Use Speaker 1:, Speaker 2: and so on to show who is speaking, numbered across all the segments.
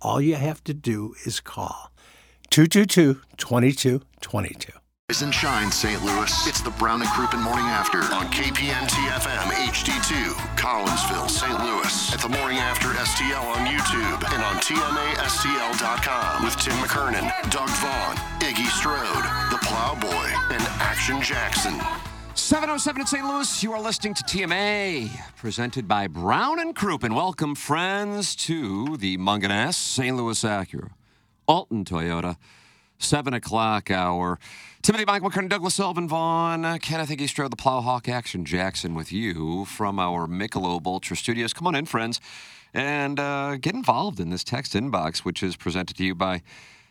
Speaker 1: All you have to do is call 222 2222.
Speaker 2: Rise and shine, St. Louis. It's the Brown and Crouppen Morning After on KPNT FM HD2, Collinsville, St. Louis. At the Morning After STL on YouTube and on TMASTL.com with Tim McKernan, Doug Vaughn, Iggy Strode, The Plowboy, and Action Jackson.
Speaker 3: 707 in St. Louis, you are listening to TMA, presented by Brown and Croup. And welcome, friends, to the Munganess St. Louis Acura, Alton Toyota, 7 o'clock hour. Timothy Mike McKern, Douglas Sullivan Vaughn, uh, Kenneth Iggy Strode, the Plowhawk Action Jackson with you from our Michelob Ultra Studios. Come on in, friends, and uh, get involved in this text inbox, which is presented to you by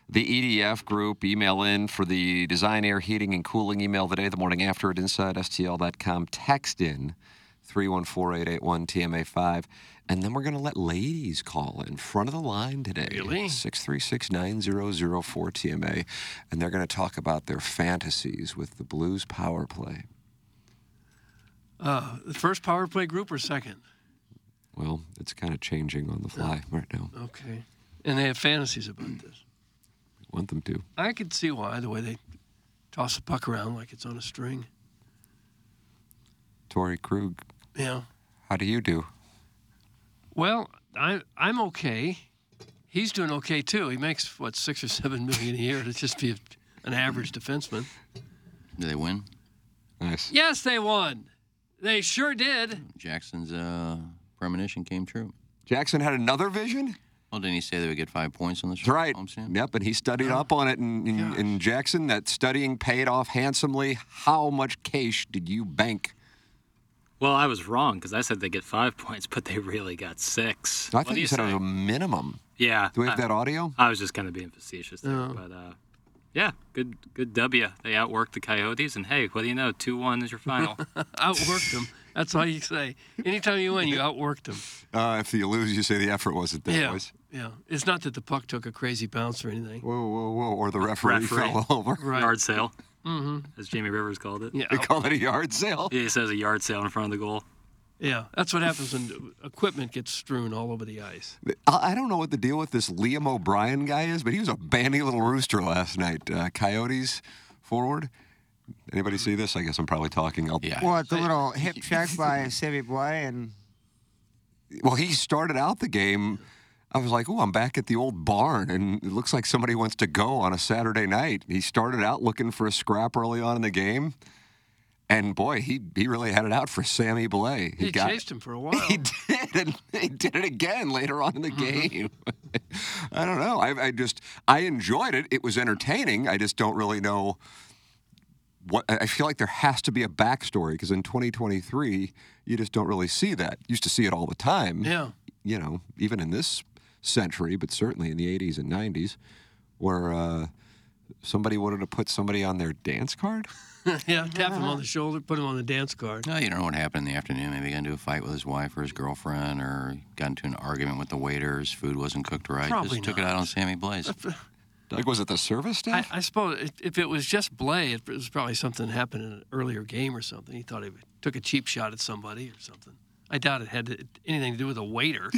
Speaker 3: the EDF group. Email in for the design, air, heating, and cooling email today, the morning after at InsideSTL.com. Text in 314-881-TMA5. And then we're going to let ladies call in front of the line today. Really? 636-9004-TMA. And they're going to talk about their fantasies with the Blues power play.
Speaker 4: Uh, the first power play group or second?
Speaker 3: Well, it's kind of changing on the fly right now.
Speaker 4: Okay. Mm. And they have fantasies about this.
Speaker 3: We want them to.
Speaker 4: I could see why the way they toss the puck around like it's on a string.
Speaker 3: Tori Krug,
Speaker 4: Yeah.
Speaker 3: how do you do?
Speaker 4: Well, I I'm okay. He's doing okay too. He makes what six or seven million a year to just be a, an average defenseman.
Speaker 5: Do they win?
Speaker 3: Nice.
Speaker 4: Yes, they won. They sure did.
Speaker 5: Jackson's uh, premonition came true.
Speaker 3: Jackson had another vision?
Speaker 5: Well, didn't he say they would get five points on the
Speaker 3: That's right.
Speaker 5: homestand?
Speaker 3: Yep, and he studied up on it in, in, in Jackson. That studying paid off handsomely. How much cash did you bank?
Speaker 6: Well, I was wrong because I said they get five points, but they really got six.
Speaker 3: I
Speaker 6: What
Speaker 3: think
Speaker 6: do
Speaker 3: you said it was a minimum.
Speaker 6: Yeah.
Speaker 3: Do we have
Speaker 6: I,
Speaker 3: that audio?
Speaker 6: I was just kind of being facetious there, but uh, yeah, good, good W. They outworked the Coyotes, and hey, what do you know? Two one is your final.
Speaker 4: Outworked them. That's all you say. Anytime you win, you outworked them.
Speaker 3: Uh, if you lose, you say the effort wasn't there.
Speaker 4: Yeah.
Speaker 3: Was.
Speaker 4: Yeah. It's not that the puck took a crazy bounce or anything.
Speaker 3: Whoa, whoa, whoa. Or the referee,
Speaker 6: Referee.
Speaker 3: fell over.
Speaker 4: Right.
Speaker 6: Yard sale, mm-hmm. as Jamie Rivers called it.
Speaker 4: Yeah.
Speaker 3: They call it a yard sale.
Speaker 6: He says a yard sale in front of the goal.
Speaker 4: Yeah. That's what happens when equipment gets strewn all over the ice.
Speaker 3: I I don't know what the deal with this Liam O'Brien guy is, but he was a bandy little rooster last night. Uh, Coyotes forward. Anybody see this? I guess I'm probably talking. I'll,
Speaker 5: Yeah.
Speaker 7: Well, it's a little hip check by Savvy Boy, and
Speaker 3: Well, he started out the game. I was like, oh, I'm back at the old barn, and it looks like somebody wants to go on a Saturday night. He started out looking for a scrap early on in the game, and boy, he, he really had it out for Sammy Blay.
Speaker 4: He, chased him for a while.
Speaker 3: He did, and he did it again later on in the
Speaker 4: Mm-hmm.
Speaker 3: game. I don't know. I, I just I enjoyed it. It was entertaining. I just don't really know what. I I feel like there has to be a backstory because in 2023, you just don't really see that. Used to see it all the time.
Speaker 4: Yeah.
Speaker 3: You know, even in this century, but certainly in the 80s and 90s, where uh, somebody wanted to put somebody on their dance card.
Speaker 4: yeah. Tap him on the shoulder, put him on the dance card.
Speaker 5: No, you don't know what happened in the afternoon. Maybe he got into a fight with his wife or his girlfriend, or got into an argument with the waiters. Food wasn't cooked right.
Speaker 4: Probably
Speaker 5: Just took it
Speaker 4: not.
Speaker 5: out on Sammy Blaze.
Speaker 3: Like, was it the service
Speaker 4: I,
Speaker 3: staff?
Speaker 4: I suppose if- if it was just Blay, it was probably something that happened in an earlier game or something. He thought he took a cheap shot at somebody or something. I doubt it had to- anything to do with a waiter.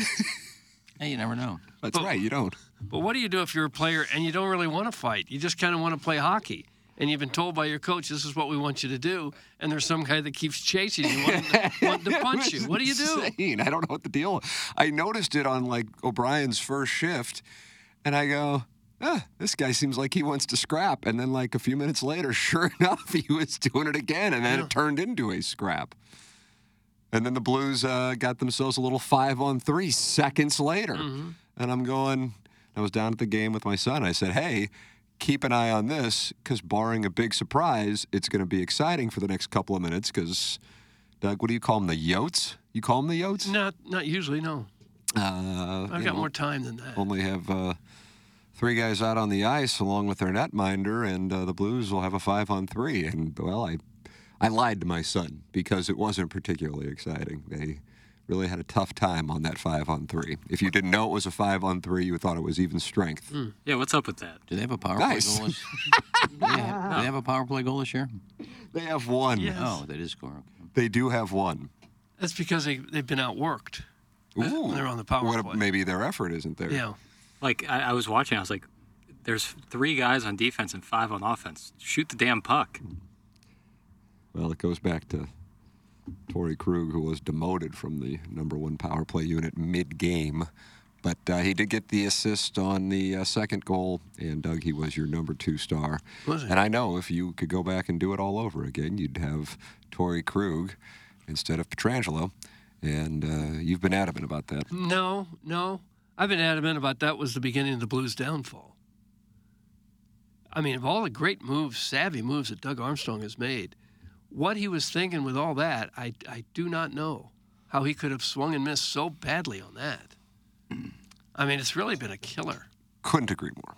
Speaker 5: hey, you never know.
Speaker 3: That's right. You don't.
Speaker 4: but what do you do if you're a player and you don't really want to fight? You just kind of want to play hockey. And you've been told by your coach, this is what we want you to do. And there's some guy that keeps chasing you, wanting to, wanting to
Speaker 3: It
Speaker 4: punch
Speaker 3: was
Speaker 4: you. What do you do?
Speaker 3: insane. I don't know what the deal. I noticed it on like O'Brien's first shift, and I go, "Ah, this guy seems like he wants to scrap. And then, like, a few minutes later, sure enough, he was doing it again. And then it turned into a scrap. And then the Blues uh, got themselves a little five on three seconds later. And I'm going, I was down at the game with my son. I said, hey, keep an eye on this because, barring a big surprise, it's going to be exciting for the next couple of minutes because, Doug, what do you call them? The Yotes? You call them the Yotes?
Speaker 4: Not not usually. No,
Speaker 3: Uh,
Speaker 4: I've
Speaker 3: you
Speaker 4: got
Speaker 3: know,
Speaker 4: more time than that.
Speaker 3: Only have uh, three guys out on the ice along with their netminder, and uh, the Blues will have a five on three. And well, I, I lied to my son because it wasn't particularly exciting. They really had a tough time on that five on three. If you didn't know it was a five on three, you thought it was even strength.
Speaker 4: Hmm.
Speaker 6: Yeah, what's up with that?
Speaker 5: Do they have a power
Speaker 3: Nice.
Speaker 5: play goal? This, do, they have, do they have a power play goal this year?
Speaker 3: They have one.
Speaker 5: Oh, they did score. Okay.
Speaker 3: They do have one.
Speaker 4: That's because they they've been outworked.
Speaker 3: Ooh,
Speaker 4: they're on the power
Speaker 3: what,
Speaker 4: play.
Speaker 3: Maybe their effort isn't there.
Speaker 4: Yeah.
Speaker 6: Like I, I was watching, I was like, "There's three guys on defense and five on offense. Shoot the damn puck."
Speaker 3: Well, it goes back to Tori Krug, who was demoted from the number one power play unit mid game. But uh, he did get the assist on the uh, second goal, and Doug, he was your number two star.
Speaker 4: Was he?
Speaker 3: And I know if you could go back and do it all over again, you'd have Tori Krug instead of Petrangelo, and uh, you've been adamant about that.
Speaker 4: No, no. I've been adamant about that was the beginning of the Blues' downfall. I mean, of all the great moves, savvy moves that Doug Armstrong has made, what he was thinking with all that, I, I do not know how he could have swung and missed so badly on that. I mean, it's really been a killer.
Speaker 3: Couldn't agree more.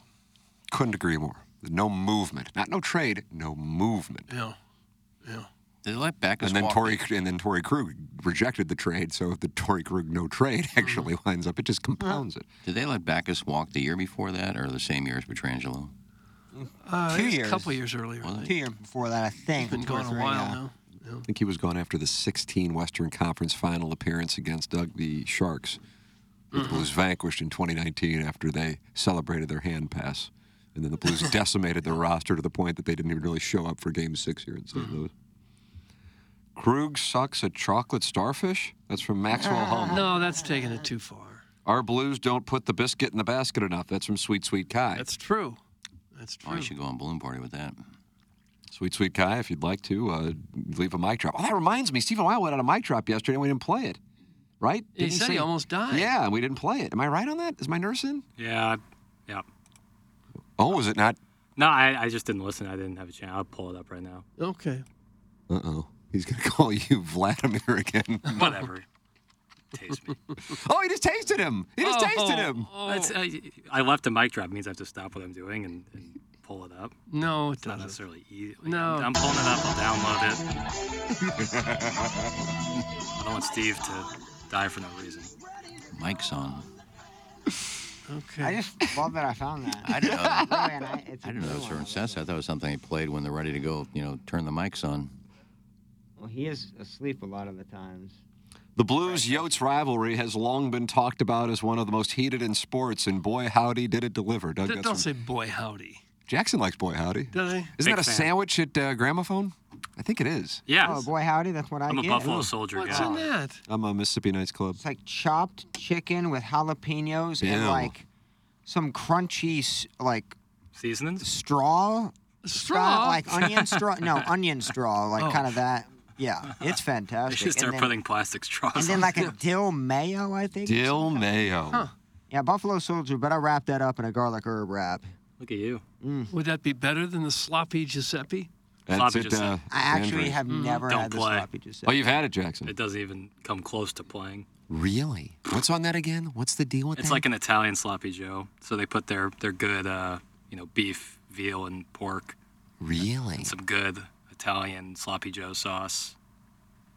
Speaker 3: Couldn't agree more. No movement, not no trade, no movement.
Speaker 4: Yeah, yeah.
Speaker 5: Did they let Backus
Speaker 3: and then
Speaker 5: walk?
Speaker 3: Tory and then Tory Krug rejected the trade, so if the Tory Krug no trade actually winds up, it just compounds it.
Speaker 5: Did they let Backus walk the year before that, or the same year as Petrangelo?
Speaker 4: Uh,
Speaker 2: Two
Speaker 4: it was
Speaker 2: years.
Speaker 4: A couple years earlier. I
Speaker 2: Two
Speaker 4: think.
Speaker 2: years before that, I think.
Speaker 4: Been
Speaker 2: two or
Speaker 4: going a
Speaker 2: three,
Speaker 4: while
Speaker 2: yeah.
Speaker 4: now.
Speaker 3: I think he was gone after the 16 Western Conference Final appearance against Doug the Sharks, who was vanquished in 2019 after they celebrated their hand pass, and then the Blues decimated their roster to the point that they didn't even really show up for Game Six here in saint Louis. Krug sucks at chocolate starfish. That's from Maxwell Home.
Speaker 4: No, that's taking it too far.
Speaker 3: Our Blues don't put the biscuit in the basket enough. That's from Sweet Sweet Kai.
Speaker 4: That's true. That's
Speaker 5: Oh,
Speaker 4: true.
Speaker 5: you should go on balloon party with that.
Speaker 3: Sweet, sweet Kai, if you'd like to, uh, leave a mic drop. Oh, that reminds me, Stephen Wild went on a mic drop yesterday and we didn't play it, right?
Speaker 4: He
Speaker 3: Didn't
Speaker 4: said he almost died.
Speaker 3: Yeah, and we didn't play it. Am I right on that? Is my nurse in?
Speaker 6: Yeah, yeah.
Speaker 3: Oh, was it not?
Speaker 6: No, I, I just didn't listen. I didn't have a chance. I'll pull it up right now.
Speaker 4: Okay.
Speaker 3: Uh oh. He's going to call you Vladimir again.
Speaker 6: Whatever. Taste me.
Speaker 3: oh, he just tasted him. He
Speaker 4: Oh.
Speaker 3: just tasted him.
Speaker 6: It's, I, I left a mic drop. It means I have to stop what I'm doing and, and pull it up.
Speaker 4: No, it
Speaker 6: It's not
Speaker 4: doesn't.
Speaker 6: necessarily easy. Like,
Speaker 4: No.
Speaker 6: I'm, I'm pulling it up. I'll download it. I don't want Steve to die for no reason.
Speaker 5: Mike's on.
Speaker 4: Okay.
Speaker 2: I just love that I found that.
Speaker 5: I don't know.
Speaker 2: Really, and I, it's a
Speaker 5: I didn't know
Speaker 2: good
Speaker 5: it was
Speaker 2: one.
Speaker 5: her incest. I thought it was something they played when they're ready to go. You know, turn the mics on.
Speaker 2: Well, he is asleep a lot of the times.
Speaker 3: The Blues Yotes rivalry has long been talked about as one of the most heated in sports, and boy, howdy, did it deliver. Doug,
Speaker 4: D-
Speaker 3: that's
Speaker 4: don't
Speaker 3: from-
Speaker 4: say boy howdy.
Speaker 3: Jackson likes boy, howdy.
Speaker 4: Does he?
Speaker 3: Isn't
Speaker 6: Big
Speaker 3: that a
Speaker 6: fan.
Speaker 3: sandwich at uh, Gramophone? I think it is.
Speaker 6: Yeah.
Speaker 2: Oh, boy, howdy, that's what I
Speaker 6: I'm a
Speaker 2: get.
Speaker 6: Buffalo Soldier
Speaker 4: What's
Speaker 6: guy.
Speaker 4: in that?
Speaker 3: I'm a Mississippi Nights Club.
Speaker 2: It's like chopped chicken with jalapenos
Speaker 3: Ew.
Speaker 2: and like some crunchy s- like
Speaker 6: Seasonings?
Speaker 2: straw,
Speaker 4: Straw?
Speaker 2: like onion straw. No, onion straw, like kind of that. Yeah, it's
Speaker 6: They
Speaker 2: fantastic.
Speaker 6: should start
Speaker 2: and, then,
Speaker 6: putting plastic straws
Speaker 2: and then
Speaker 6: on
Speaker 2: like a dill mayo, I think.
Speaker 3: Dill mayo.
Speaker 2: Yeah, Buffalo Soldier, but I wrap that up in a garlic herb wrap.
Speaker 6: Look at you.
Speaker 4: Would that be better than the sloppy Giuseppe?
Speaker 3: That's
Speaker 6: Sloppy
Speaker 3: it.
Speaker 6: Giuseppe.
Speaker 3: Uh,
Speaker 2: I actually
Speaker 3: Andrews.
Speaker 2: have never
Speaker 6: Don't
Speaker 2: had this
Speaker 6: play.
Speaker 2: sloppy just
Speaker 3: Oh, you've had it, Jackson.
Speaker 6: It doesn't even come close to playing.
Speaker 3: Really? What's on that again? What's the deal with
Speaker 6: It's like an Italian sloppy joe. So they put their, their good, uh, you know, beef, veal, and pork,
Speaker 3: really?
Speaker 6: some good Italian sloppy joe sauce.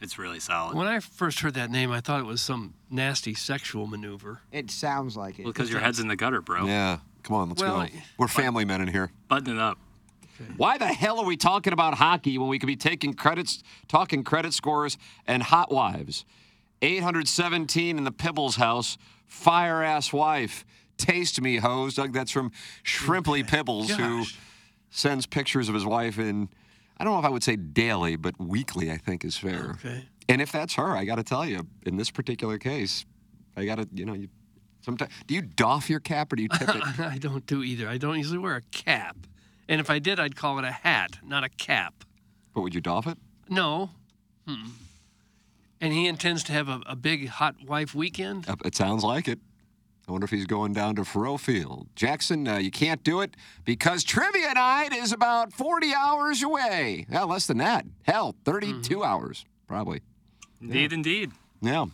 Speaker 6: It's really solid.
Speaker 4: When I first heard that name, I thought it was some nasty sexual maneuver.
Speaker 2: It sounds like it.
Speaker 6: Well, because your head's in the gutter, bro.
Speaker 3: Yeah. Come on, let's
Speaker 4: Well,
Speaker 3: go. We're family men in here.
Speaker 6: Button it up.
Speaker 3: Why the hell are we talking about hockey when we could be taking credits, talking credit scores and hot wives? 817 in the Pibbles house, fire ass wife, taste me hose. Doug, that's from Shrimply Pibbles, who
Speaker 4: Gosh.
Speaker 3: sends pictures of his wife in, I don't know if I would say daily, but weekly, I think is fair.
Speaker 4: Okay.
Speaker 3: And if that's her, I got to tell you, in this particular case, I got to, you know, you, Sometimes, do you doff your cap or do you tip it?
Speaker 4: I don't do either. I don't usually wear a cap. And if I did, I'd call it a hat, not a cap.
Speaker 3: but would you doff it?
Speaker 4: No. Hmm. And he intends to have a, a big hot wife weekend?
Speaker 3: Uh, It sounds like it. I wonder if he's going down to Faroe Field. Jackson, uh, you can't do it because trivia night is about 40 hours away. Yeah, less than that. Hell, 32 hours, probably.
Speaker 2: Indeed, indeed.
Speaker 3: Yeah.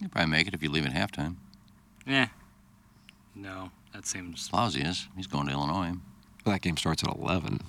Speaker 5: You probably make it if you leave at halftime.
Speaker 2: Yeah. No, that seems.
Speaker 5: Lousy is. He's going to Illinois.
Speaker 3: Well, that game starts at 11.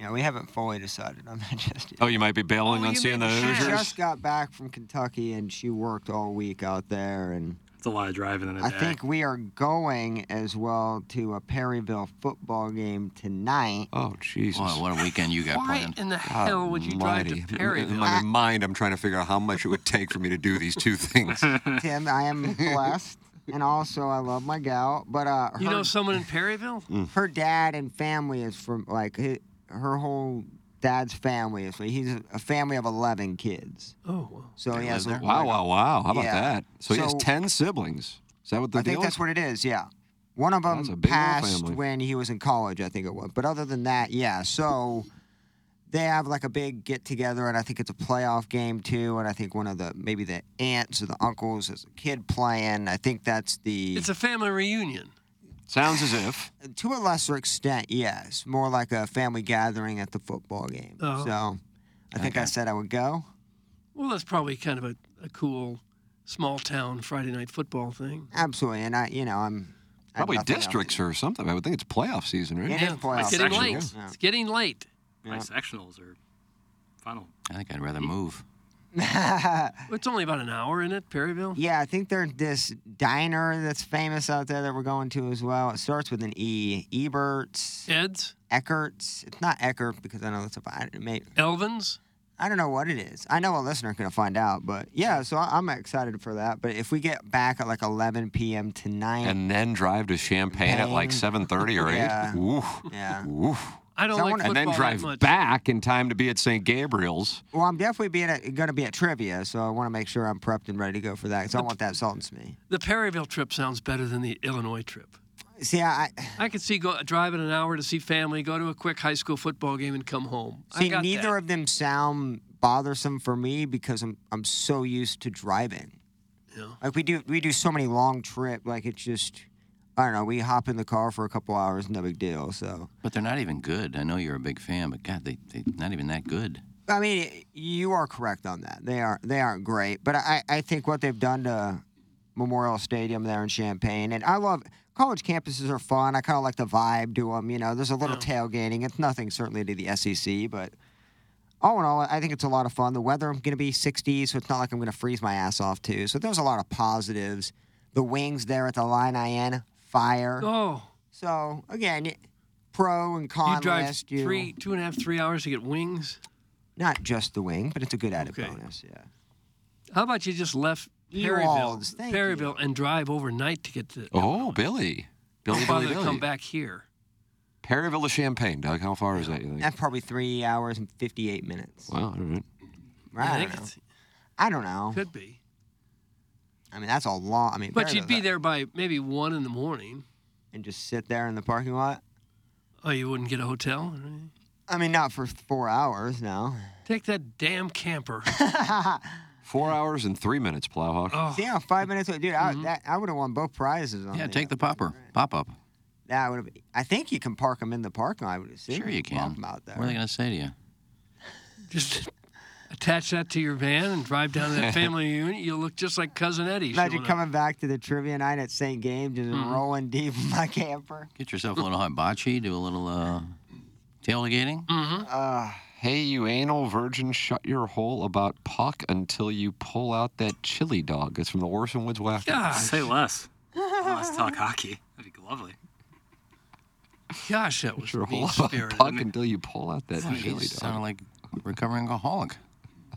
Speaker 6: Yeah, we haven't fully decided on that just yet.
Speaker 3: Oh, you might be bailing
Speaker 4: Oh,
Speaker 3: on
Speaker 4: you
Speaker 3: seeing the
Speaker 4: mean the
Speaker 6: She
Speaker 3: Hoosiers?
Speaker 6: just got back from Kentucky and she worked all week out there and
Speaker 2: It's a lot of driving in a
Speaker 6: I
Speaker 2: day.
Speaker 6: think we are going as well to a Perryville football game tonight.
Speaker 3: Oh, Jesus.
Speaker 5: Wow, what a weekend you got
Speaker 4: Why
Speaker 5: planned.
Speaker 4: in the hell would you drive
Speaker 3: Almighty.
Speaker 4: to
Speaker 3: In
Speaker 4: Perryville?
Speaker 3: my mind, I'm trying to figure out how much it would take for me to do these two things.
Speaker 6: Tim, I am blessed. And also, I love my gal, but uh, her,
Speaker 4: You know someone in Perryville?
Speaker 6: her dad and family is from like hi- her whole dad's family is. Like, he's a family of eleven kids,
Speaker 4: Oh, well.
Speaker 6: so he has. a-
Speaker 3: Wow, wow, wow. How about
Speaker 6: Yeah.
Speaker 3: that? So, he has
Speaker 6: So-
Speaker 3: 10 siblings. Is that what the
Speaker 6: I
Speaker 3: deal
Speaker 6: think that's
Speaker 3: is?
Speaker 6: what it is. Yeah, one of
Speaker 3: That's a
Speaker 6: them
Speaker 3: big old
Speaker 6: passed
Speaker 3: family.
Speaker 6: when he was in college, I think it was. But other than that, yeah. So they have like a big get together, and I think it's a playoff game too. And I think one of the maybe the aunts or the uncles is a kid playing. I think that's the
Speaker 4: It's a family reunion.
Speaker 3: Sounds as if.
Speaker 6: to a lesser extent, yes, more like a family gathering at the football game.
Speaker 4: Oh.
Speaker 6: So I think I said I would go.
Speaker 4: Well, that's probably kind of a, a cool small town Friday night football thing.
Speaker 6: Absolutely, and I, you know, I'm I have
Speaker 3: Probably
Speaker 6: nothing else.
Speaker 3: districts or something. I would think it's playoff season, right?
Speaker 6: It is
Speaker 4: It's
Speaker 6: playoff
Speaker 4: getting
Speaker 2: section,
Speaker 4: late.
Speaker 6: yeah.
Speaker 4: It's getting late.
Speaker 2: My sectionals are final.
Speaker 5: I think I'd rather move.
Speaker 4: It's only about an hour, isn't it, Perryville?
Speaker 6: Yeah, I think there's this diner that's famous out there that we're going to as well. It starts with an E. Ebert's,
Speaker 4: Ed's,
Speaker 6: Eckert's. It's not Eckert because I know that's a. I, may,
Speaker 4: Elvin's.
Speaker 6: I don't know what it is. I know a listener can find out, but yeah, so I, I'm excited for that. But if we get back at like 11 p.m. tonight,
Speaker 3: And then drive to Champagne at like
Speaker 6: Champaign.
Speaker 3: 7:30 or 8.
Speaker 6: Yeah.
Speaker 3: Oof.
Speaker 6: yeah.
Speaker 3: Oof.
Speaker 4: I don't
Speaker 6: So I
Speaker 4: like
Speaker 6: wanna-
Speaker 4: football
Speaker 3: And then
Speaker 4: that
Speaker 3: drive
Speaker 4: much.
Speaker 3: back in time to be at St. Gabriel's.
Speaker 6: Well, I'm definitely being at, going to be at trivia, so I want to make sure I'm prepped and ready to go for that because I want that salt and me.
Speaker 4: The Perryville trip sounds better than the Illinois trip.
Speaker 6: See, I I-
Speaker 4: I could see go, driving an hour to see family, go to a quick high school football game, and come home. I
Speaker 6: see
Speaker 4: got
Speaker 6: neither
Speaker 4: that.
Speaker 6: of them sound bothersome for me because I'm I'm so used to driving.
Speaker 4: Yeah.
Speaker 6: Like we do we do so many long trip, like it's just I don't know. We hop in the car for a couple hours, no big deal. So
Speaker 5: But they're not even good. I know you're a big fan, but God, they, they're not even that good.
Speaker 6: I mean, you are correct on that. They are they aren't great, but I I think what they've done to Memorial Stadium there in Champaign, and I love college campuses are fun. I kind of like the vibe to them. You know, there's a little tailgating. It's nothing certainly to the SEC, but all in all, I think it's a lot of fun. The weather I'm going to be 60, so it's not like I'm going to freeze my ass off too. So there's a lot of positives. The wings there at the line I in fire.
Speaker 4: Oh,
Speaker 6: So again, y- pro and
Speaker 4: you
Speaker 6: con
Speaker 4: drive
Speaker 6: list. You
Speaker 4: three, two and a half, three hours to get wings.
Speaker 6: not just the wing, but it's a good added
Speaker 4: Okay.
Speaker 6: bonus. Yeah.
Speaker 4: How about you just left Perryville,
Speaker 6: Ewalds, thank you.
Speaker 4: Perryville, and drive overnight to get to?
Speaker 3: Oh, Billy. Billy,
Speaker 4: bother
Speaker 3: Billy,
Speaker 4: to
Speaker 3: Billy.
Speaker 4: come back here.
Speaker 3: Perryville to Champagne, Doug. How far is that, you think?
Speaker 6: That's probably three hours and 58 minutes.
Speaker 3: Wow, all right.
Speaker 6: Right? I,
Speaker 4: think
Speaker 6: don't know.
Speaker 4: it's-
Speaker 6: I don't know.
Speaker 4: could be.
Speaker 6: I mean, that's a long. I mean,
Speaker 4: But
Speaker 6: better
Speaker 4: you'd
Speaker 6: than
Speaker 4: be
Speaker 6: that.
Speaker 4: there by maybe one in the morning.
Speaker 6: and just sit there in the parking lot.
Speaker 4: Oh, you wouldn't get a hotel. or anything?
Speaker 6: I mean, not for four hours. No.
Speaker 4: Take that damn camper.
Speaker 3: Four hours and three minutes, Plowhawk.
Speaker 4: Oh,
Speaker 6: See how five minutes, dude. I, that, I would have won both prizes on
Speaker 5: Mm-hmm. Yeah,
Speaker 6: that.
Speaker 5: take the popper. Pop up.
Speaker 6: That would have. I think you can park them in the parking lot. I would assume.
Speaker 5: Sure you
Speaker 6: Pop
Speaker 5: can.
Speaker 6: 'em out there.
Speaker 5: What are they going to say to you?
Speaker 4: just attach that to your van and drive down to that family unit. You'll look just like cousin Eddie.
Speaker 6: Imagine
Speaker 4: showing up.
Speaker 6: coming back to the trivia night at St. Games just rolling deep in my camper.
Speaker 5: Get yourself a little hibachi, do a little uh, tailgating.
Speaker 3: Hey, you anal virgin, shut your hole about puck until you pull out that chili dog. It's from the Orson Woods Wacky.
Speaker 4: Gosh,
Speaker 2: Say less. Oh, let's talk hockey. That'd be lovely.
Speaker 4: gosh, that was
Speaker 3: Your hole
Speaker 4: mean
Speaker 3: about
Speaker 4: spirited.
Speaker 3: puck until you pull out that
Speaker 5: You
Speaker 3: chili dog.
Speaker 5: sounded like a recovering alcoholic.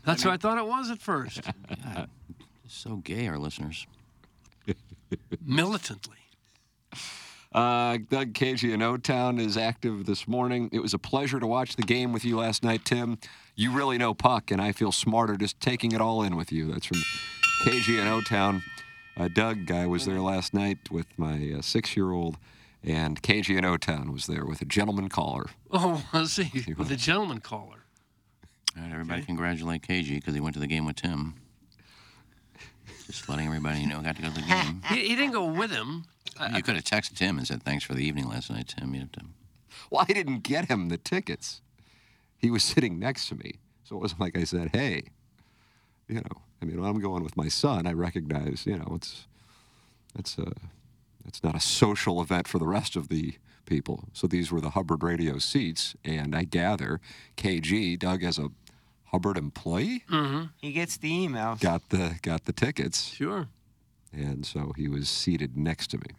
Speaker 4: That's what I thought it was at first.
Speaker 5: So gay, our listeners.
Speaker 4: Militantly.
Speaker 3: Uh, Doug Cagey in O Town is active this morning. It was a pleasure to watch the game with you last night, Tim. You really know puck, and I feel smarter just taking it all in with you. That's from Cagey in O Town. Uh, Doug I was there last night with my uh, six-year-old, and KG in O-Town was there with a gentleman caller.
Speaker 4: Oh, was he with a gentleman caller?
Speaker 5: All right, everybody congratulate KG because he went to the game with Tim. Just letting everybody know, got to go to the game.
Speaker 4: He, he didn't go with him.
Speaker 5: you could have texted Tim and said, thanks for the evening last night, Tim. You know, Tim.
Speaker 3: Well, I didn't get him the tickets. He was sitting next to me. So it wasn't like I said, hey, you know, I mean, when I'm going with my son, I recognize, you know, it's, it's a, it's not a social event for the rest of the people. So these were the Hubbard radio seats. And I gather KG, Doug as a Hubbard employee,
Speaker 6: Mm-hmm. He gets the emails.
Speaker 3: got the, got the tickets.
Speaker 4: Sure.
Speaker 3: and so he was seated next to me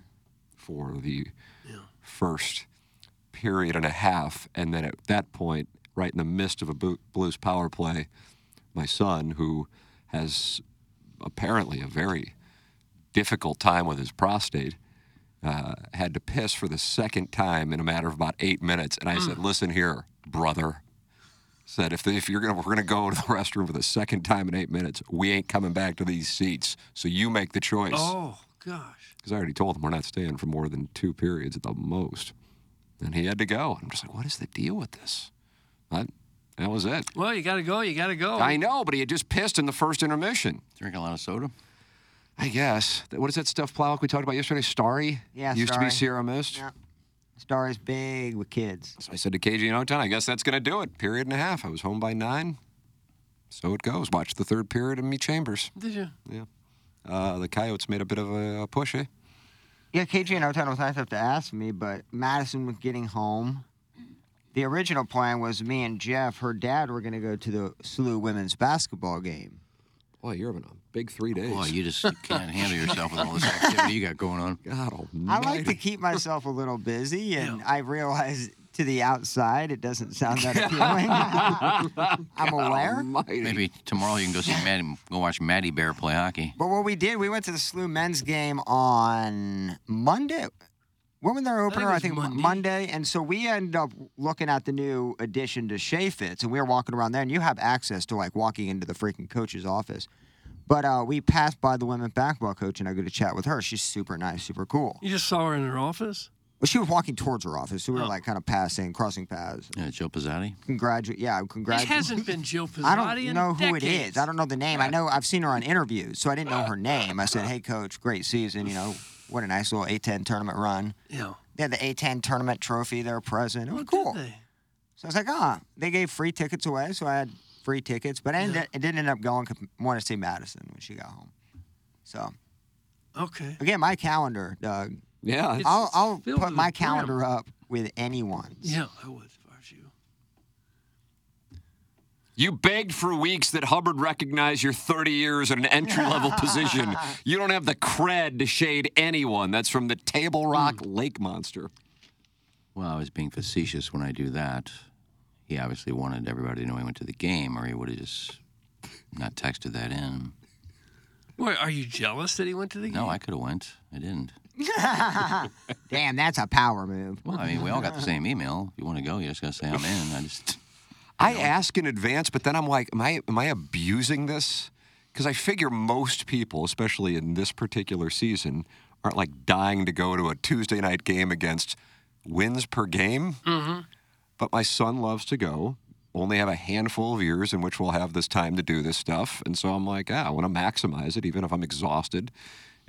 Speaker 3: for the first period and a half and then at that point right in the midst of a bu- blues power play my son who has apparently a very difficult time with his prostate uh, had to piss for the second time in a matter of about eight minutes and i said listen here brother said if, if you're gonna we're gonna go to the restroom for the second time in eight minutes we ain't coming back to these seats so you make the choice
Speaker 4: Oh gosh.
Speaker 3: because I already told him we're not staying for more than two periods at the most. And he had to go. I'm just like, what is the deal with this? That, that was it.
Speaker 4: Well, you gotta go. You gotta go.
Speaker 6: Oh.
Speaker 3: I know, but he had just pissed in the first intermission.
Speaker 5: Drink a lot of soda?
Speaker 3: I guess. Th- What is that stuff, Plowick, we talked about yesterday? Starry?
Speaker 6: Yeah,
Speaker 3: Used to
Speaker 6: Starry.
Speaker 3: be Sierra Mist.
Speaker 6: Yeah. Star is big with kids.
Speaker 3: So I said to KG and Oton, I guess that's going to do it. Period and a half. I was home by nine. So it goes. Watch the third period in me chambers.
Speaker 4: Did you?
Speaker 3: Uh, the Coyotes made a bit of a, a push, eh?
Speaker 6: Yeah, KG and Oton was nice enough to ask me, but Madison was getting home. The original plan was me and Jeff, her dad, were going to go to the SLU women's basketball game.
Speaker 3: Boy, you're having a big three days.
Speaker 5: Boy, you just can't handle yourself with all this activity you got going on.
Speaker 3: God
Speaker 6: I like to
Speaker 3: almighty.
Speaker 6: keep myself a little busy, and I realize to the outside it doesn't sound that appealing. I'm aware.
Speaker 3: Almighty.
Speaker 5: Maybe tomorrow you can go see Maddie, go watch Maddie Bear play hockey.
Speaker 6: But what we did, we went to the SLU men's game on Monday. When was their opener?
Speaker 4: it
Speaker 6: I
Speaker 4: was
Speaker 6: think,
Speaker 4: Monday.
Speaker 6: Monday. And so we ended up looking at the new addition to Shea Fitz, and we were walking around there, and you have access to like walking into the freaking coach's office. But uh, we passed by the women basketball coach, and I go to chat with her. She's super nice, super cool.
Speaker 4: You just saw her in her office.
Speaker 6: Well, she was walking towards her office, so we were
Speaker 4: Oh.
Speaker 6: like kind of passing, crossing paths.
Speaker 5: Yeah, Joe Pizzotti.
Speaker 6: Congratulate, yeah,
Speaker 4: It
Speaker 6: congratulations.
Speaker 4: hasn't been Jill Pizzotti
Speaker 6: I don't
Speaker 4: in
Speaker 6: know who it
Speaker 4: decades.
Speaker 6: is. I don't know the name. I know I've seen her on interviews, so I didn't know her name. I said, "Hey, coach, great season. You know, what a nice little A10 tournament run.
Speaker 4: Yeah.
Speaker 6: They had the A10 tournament trophy. They were present. It was
Speaker 4: What Oh,
Speaker 6: cool."
Speaker 4: Did they?
Speaker 6: So I was like, "Ah, they gave free tickets away, so I had free tickets." But I, ended, I didn't end up going. 'cause I wanted to see Madison when she got home. So
Speaker 4: Okay.
Speaker 6: again, my calendar, Doug.
Speaker 3: Yeah.
Speaker 4: It's-
Speaker 6: I'll, I'll
Speaker 4: filled to
Speaker 6: put
Speaker 4: the
Speaker 6: my
Speaker 4: brim.
Speaker 6: calendar up with anyone's.
Speaker 4: Yeah, I would if I was you.
Speaker 3: You begged for weeks that Hubbard recognize your 30 years at an entry level position. You don't have the cred to shade anyone. That's from the Table Rock Lake Monster.
Speaker 5: Well, I was being facetious when I do that. He obviously wanted everybody to know he went to the game, or he would have just not texted that in.
Speaker 4: Wait, are you jealous that he went to the game?
Speaker 5: No, I could have went. I didn't.
Speaker 6: Damn, that's a power move.
Speaker 5: Well, I mean, we all got the same email. If you want to go, you just got to say I'm in. I just
Speaker 3: I ask in advance, but then I'm like, am I, am I abusing this? Because I figure most people, especially in this particular season, aren't like dying to go to a Tuesday night game against wins per game. Mm-hmm. But my son loves to go. Only have a handful of years in which we'll have this time to do this stuff. And so I'm like, ah, I want to maximize it, even if I'm exhausted.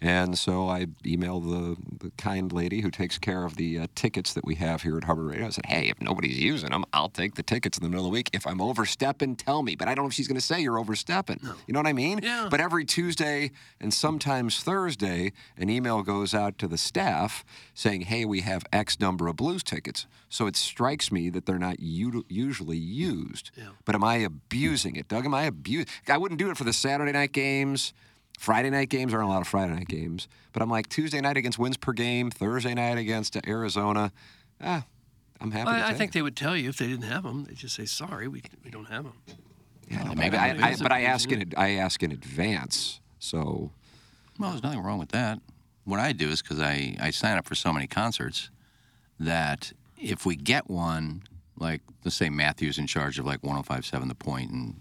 Speaker 3: And so I emailed the, the kind lady who takes care of the uh, tickets that we have here at Harbor Radio. I said, hey, if nobody's using them, I'll take the tickets in the middle of the week. If I'm overstepping, tell me. But I don't know if she's going to say you're overstepping. You know what I mean?
Speaker 4: Yeah.
Speaker 3: But every Tuesday and sometimes Thursday, an email goes out to the staff saying, hey, we have X number of blues tickets. So it strikes me that they're not u- usually used. But am I abusing it? Doug, am I abusing? I wouldn't do it for the Saturday night games. Friday night games aren't a lot of Friday night games, but I'm like Tuesday night against wins per game, Thursday night against Arizona. Ah, I'm happy. to
Speaker 4: I, I
Speaker 3: take
Speaker 4: think
Speaker 3: it.
Speaker 4: they would tell you if they didn't have them. They just say, "Sorry, we, we don't have them."
Speaker 3: Yeah, no, maybe I, I, but I ask in ad- I ask in advance. So
Speaker 5: well, there's nothing wrong with that. What I do is because I I sign up for so many concerts that if we get one, like let's say Matthew's in charge of like 105.7 The Point and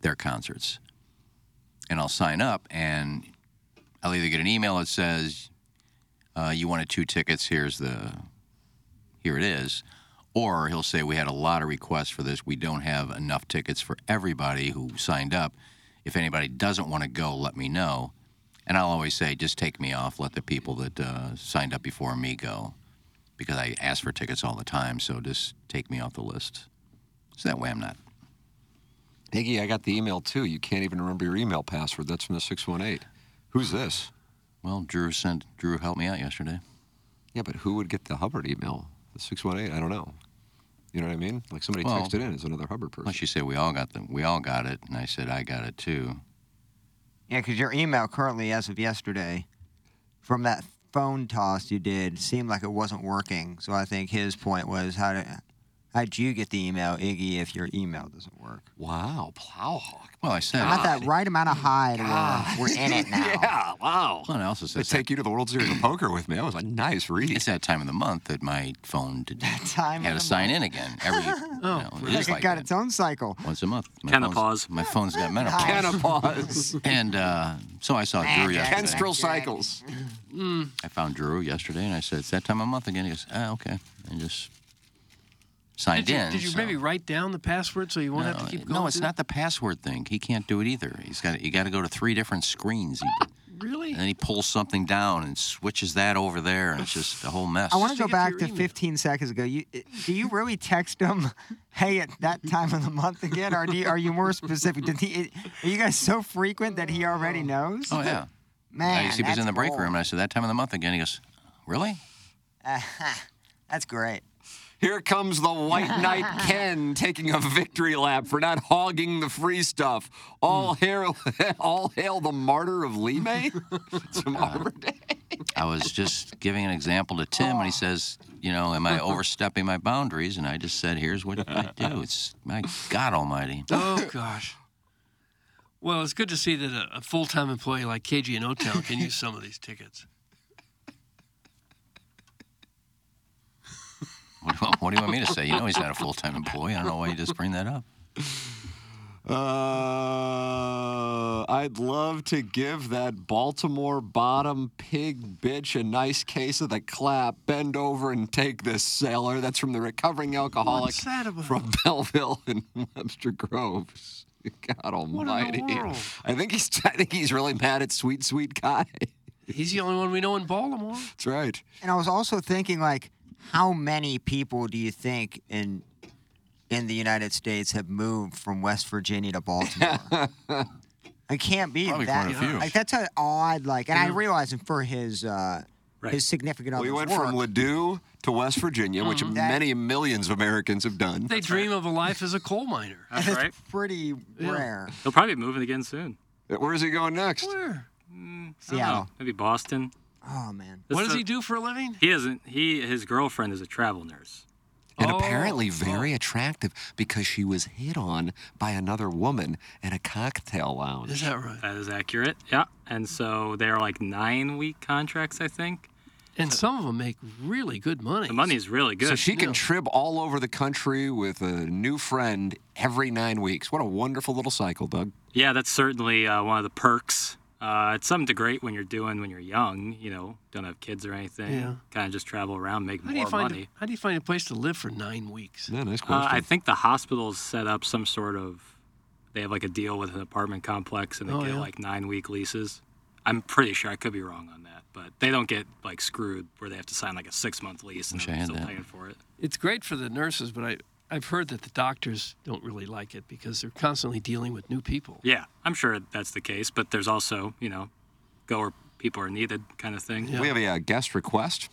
Speaker 5: their concerts, and I'll sign up and I'll either get an email that says, uh, "You wanted two tickets. Here's the, here it is," or he'll say, "We had a lot of requests for this. We don't have enough tickets for everybody who signed up. If anybody doesn't want to go, let me know." And I'll always say, "Just take me off. Let the people that uh, signed up before me go." Because I ask for tickets all the time, so just take me off the list. So that way I'm not
Speaker 3: Iggy, I got the email too. You can't even remember your email password. That's from the 618. Who's this?
Speaker 5: Well, Drew sent Drew helped me out yesterday.
Speaker 3: Yeah, but who would get the Hubbard email? The 618? I don't know. You know what I mean? Like somebody
Speaker 5: Well-
Speaker 3: texted in as another Hubbard person.
Speaker 5: Unless you say we all got them, we all got it, and I said I got it too.
Speaker 2: Yeah, because your email currently, as of yesterday, from that phone toss you did, seemed like it wasn't working. So I think his point was how do, how'd you get the email, Iggy, if your email doesn't work?
Speaker 3: Wow, Plowhawk.
Speaker 5: Well, I said.
Speaker 2: I thought right amount of hide. We're, we're in it now.
Speaker 3: Yeah, wow.
Speaker 5: Well, and I also said
Speaker 3: They
Speaker 5: it's that,
Speaker 3: take you to the World Series of Poker with me. That was a nice read.
Speaker 5: it's that time of the month that my phone did,
Speaker 2: Time
Speaker 5: had to sign in again. Every you
Speaker 4: Oh,
Speaker 5: know, it
Speaker 2: Like
Speaker 5: is
Speaker 2: it
Speaker 5: like
Speaker 2: got
Speaker 5: that.
Speaker 2: its own cycle.
Speaker 5: once a month. My
Speaker 6: Kenna
Speaker 5: phone's-
Speaker 6: pause.
Speaker 5: My phone's got menopause.
Speaker 3: Menopause.
Speaker 5: And uh, so I saw Drew yesterday.
Speaker 3: Menstrual cycles.
Speaker 5: I found Drew yesterday, and I said it's that time of month again. He goes, ah, okay, and just signed
Speaker 4: Did you,
Speaker 5: in.
Speaker 4: did you
Speaker 5: so-
Speaker 4: maybe write down the password so you won't have to keep going?
Speaker 5: no, it's
Speaker 4: through
Speaker 5: not the password thing. He can't do it either. He's got you got to go to three different screens. He,
Speaker 4: that? Really?
Speaker 5: and then he pulls something down and switches that over there, and it's just a whole mess.
Speaker 2: I want to
Speaker 4: Stick
Speaker 2: go back
Speaker 4: it to your
Speaker 2: to
Speaker 4: email.
Speaker 2: 15 seconds ago. You eh, do you really text him, hey, at that time of the month again, or do you, are you more specific? Did he? eh, Are you guys so frequent that he already knows?
Speaker 5: Oh yeah,
Speaker 2: man,
Speaker 5: I, he was
Speaker 2: that's
Speaker 5: in the break
Speaker 2: cool.
Speaker 5: room, and I said that time of the month again. He goes, "Really?
Speaker 2: That's great.
Speaker 3: Here comes the White Knight Ken taking a victory lap for not hogging the free stuff. All
Speaker 5: Hmm.
Speaker 3: hail, all hail the martyr of Lime. It's
Speaker 5: Uh,
Speaker 3: from Arbor Day.
Speaker 5: I was just giving an example to Tim, and he says, you know, am I overstepping my boundaries? And I just said, here's what I do. It's my God Almighty.
Speaker 4: Oh gosh. Well, it's good to see that a, a full-time employee like KG in O-Town can use some of these tickets.
Speaker 5: What, do you- what do you want me to say? You know, he's not a full time employee. I don't know why you just bring that up.
Speaker 3: Uh, I'd love to give that Baltimore bottom pig bitch a nice case of the clap. Bend over and take this sailor. That's from the recovering alcoholic
Speaker 4: What's that about?
Speaker 3: from Belleville and Webster Groves. God
Speaker 4: the
Speaker 3: Almighty!
Speaker 4: world?
Speaker 3: I think he's I think he's really mad at sweet sweet guy.
Speaker 4: He's the only one we know in Baltimore.
Speaker 3: That's right.
Speaker 2: And I was also thinking, like, how many people do you think in in the United States have moved from West Virginia to Baltimore? it can't be
Speaker 5: Probably
Speaker 2: that.
Speaker 5: quite a few.
Speaker 2: Like that's an odd, like, and I realize him for his uh, his significant
Speaker 3: Mm-hmm. Well,
Speaker 2: other.
Speaker 3: he went from Ladue to West Virginia, which many millions of Americans have done.
Speaker 4: Mm-hmm. They dream of a life as a coal miner.
Speaker 6: That's right.
Speaker 2: pretty rare.
Speaker 6: He'll probably be moving again soon.
Speaker 3: Where is he going next?
Speaker 4: Where?
Speaker 6: I don't know,
Speaker 2: Seattle.
Speaker 6: maybe Boston.
Speaker 2: Oh man.
Speaker 4: What
Speaker 6: That's
Speaker 4: does
Speaker 6: the-
Speaker 4: he do for a living?
Speaker 6: He isn't. He his girlfriend is a travel nurse.
Speaker 3: and
Speaker 4: Oh,
Speaker 3: apparently very attractive because she was hit on by another woman at a cocktail lounge.
Speaker 4: Is that right?
Speaker 6: That is accurate. Yeah. And so they are like nine week contracts, I think.
Speaker 4: And some of them make really good money.
Speaker 6: The money's really good.
Speaker 3: So she can trip all over the country with a new friend every nine weeks. What a wonderful little cycle, Doug.
Speaker 6: Yeah, that's certainly uh, one of the perks. Uh, it's something to great when you're doing when you're young. You know, don't have kids or anything.
Speaker 4: Yeah.
Speaker 6: Kind of just travel around, make
Speaker 4: How do you
Speaker 6: more
Speaker 4: find?
Speaker 6: money.
Speaker 4: A, how do you find a place to live for nine weeks?
Speaker 3: Yeah, nice question.
Speaker 6: Uh, I think the hospitals set up some sort of. They have like a deal with an apartment complex, and they
Speaker 4: Oh,
Speaker 6: get
Speaker 4: yeah.
Speaker 6: like nine week leases. I'm pretty sure I could be wrong on that, but they don't get like screwed where they have to sign like a six month lease and
Speaker 5: Wish I
Speaker 6: they're
Speaker 5: had
Speaker 6: still
Speaker 5: that.
Speaker 6: paying for it.
Speaker 4: It's great for the nurses, but I, I've heard that the doctors don't really like it because they're constantly dealing with new people.
Speaker 6: Yeah, I'm sure that's the case, but there's also you know, go where people are needed kind of thing.
Speaker 3: we have a uh, guest request.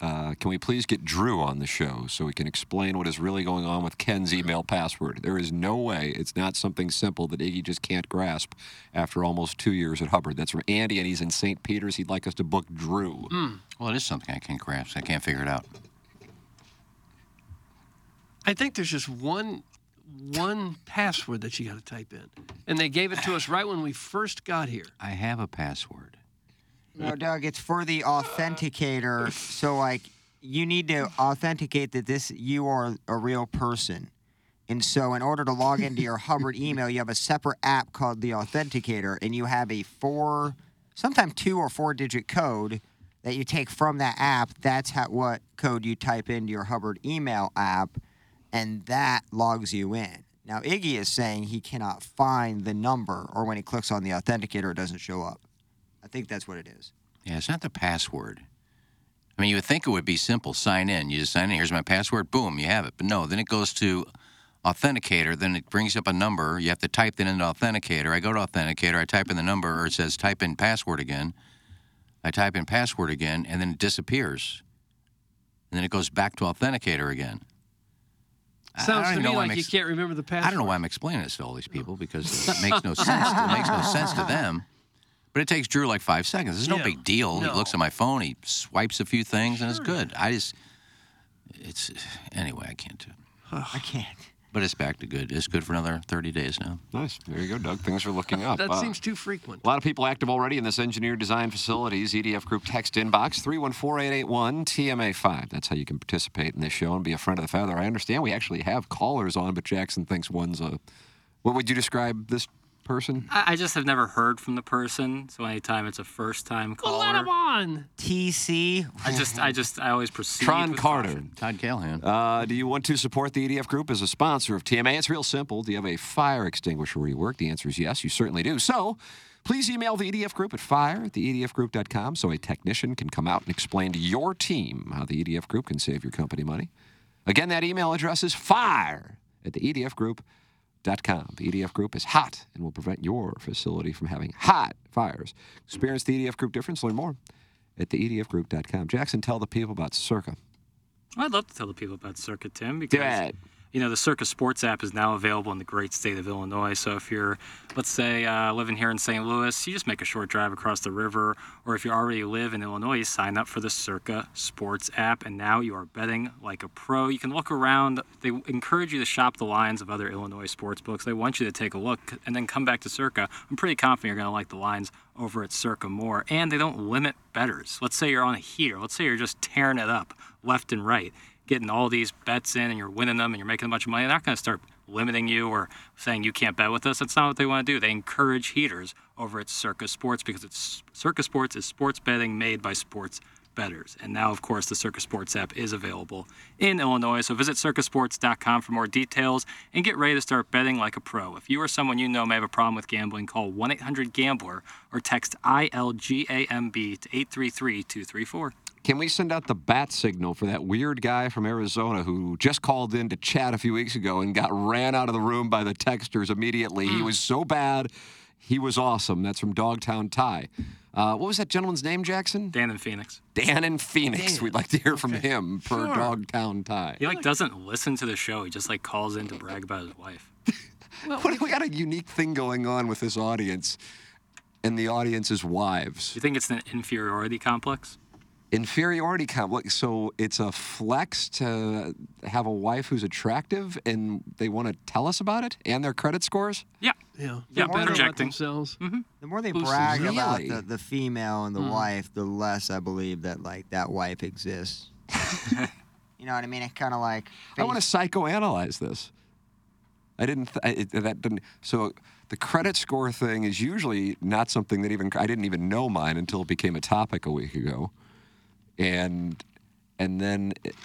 Speaker 3: Uh, can we please get Drew on the show so he can explain what is really going on with Ken's email password? There is no way it's not something simple that Iggy just can't grasp after almost two years at Hubbard. That's from Andy, and he's in St. Peter's. He'd like us to book Drew.
Speaker 5: Well, it is something I can't grasp. I can't figure it out.
Speaker 4: I think there's just one one password that you got to type in, and they gave it to us right when we first got here.
Speaker 5: I have a password.
Speaker 2: No, Doug, it's for the authenticator. So, like, you need to authenticate that this you are a real person. And so, in order to log into your Hubbard email, you have a separate app called the Authenticator, and you have a four sometimes two or four digit code that you take from that app. That's how, what code you type into your Hubbard email app, and that logs you in. Now, Iggy is saying he cannot find the number, or when he clicks on the authenticator, it doesn't show up. I think that's what it is.
Speaker 5: Yeah, it's not the password. I mean, you would think it would be simple. Sign in. You just sign in. Here's my password. Boom, you have it. But no, then it goes to Authenticator. Then it brings up a number. You have to type that into Authenticator. I go to Authenticator. I type in the number, or it says type in password again. I type in password again, and then it disappears. And then it goes back to Authenticator again. I- I
Speaker 4: Sounds
Speaker 5: don't
Speaker 4: to
Speaker 5: even
Speaker 4: me
Speaker 5: know why I'm
Speaker 4: like you
Speaker 5: ex-
Speaker 4: can't remember the password.
Speaker 5: I don't know why I'm explaining this to all these people because it makes no sense. It makes no sense to them. But it takes Drew like five seconds. It's no
Speaker 4: Yeah.
Speaker 5: big deal. He
Speaker 4: No.
Speaker 5: looks at my phone. He swipes a few things, and it's good. I just, it's anyway. I can't do. it.
Speaker 2: I can't.
Speaker 5: But it's back to good. It's good for another 30 days now.
Speaker 3: Nice. There you go, Doug. Things are looking up.
Speaker 4: That
Speaker 3: Wow.
Speaker 4: seems too frequent.
Speaker 3: A lot of people active already in this Engineer Design Facilities EDF Group text inbox 314881 TMA5. That's how you can participate in this show and be a friend of the feather. I understand we actually have callers on, but Jackson thinks one's a. What would you describe this person?
Speaker 6: I, I just have never heard from the person, so anytime it's a first time
Speaker 4: Well, let
Speaker 6: caller,
Speaker 4: him on.
Speaker 2: TC.
Speaker 6: I just, I just, I always proceed.
Speaker 3: Tron
Speaker 6: with
Speaker 3: Carter.
Speaker 6: caution.
Speaker 5: Todd Callahan.
Speaker 3: Uh, do you want to support the EDF Group as a sponsor of TMA? It's real simple. Do you have a fire extinguisher rework? The answer is yes, you certainly do. So please email the E EDF Group at fire at theedfgroup.com so a technician can come out and explain to your team how the EDF Group can save your company money. Again, that email address is fire at E theedfgroup.com. The EDF Group is hot and will prevent your facility from having hot fires. Experience the EDF Group difference. Learn more at E theedfgroup.com. Jackson, tell the people about Circa.
Speaker 6: Well, I'd love to tell the people about Circa Tim because
Speaker 3: it.
Speaker 6: you know the Circa Sports app is now available in the great state of Illinois. So if you're, let's say, uh, living here in St. Louis, you just make a short drive across the river, or if you already live in Illinois, you sign up for the Circa Sports app, and now you are betting like a pro. You can look around. They encourage you to shop the lines of other Illinois sports books. They want you to take a look and then come back to Circa. I'm pretty confident you're going to like the lines over at Circa more, and they don't limit betters. Let's say you're on a heater. Let's say you're just tearing it up left and right getting all these bets in and you're winning them and you're making a bunch of money, they're not going to start limiting you or saying you can't bet with us. That's not what they want to do. They encourage heaters over at Circus Sports because it's Circus Sports is sports betting made by sports bettors. And now, of course, the Circus Sports app is available in Illinois. So visit circusports.com for more details and get ready to start betting like a pro. If you or someone you know may have a problem with gambling, call 1 800 Gambler or text ILGAMB to 833 234.
Speaker 3: Can we send out the bat signal for that weird guy from Arizona who just called in to chat a few weeks ago and got ran out of the room by the texters immediately? He was so bad. He was awesome. That's from Dogtown Ty. Uh, what was that gentleman's name, Jackson?
Speaker 6: Dan in Phoenix.
Speaker 3: Dan in Phoenix. We'd like to hear from him per Dogtown Ty.
Speaker 6: He like doesn't listen to the show. He just like calls in to brag about his wife.
Speaker 3: What- we got a unique thing going on with this audience and the audience's wives.
Speaker 6: Do you think it's an inferiority complex?
Speaker 3: inferiority complex. So it's a flex to have a wife who's attractive and they want to tell us about it and their credit scores.
Speaker 6: Yeah.
Speaker 4: Yeah.
Speaker 6: Yeah,
Speaker 4: They wonder about
Speaker 6: projecting.
Speaker 4: themselves.
Speaker 5: Mm-hmm.
Speaker 2: The more they
Speaker 4: Who's-
Speaker 2: brag about
Speaker 3: Really? Hmm.
Speaker 2: the, the female and the wife, the less I believe that like that wife exists. you know what I mean? It's kind of like
Speaker 3: I want to psychoanalyze this. I didn't. Th- I, it, that didn't. So the credit score thing is usually not something that even I didn't even know mine until it became a topic a week ago, and and then it-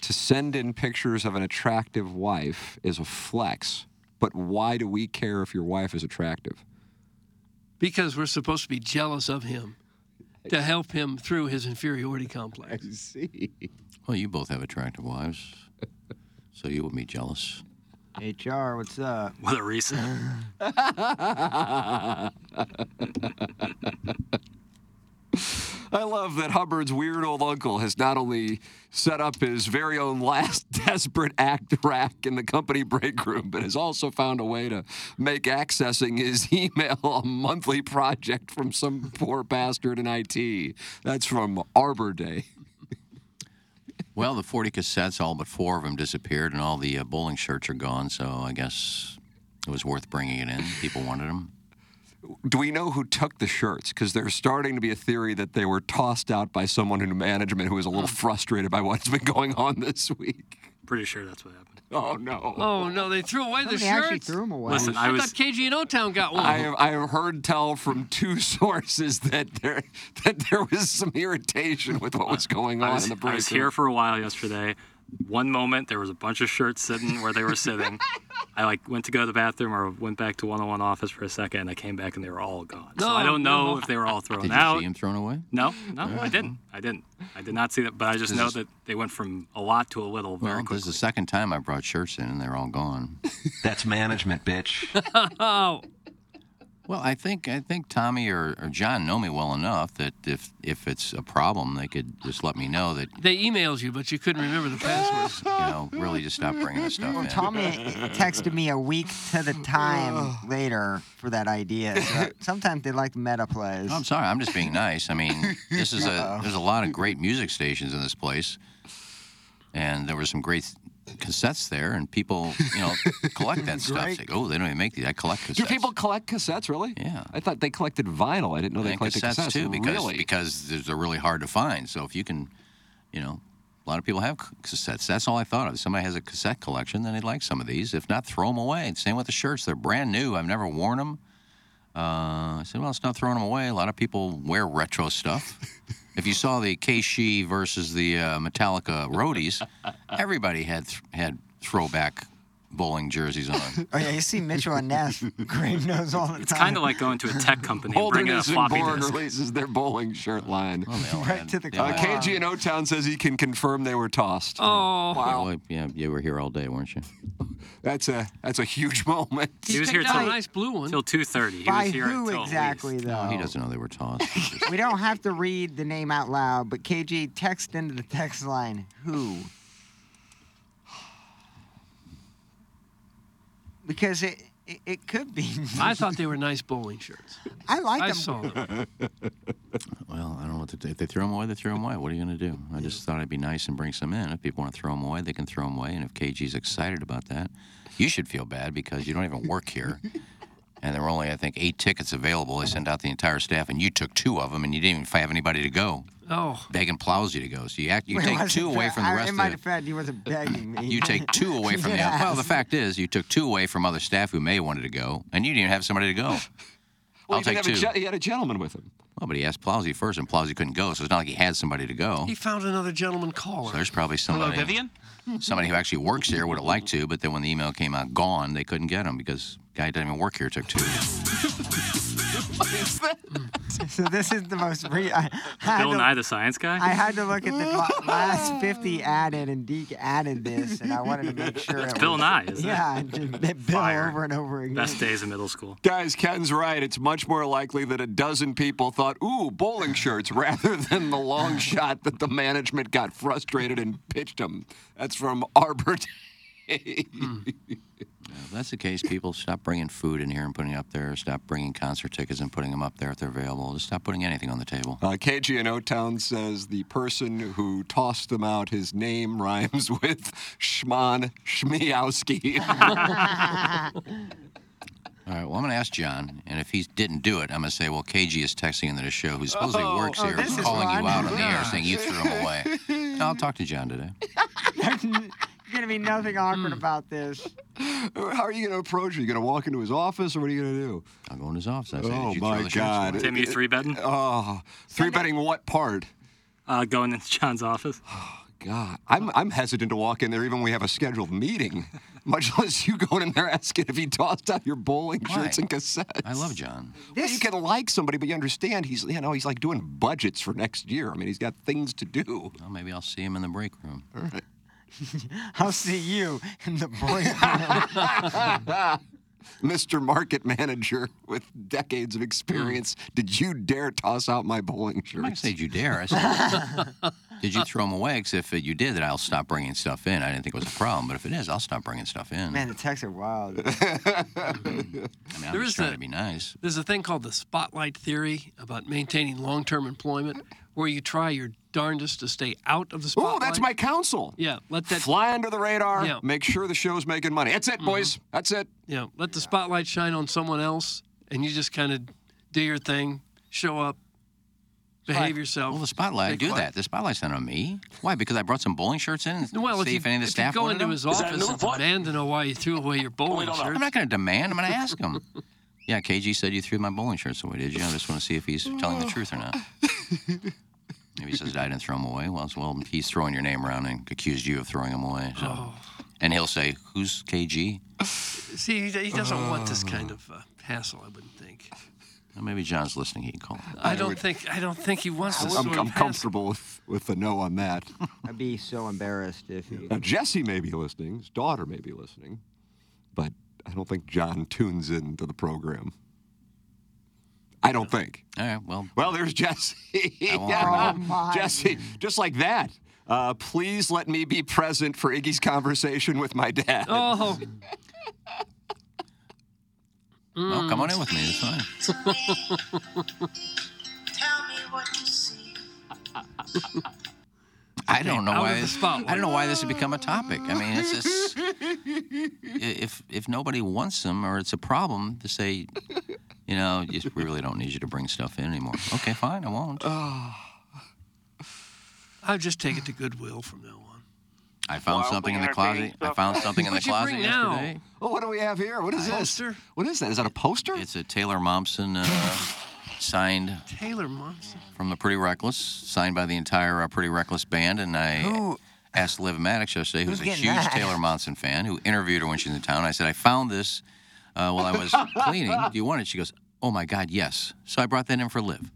Speaker 3: to send in pictures of an attractive wife is a flex. But why do we care if your wife is attractive?
Speaker 4: Because we're supposed to be jealous of him to help him through his inferiority complex.
Speaker 3: See.
Speaker 5: well, you both have attractive wives, so you would be jealous.
Speaker 2: HR. What's up?
Speaker 6: What a reason.
Speaker 3: I love that Hubbard's weird old uncle has not only set up his very own last desperate act rack in the company break room, but has also found a way to make accessing his email a monthly project from some poor bastard in IT. That's from Arbor Day.
Speaker 5: Well, the 40 cassettes, all but four of them disappeared, and all the uh, bowling shirts are gone. So I guess it was worth bringing it in. People wanted them.
Speaker 3: Do we know who took the shirts? Because there's starting to be a theory that they were tossed out by someone in management who was a little frustrated by what's been going on this week.
Speaker 6: Pretty sure that's what happened.
Speaker 3: Oh no.
Speaker 4: Oh no, they threw away the
Speaker 2: Somebody
Speaker 4: shirts.
Speaker 2: actually threw him away.
Speaker 6: Listen,
Speaker 4: I,
Speaker 6: I was
Speaker 4: thought KG and O Town got one.
Speaker 3: I
Speaker 5: Uh-huh.
Speaker 3: have, I have heard tell from two sources that there that there was some irritation with what was going on
Speaker 6: I was,
Speaker 3: in the break.
Speaker 6: I was here for a while yesterday. One moment there was a bunch of shirts sitting where they were sitting. I like went to go to the bathroom or went back to 101 office for a second and I came back and they were all gone. so I
Speaker 4: No,
Speaker 6: don't know
Speaker 4: no.
Speaker 6: if they were all thrown
Speaker 5: Did you
Speaker 6: out.
Speaker 5: see him Uh-huh. thrown away?
Speaker 6: No, no, I didn't. I didn't. I did not see that. But I just know that they went from a lot to a little very
Speaker 5: Well,
Speaker 6: quickly.
Speaker 5: this is the second time I brought shirts in and they're all gone.
Speaker 8: That's management, bitch.
Speaker 4: oh,
Speaker 5: Well, I think I think Tommy or, or John know me well enough that if if it's a problem, they could just let me know that
Speaker 4: they emailed you, but you couldn't remember the passwords.
Speaker 5: you know really just stop bringing this stuff in.
Speaker 2: Tommy texted me a week to the time later for that idea. So sometimes they like meta plays.
Speaker 5: No, I'm sorry. I'm just being nice. I mean, this is a there's a lot of great music stations in this place, and there were some great cassettes there, and people you know collect that stuff. It's like, oh, they don't even make these. I collect cassettes.
Speaker 3: Do people collect cassettes really?
Speaker 5: Yeah.
Speaker 3: I thought they collected vinyl. I didn't know they
Speaker 5: and
Speaker 3: collected
Speaker 5: cassettes,
Speaker 3: cassettes
Speaker 5: too because
Speaker 3: really?
Speaker 5: because they're- they're really hard to find. So if you can, you know, a lot of people have c- cassettes. That's all I thought of. If somebody has a cassette collection, then they'd like some of these. If not, throw them away. And same with the shirts. They're brand new. I've never worn them. Uh, I said, well, it's not throwing them away. A lot of people wear retro stuff. if you saw the Keishi versus the uh, Metallica roadies, everybody had th- had throwback bowling jerseys on.
Speaker 2: Oh yeah, you see Mitchell and Ness. Grave knows all the time.
Speaker 6: it's kind of like going to a tech company and bringing a
Speaker 3: Holderness and
Speaker 6: floppy
Speaker 3: Born
Speaker 6: disk.
Speaker 3: releases their bowling shirt line.
Speaker 5: Well, they all
Speaker 2: Right
Speaker 5: had-
Speaker 2: to the
Speaker 5: they all
Speaker 3: Uh,
Speaker 5: had-
Speaker 3: KG and O Town says he can confirm they were tossed.
Speaker 4: Oh,
Speaker 5: Well, yeah, you were here all day, weren't you?
Speaker 3: That's a that's a huge moment.
Speaker 6: He was here
Speaker 4: picked out a
Speaker 6: till,
Speaker 4: nice blue one.
Speaker 6: till 2.30. He
Speaker 2: By
Speaker 6: was here
Speaker 2: who
Speaker 6: until
Speaker 2: exactly though?
Speaker 5: No, he doesn't know they were tossed.
Speaker 2: We don't have to read the name out loud, but KG text into the text line who. Because it it, it could be.
Speaker 4: I thought they were nice bowling shirts.
Speaker 2: I like
Speaker 4: I
Speaker 2: them.
Speaker 4: saw them.
Speaker 5: Well, I don't know what to do. If they throw them away, they throw them away. What are you going to do? I just thought it'd be nice and bring some in. If people want to throw them away, they can throw them away. And if KG's excited about that, you should feel bad because you don't even work here. and there were only, I think, eight tickets available. They sent out the entire staff, and you took two of them, and you didn't even have anybody to go.
Speaker 4: Oh,
Speaker 5: Begging Plowsy to go. So you act, you
Speaker 2: It
Speaker 5: take
Speaker 2: wasn't
Speaker 5: two away
Speaker 2: bad.
Speaker 5: from the
Speaker 2: I-
Speaker 5: rest
Speaker 2: In
Speaker 5: of
Speaker 2: my
Speaker 5: the
Speaker 2: defense, he wasn't begging me.
Speaker 5: you take two away from the other. Well, the fact is, you took two away from other staff who may have wanted to go, and you didn't even have somebody to go.
Speaker 3: Well,
Speaker 5: I'll
Speaker 3: he, didn't
Speaker 5: take
Speaker 3: have a
Speaker 5: two.
Speaker 3: gen- he had a gentleman with him.
Speaker 5: Well, but he asked Plowsy first, and Plowsy couldn't go, so it's not like he had somebody to go.
Speaker 4: he found another gentleman
Speaker 5: So
Speaker 4: caller.
Speaker 5: there's probably somebody. Somebody who actually works here would have liked to, but then when the email came out gone, they couldn't get him because guy didn't even work here. Took two.
Speaker 2: So this is the most. Re- I, I had
Speaker 6: Bill
Speaker 2: to-
Speaker 6: Nye the Science Guy?
Speaker 2: I had to look at the la- last 50 added, and Deke added this, and I wanted to make sure. It's
Speaker 6: Bill Nye, isn't it?
Speaker 2: Yeah, just, that Bill
Speaker 6: Fire.
Speaker 2: over and over again.
Speaker 6: Best days of middle school.
Speaker 3: Guys, Ken's right. It's much more likely that a dozen people thought, ooh, bowling shirts, rather than the long shot that the management got frustrated and pitched them. That's from Arbor Day.
Speaker 5: If that's the case, people stop bringing food in here and putting it up there. Stop bringing concert tickets and putting them up there if they're available. Just stop putting anything on the table.
Speaker 3: Uh, KG in O Town says the person who tossed them out, his name rhymes with Schman Schmiowski.
Speaker 5: All right. Well, I'm going to ask John, and if he didn't do it, I'm going to say, well, KG is texting into the show, who supposedly works
Speaker 2: oh,
Speaker 5: here,
Speaker 2: this is
Speaker 5: calling
Speaker 2: wrong.
Speaker 5: you out on the air, saying you threw him away. No, I'll talk to John today.
Speaker 2: There's going to be nothing
Speaker 6: Hmm.
Speaker 2: awkward about this.
Speaker 3: How are you going to approach it? Are you going to walk into his office or what are you going to do?
Speaker 5: I'll go in his office. I say,
Speaker 3: Oh,
Speaker 5: Did you
Speaker 3: my
Speaker 5: throw the shirts
Speaker 3: God.
Speaker 5: away?"
Speaker 6: Tim, you three betting?
Speaker 5: Uh,
Speaker 3: Oh, three betting what part?
Speaker 6: Uh, going into John's office.
Speaker 3: God, I'm, I'm hesitant to walk in there even when we have a scheduled meeting, much less you going in there asking if he tossed out your bowling
Speaker 5: Why?
Speaker 3: shirts and cassettes.
Speaker 5: I love John.
Speaker 3: Well, you can like somebody, but you understand he's you know he's like doing budgets for next year. I mean, he's got things to do.
Speaker 5: Well, maybe I'll see him in the break room.
Speaker 2: I'll see you in the break room.
Speaker 3: Mr. Market Manager with decades of experience, did you dare toss out my bowling
Speaker 5: I didn't
Speaker 3: shirts?
Speaker 5: say Hmm. you dare. I said, did you throw them away? Because if you did, then I'll stop bringing stuff in. I didn't think it was a problem, but if it is, I'll stop bringing stuff in.
Speaker 2: Man, the texts are wild.
Speaker 5: I mean, I'm
Speaker 4: There
Speaker 5: just
Speaker 4: is
Speaker 5: trying
Speaker 4: that-
Speaker 5: to be nice.
Speaker 4: There's a thing called the spotlight theory about maintaining long-term employment, where you try your darndest to stay out of the spotlight.
Speaker 3: Oh, that's my counsel.
Speaker 4: Yeah, let that.
Speaker 3: Fly under the radar.
Speaker 4: Yeah.
Speaker 3: Make sure the show's making money. That's it,
Speaker 5: Mm-hmm.
Speaker 3: boys. That's it.
Speaker 4: Yeah, let the spotlight shine on someone else, and you just kind of do your thing, show up, behave yourself.
Speaker 5: Well, the spotlight, I
Speaker 4: Stay
Speaker 5: do
Speaker 4: quiet.
Speaker 5: that. The spotlight's not on me. Why? Because I brought some bowling shirts in. and
Speaker 4: Well, if
Speaker 5: see
Speaker 4: you,
Speaker 5: if any of the
Speaker 4: if you
Speaker 5: staff
Speaker 4: go
Speaker 5: wanted
Speaker 4: into
Speaker 5: them.
Speaker 4: his office and demand to know why you threw away your bowling shirt,
Speaker 5: I'm not going to demand. I'm going to ask him. yeah, KG said you threw my bowling shirts away, did you? I just want to see if he's telling the truth or not. Maybe he says I didn't throw them away. Well, it's- well, he's throwing your name around and accused you of throwing them away. So. And he'll say, "Who's KG?"
Speaker 4: see, he, he doesn't want this
Speaker 5: Oh.
Speaker 4: kind of uh, hassle. I wouldn't think.
Speaker 5: Well, maybe John's listening. He can call him.
Speaker 4: I don't think. I don't think he wants this
Speaker 3: I'm,
Speaker 4: sort
Speaker 3: I'm
Speaker 4: of hassle.
Speaker 3: comfortable with, with the no on that.
Speaker 2: I'd be so embarrassed if he.
Speaker 3: Now, Jesse may be listening, his daughter may be listening, but I don't think John tunes into the program. I don't think.
Speaker 5: All right. Well,
Speaker 3: Well, there's Jesse.
Speaker 5: won't
Speaker 3: Yeah.
Speaker 2: remember. Oh, my.
Speaker 3: Jesse, just like that. Uh, please let me be present for Iggy's conversation with my dad.
Speaker 4: Oh,
Speaker 5: well, come on in with me. It's fine. I don't know
Speaker 4: out
Speaker 5: why.
Speaker 4: of the
Speaker 5: This, I
Speaker 4: spotlight.
Speaker 5: don't know why this has become a topic. I mean, it's just i- if if nobody wants them or it's a problem to say, you know, you, we really don't need you to bring stuff in anymore. Okay, fine, I won't.
Speaker 4: I'll just take it to Goodwill from now on.
Speaker 5: I found something in the closet. I found something in the
Speaker 4: What'd you
Speaker 5: closet
Speaker 4: bring now?
Speaker 5: yesterday.
Speaker 3: Oh, what do we have here? What is this?
Speaker 4: Poster?
Speaker 3: What is that? Is that a poster?
Speaker 5: It's a Taylor Momsen uh, signed
Speaker 4: Taylor Momsen.
Speaker 5: from the Pretty Reckless, signed by the entire uh, Pretty Reckless band, and I
Speaker 2: Who-
Speaker 5: asked Liv Maddox yesterday,
Speaker 2: Who's
Speaker 5: who's, a
Speaker 2: getting
Speaker 5: huge
Speaker 2: that?
Speaker 5: Taylor Momsen fan, who interviewed her when she was in town. I said, I found this uh, while I was cleaning. Do you want it? She goes, Oh my God, yes. So I brought that in for Liv.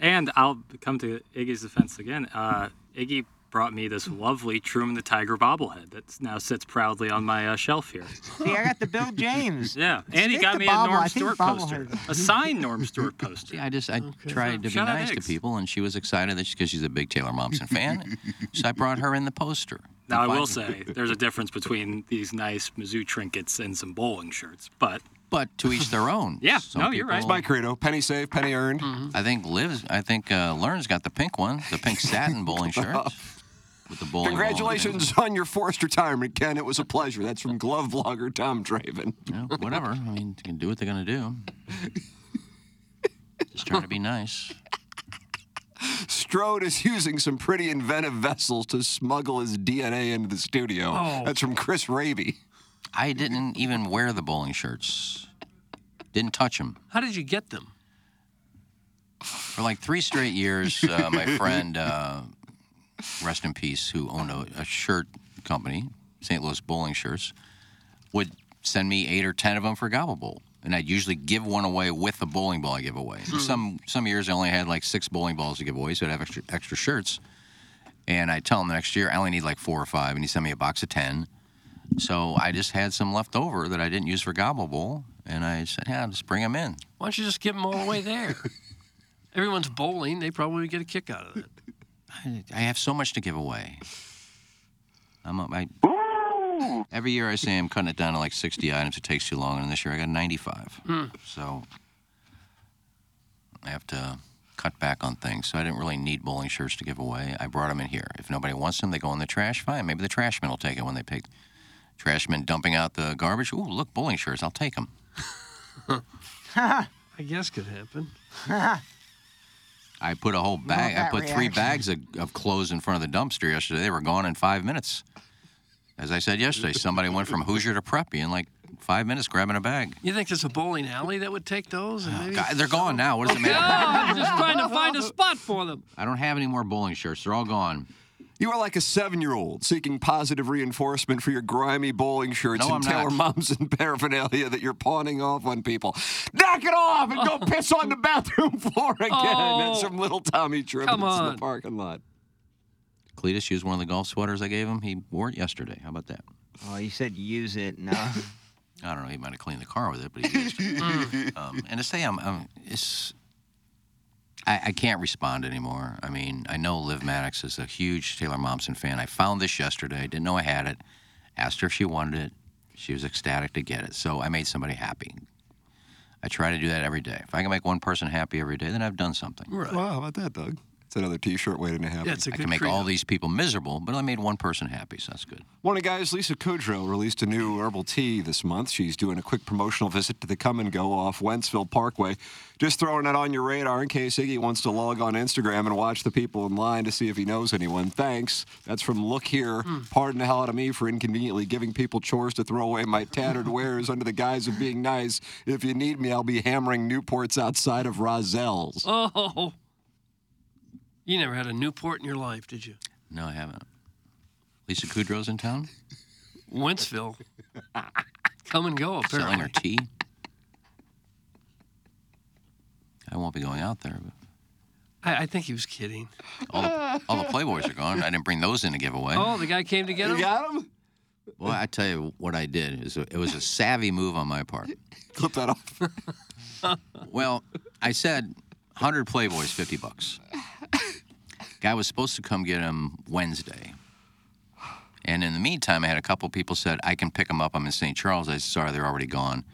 Speaker 6: And I'll come to Iggy's defense again. Uh, Iggy brought me this lovely Truman the Tiger bobblehead that now sits proudly on my uh, shelf here.
Speaker 2: See, I got the Bill James.
Speaker 6: Yeah, and he
Speaker 2: Stick
Speaker 6: got
Speaker 2: the
Speaker 6: me
Speaker 2: bobble-
Speaker 6: a Norm
Speaker 2: I think
Speaker 6: Stewart poster,
Speaker 2: bobblehead.
Speaker 6: a signed Norm Stewart poster.
Speaker 5: Yeah, I just I tried to be
Speaker 6: Shout out
Speaker 5: nice to
Speaker 6: Hicks.
Speaker 5: people, and she was excited that because she's a big Taylor Momsen fan, so I brought her in the poster.
Speaker 6: Now I
Speaker 5: Fine.
Speaker 6: will say there's a difference between these nice Mizzou trinkets and some bowling shirts, but
Speaker 5: But to each their own.
Speaker 6: Yeah,
Speaker 5: Some
Speaker 6: no, you're right.
Speaker 5: people-
Speaker 3: my credo. Penny saved, penny earned.
Speaker 5: I think Liv's. I think uh, Learn's got the pink one, the pink satin bowling shirt with the bowling. ball in it.
Speaker 3: Congratulations on your forced retirement, Ken. It was a pleasure. That's from glove blogger Tom Draven.
Speaker 5: Yeah, whatever. I mean, they can do what they're gonna do. Just trying to be nice.
Speaker 3: Strode is using some pretty inventive vessels to smuggle his DNA into the studio.
Speaker 4: Oh.
Speaker 3: That's from Chris Raby.
Speaker 5: I didn't even wear the bowling shirts. Didn't touch them
Speaker 4: How did you get them?
Speaker 5: for like three straight years. Uh, my friend, uh, rest in peace, who owned a, a shirt company, St. Louis Bowling Shirts, would send me eight or ten of them for Gobble Bowl. And I'd usually give one away with the bowling ball I give away. Some some years I only had like six bowling balls to give away, so I'd have extra, extra shirts. And I tell him the next year I only need like four or five, and he sent me a box of ten. So I just had some left over that I didn't use for Gobble Bowl, and I said, "Yeah, just bring them in."
Speaker 4: Why don't you just give them all away there? Everyone's bowling. They probably get a kick out of that.
Speaker 5: I, I have so much to give away. I'm up. I, every year I say I'm cutting it down to like 60 items. It takes too long, and this year I got 95. So I have to cut back on things. So I didn't really need bowling shirts to give away. I brought them in here. If nobody wants them, they go in the trash. Fine. Maybe the trash men will take it when they pick. Trash men dumping out the garbage. Ooh, look, bowling shirts. I'll take them.
Speaker 4: I guess could happen.
Speaker 5: I put a whole bag. I
Speaker 2: that
Speaker 5: put three
Speaker 2: reaction.
Speaker 5: bags of, of clothes in front of the dumpster yesterday. They were gone in five minutes. As I said yesterday, somebody went from Hoosier to Preppy in like five minutes, grabbing a bag.
Speaker 4: You think there's a bowling alley that would take those? And maybe...
Speaker 5: Oh, God, they're gone now. What does it
Speaker 4: No,
Speaker 5: matter?
Speaker 4: I'm just trying to find a spot for them.
Speaker 5: I don't have any more bowling shirts. They're all gone.
Speaker 3: You are like a seven year old seeking positive reinforcement for your grimy bowling shirts
Speaker 5: No,
Speaker 3: and
Speaker 5: I'm
Speaker 3: Taylor
Speaker 5: not.
Speaker 3: moms and paraphernalia that you're pawning off on people. Knock it off and go piss on the bathroom floor again. That's
Speaker 4: Oh.
Speaker 3: from little Tommy Tripp.
Speaker 4: Come
Speaker 3: It's in
Speaker 4: on.
Speaker 3: the parking lot.
Speaker 5: Cletus used one of the golf sweaters I gave him. He wore it yesterday. How about that?
Speaker 2: Oh, you said use it. No.
Speaker 5: I don't know. He might have cleaned the car with it, but he used it. um, and to say I'm, I'm it's, I, I can't respond anymore. I mean, I know Liv Maddox is a huge Taylor Momsen fan. I found this yesterday. I didn't know I had it. Asked her if she wanted it. She was ecstatic to get it. So I made somebody happy. I try to do that every day. If I can make one person happy every day, then I've done something.
Speaker 3: Wow, how about that, Doug? It's another T-shirt waiting to happen.
Speaker 4: Yeah, it's a
Speaker 5: I
Speaker 4: good
Speaker 5: can make
Speaker 4: credo.
Speaker 5: all these people miserable, but I made one person happy, so that's good.
Speaker 3: Morning, guys. Lisa Kudrow released a new herbal tea this month. She's doing a quick promotional visit to the Come and Go off Wentzville Parkway. Just throwing it on your radar in case Iggy wants to log on Instagram and watch the people in line to see if he knows anyone. Thanks. That's from Look Here. Pardon the hell out of me for inconveniently giving people chores to throw away my tattered wares under the guise of being nice. If you need me, I'll be hammering Newports outside of Rozelle's.
Speaker 4: Oh, you never had a Newport in your life, did you?
Speaker 5: No, I haven't. Lisa Kudrow's in town?
Speaker 4: Wentzville. Come and go,
Speaker 5: Selling her
Speaker 4: apparently.
Speaker 5: tea? I won't be going out there. But
Speaker 4: I, I think he was kidding.
Speaker 5: all, the, all the Playboys are gone. I didn't bring those in to give away.
Speaker 4: Oh, the guy came to get him?
Speaker 3: got him?
Speaker 5: Well, I tell you what I did. Is it was a savvy move on my part.
Speaker 3: Clip that off.
Speaker 5: Well, I said 100 Playboys, 50 bucks. Guy was supposed to come get him Wednesday. And in the meantime, I had a couple people said, I can pick them up. I'm in St. Charles. I said, sorry, they're already gone.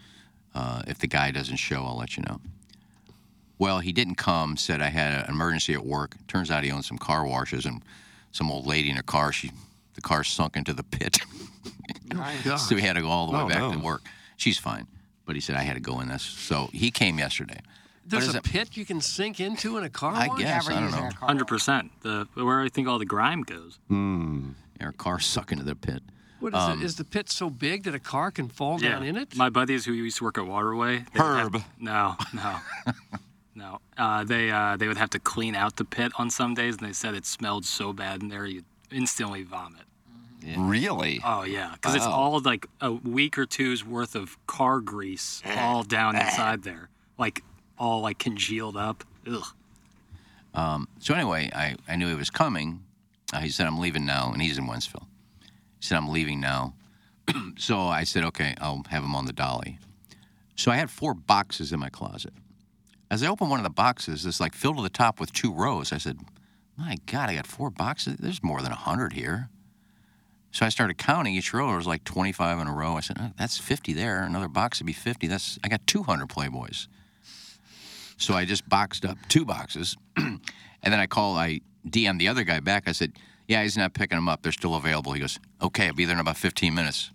Speaker 5: Uh, if the guy doesn't show, I'll let you know. Well, he didn't come, said I had an emergency at work. Turns out he owned some car washes and some old lady in her car, she, the car sunk into the pit. So he had to go all the way
Speaker 3: Oh,
Speaker 5: back
Speaker 3: no.
Speaker 5: to work. She's fine. But he said, I had to go in this. So he came yesterday.
Speaker 4: There's
Speaker 5: is
Speaker 4: a
Speaker 5: it-
Speaker 4: pit you can sink into in a car
Speaker 5: I
Speaker 4: wash?
Speaker 5: guess. I don't know.
Speaker 6: Hundred percent. The where I think all the grime goes.
Speaker 5: Our car suck into the pit.
Speaker 4: What is
Speaker 3: um,
Speaker 4: it? Is the pit so big that a car can fall down in it?
Speaker 6: My buddies who used to work at Waterway. they would have-
Speaker 3: Herb.
Speaker 6: no, no, no. Uh, they uh, they would have to clean out the pit on some days, and they said it smelled so bad in there you instantly vomit.
Speaker 3: Really?
Speaker 6: Oh yeah, because it's all like a week or two's worth of car grease all down inside there, like all like congealed up. Ugh.
Speaker 5: Um, So anyway, I, I knew he was coming. Uh, he said, I'm leaving now. And he's in Wentzville. He said, I'm leaving now. so I said, okay, I'll have him on the dolly. So I had four boxes in my closet. As I opened one of the boxes, it's like filled to the top with two rows. I said, my God, I got four boxes. There's more than 100 here. So I started counting each row. There was like 25 in a row. I said, oh, that's 50 there. Another box would be 50. That's I got 200 Playboys. So I just boxed up two boxes. and then I call, I DM the other guy back. I said, Yeah, he's not picking them up. They're still available. He goes, Okay, I'll be there in about 15 minutes.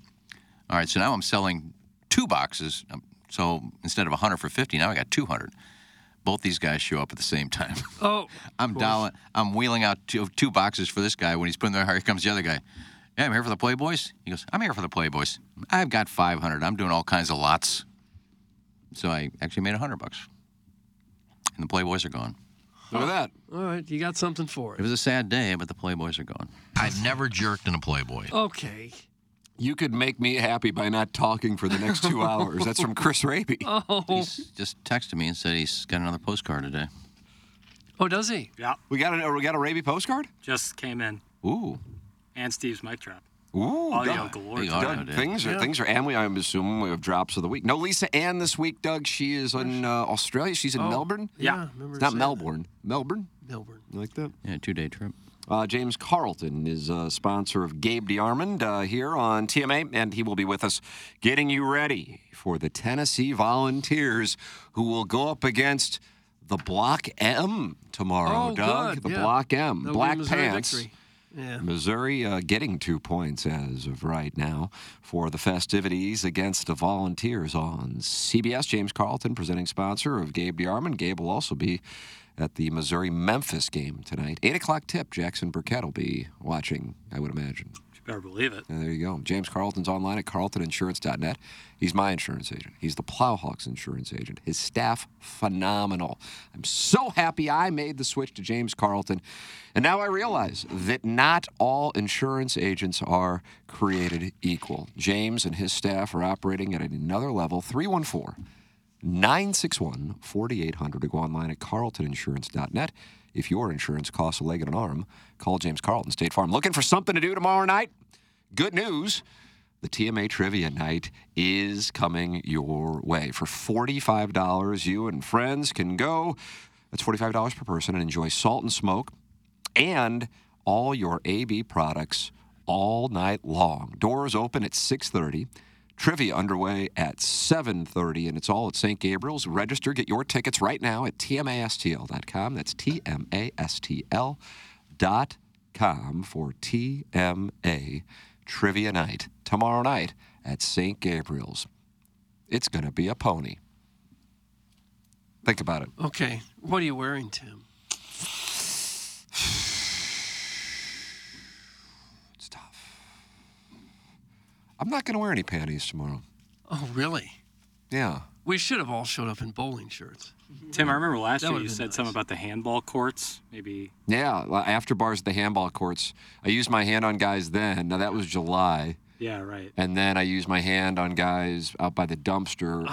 Speaker 5: All right, so now I'm selling two boxes. Um, So instead of 100 for 50, now I got 200. Both these guys show up at the same time.
Speaker 4: Oh,
Speaker 5: I'm dialing, I'm wheeling out two, two boxes for this guy. When he's putting them there, here comes the other guy. Yeah, I'm here for the Playboys. He goes, I'm here for the Playboys. I've got 500. I'm doing all kinds of lots. So I actually made 100 bucks. And the Playboys are gone.
Speaker 3: Look at that.
Speaker 4: all right. You got something for
Speaker 5: It
Speaker 4: it.
Speaker 5: was a sad day, but the Playboys are gone. I've never jerked in a Playboy.
Speaker 4: Okay.
Speaker 3: You could make me happy by not talking for the next two hours. That's from Chris Raby.
Speaker 4: Oh,
Speaker 5: He's just texted me and said he's got another postcard today.
Speaker 4: oh, does he?
Speaker 6: Yeah,
Speaker 3: We got a we got a Raby postcard.
Speaker 6: just came in.
Speaker 3: Ooh,
Speaker 6: And Steve's mic drop.
Speaker 3: ooh,
Speaker 6: Audio
Speaker 3: Doug.
Speaker 6: galore.
Speaker 5: Big
Speaker 6: today.
Speaker 5: audio.
Speaker 3: Doug, things are things are. And we, I'm assuming we have drops of the week. No, Lisa Ann this week. Doug, she is in uh, Australia. She's in Melbourne.
Speaker 6: Yeah.
Speaker 4: Oh. remember
Speaker 3: It's not
Speaker 4: saying
Speaker 3: Melbourne. Melbourne.
Speaker 4: that. Melbourne.
Speaker 3: You like that?
Speaker 5: Yeah, two day trip.
Speaker 3: Uh, James Carlton is a sponsor of Gabe DeArmond uh, here on TMA, and he will be with us getting you ready for the Tennessee Volunteers, who will go up against the Block M tomorrow,
Speaker 4: Oh,
Speaker 3: Doug.
Speaker 4: good,
Speaker 3: The
Speaker 4: yeah.
Speaker 3: Block M,
Speaker 4: That'll be
Speaker 3: Black
Speaker 4: Missouri
Speaker 3: Pants.
Speaker 4: victory. Yeah.
Speaker 3: Missouri uh, getting two points as of right now for the festivities against the Volunteers on CBS. James Carlton, presenting sponsor of Gabe DeArmond. Gabe will also be at the Missouri Memphis game tonight. 8 o'clock tip. Jackson Burkett will be watching, I would imagine.
Speaker 6: You better believe it.
Speaker 3: And there you go. James Carlton's online at carltoninsurance.net. He's my insurance agent. He's the Plowhawks insurance agent. His staff, phenomenal. I'm so happy I made the switch to James Carlton. And now I realize that not all insurance agents are created equal. James and his staff are operating at another level. 314 961 4800 or go online at carltoninsurance.net. If your insurance costs a leg and an arm, call James Carlton State Farm. Looking for something to do tomorrow night? Good news. The TMA Trivia Night is coming your way. For $45, you and friends can go. That's $45 per person and enjoy Salt and Smoke and all your AB products all night long. Doors open at 6:30. Trivia underway at 7.30, and it's all at St. Gabriel's. Register, get your tickets right now at tmastl.com. That's T-M-A-S-T-L dot com for TMA Trivia Night tomorrow night at St. Gabriel's. It's going to be a pony. Think about it.
Speaker 4: Okay. What are you wearing, Tim?
Speaker 3: It's tough. I'm not going to wear any panties tomorrow.
Speaker 4: Oh, really?
Speaker 3: Yeah.
Speaker 4: We should have all showed up in bowling shirts.
Speaker 6: Tim, I remember last
Speaker 4: That
Speaker 6: year
Speaker 4: would've
Speaker 6: you
Speaker 4: been
Speaker 6: said something about the handball courts. Maybe
Speaker 3: Yeah, well, after bars at the handball courts. I used my hand on guys then. Now, that was July.
Speaker 6: yeah, right.
Speaker 3: And then I used my hand on guys out by the dumpster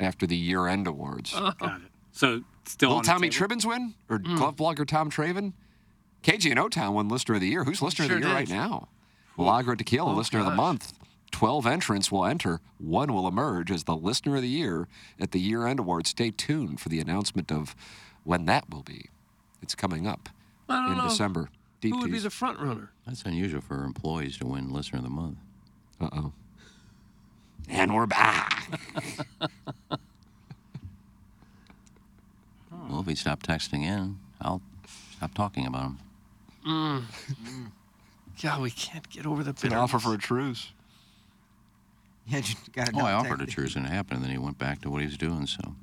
Speaker 3: after the year end awards.
Speaker 6: Got it. So still
Speaker 3: Will
Speaker 6: on the
Speaker 3: Tommy
Speaker 6: table?
Speaker 3: Tribbins win? Or glove blogger Tom Traven? KG and O Town won Listener of the Year. Who's Listener
Speaker 4: Sure
Speaker 3: of the Year
Speaker 4: did.
Speaker 3: right now? Milagro Tequila, Listener of the
Speaker 4: gosh.
Speaker 3: Month. 12 entrants will enter. One will emerge as the Listener of the Year at the Year End Awards. Stay tuned for the announcement of when that will be. It's coming up
Speaker 4: I don't
Speaker 3: in
Speaker 4: know.
Speaker 3: December. Deep
Speaker 4: Who would be
Speaker 3: tease.
Speaker 4: the front runner?
Speaker 5: That's unusual for employees to win Listener of the Month.
Speaker 3: Uh oh. And we're back.
Speaker 5: Well, if he stopped texting in, I'll stop talking about him.
Speaker 4: God, we can't get over the
Speaker 3: An
Speaker 4: bitterness.
Speaker 3: offer for a truce.
Speaker 2: Yeah, just gotta
Speaker 5: Oh, I
Speaker 2: double-check
Speaker 5: offered a
Speaker 2: the-
Speaker 5: truce and it happened, and then he went back to what he was doing. So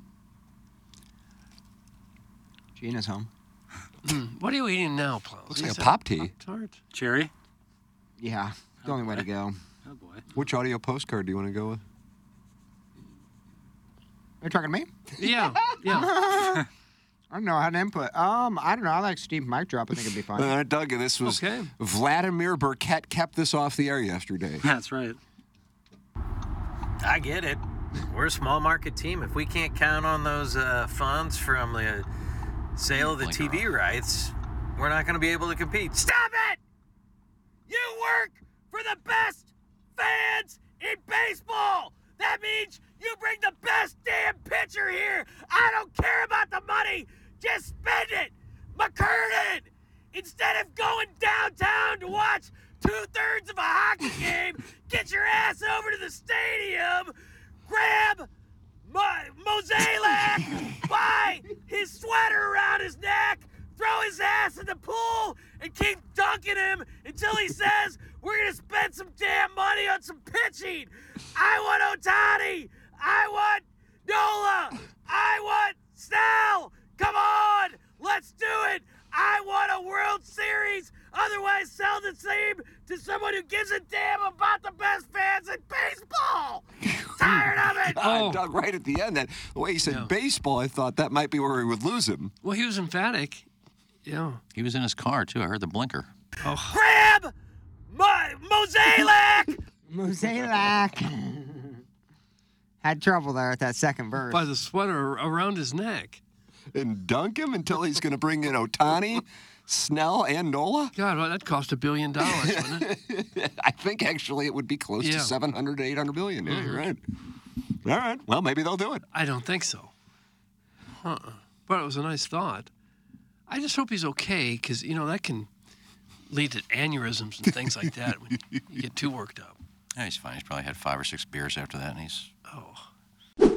Speaker 2: Gina's home.
Speaker 4: What are you eating now, Plow?
Speaker 3: Looks like a pop tea.
Speaker 4: Tart.
Speaker 6: Cherry.
Speaker 2: Yeah, it's the only way to go.
Speaker 6: Oh boy.
Speaker 3: Which audio postcard do you want to go with?
Speaker 2: Are you talking to me?
Speaker 4: Yeah, yeah.
Speaker 2: I don't know. I had an input. Um, I don't know. I like Steve mic drop. I think it'd be fun.
Speaker 3: Uh, Doug, this was
Speaker 4: Okay.
Speaker 3: Vladimir Burkett kept this off the air yesterday.
Speaker 6: That's right.
Speaker 9: I get it. We're a small market team. If we can't count on those uh, funds from the sale of the TV rights, we're not going to be able to compete. Stop it! You work for the best fans in baseball. That means you bring the best damn pitcher here. I don't care about the money. Just spend it. McCurnan, instead of going downtown to watch two thirds of a hockey game, get your ass over to the stadium, grab Mo- Moselak by his sweater around his neck, throw his ass in the pool, and keep dunking him until he says, We're going to spend some damn money on some pitching. I want Otani. I want Nola. I want Snell. Come on. Let's do it. I want a World Series. Otherwise, sell the team to someone who gives a damn about the best fans in baseball. Tired of it.
Speaker 3: God, Doug, right at the end, that the way he said baseball, I thought that might be where we would lose him.
Speaker 4: Well, he was emphatic. Yeah.
Speaker 5: he was in his car too. I heard the blinker.
Speaker 9: grab my Moselak!
Speaker 2: Mosaic. Had trouble there at that second verse.
Speaker 4: By the sweater around his neck.
Speaker 3: And dunk him until he's going to bring in Otani, Snell, and Nola.
Speaker 4: God, well, that cost a billion dollars, wouldn't it?
Speaker 3: I think actually it would be close to
Speaker 4: Yeah. Mm-hmm.
Speaker 3: 700 to 800 billion. Yeah, you're right. All right. Well, maybe they'll do it.
Speaker 4: I don't think so. Uh-uh. But it was a nice thought. I just hope he's okay, because, you know, that can lead to aneurysms and things like that when you get too worked up.
Speaker 5: Yeah, he's fine. He's probably had five or six beers after that, and he's
Speaker 4: Oh,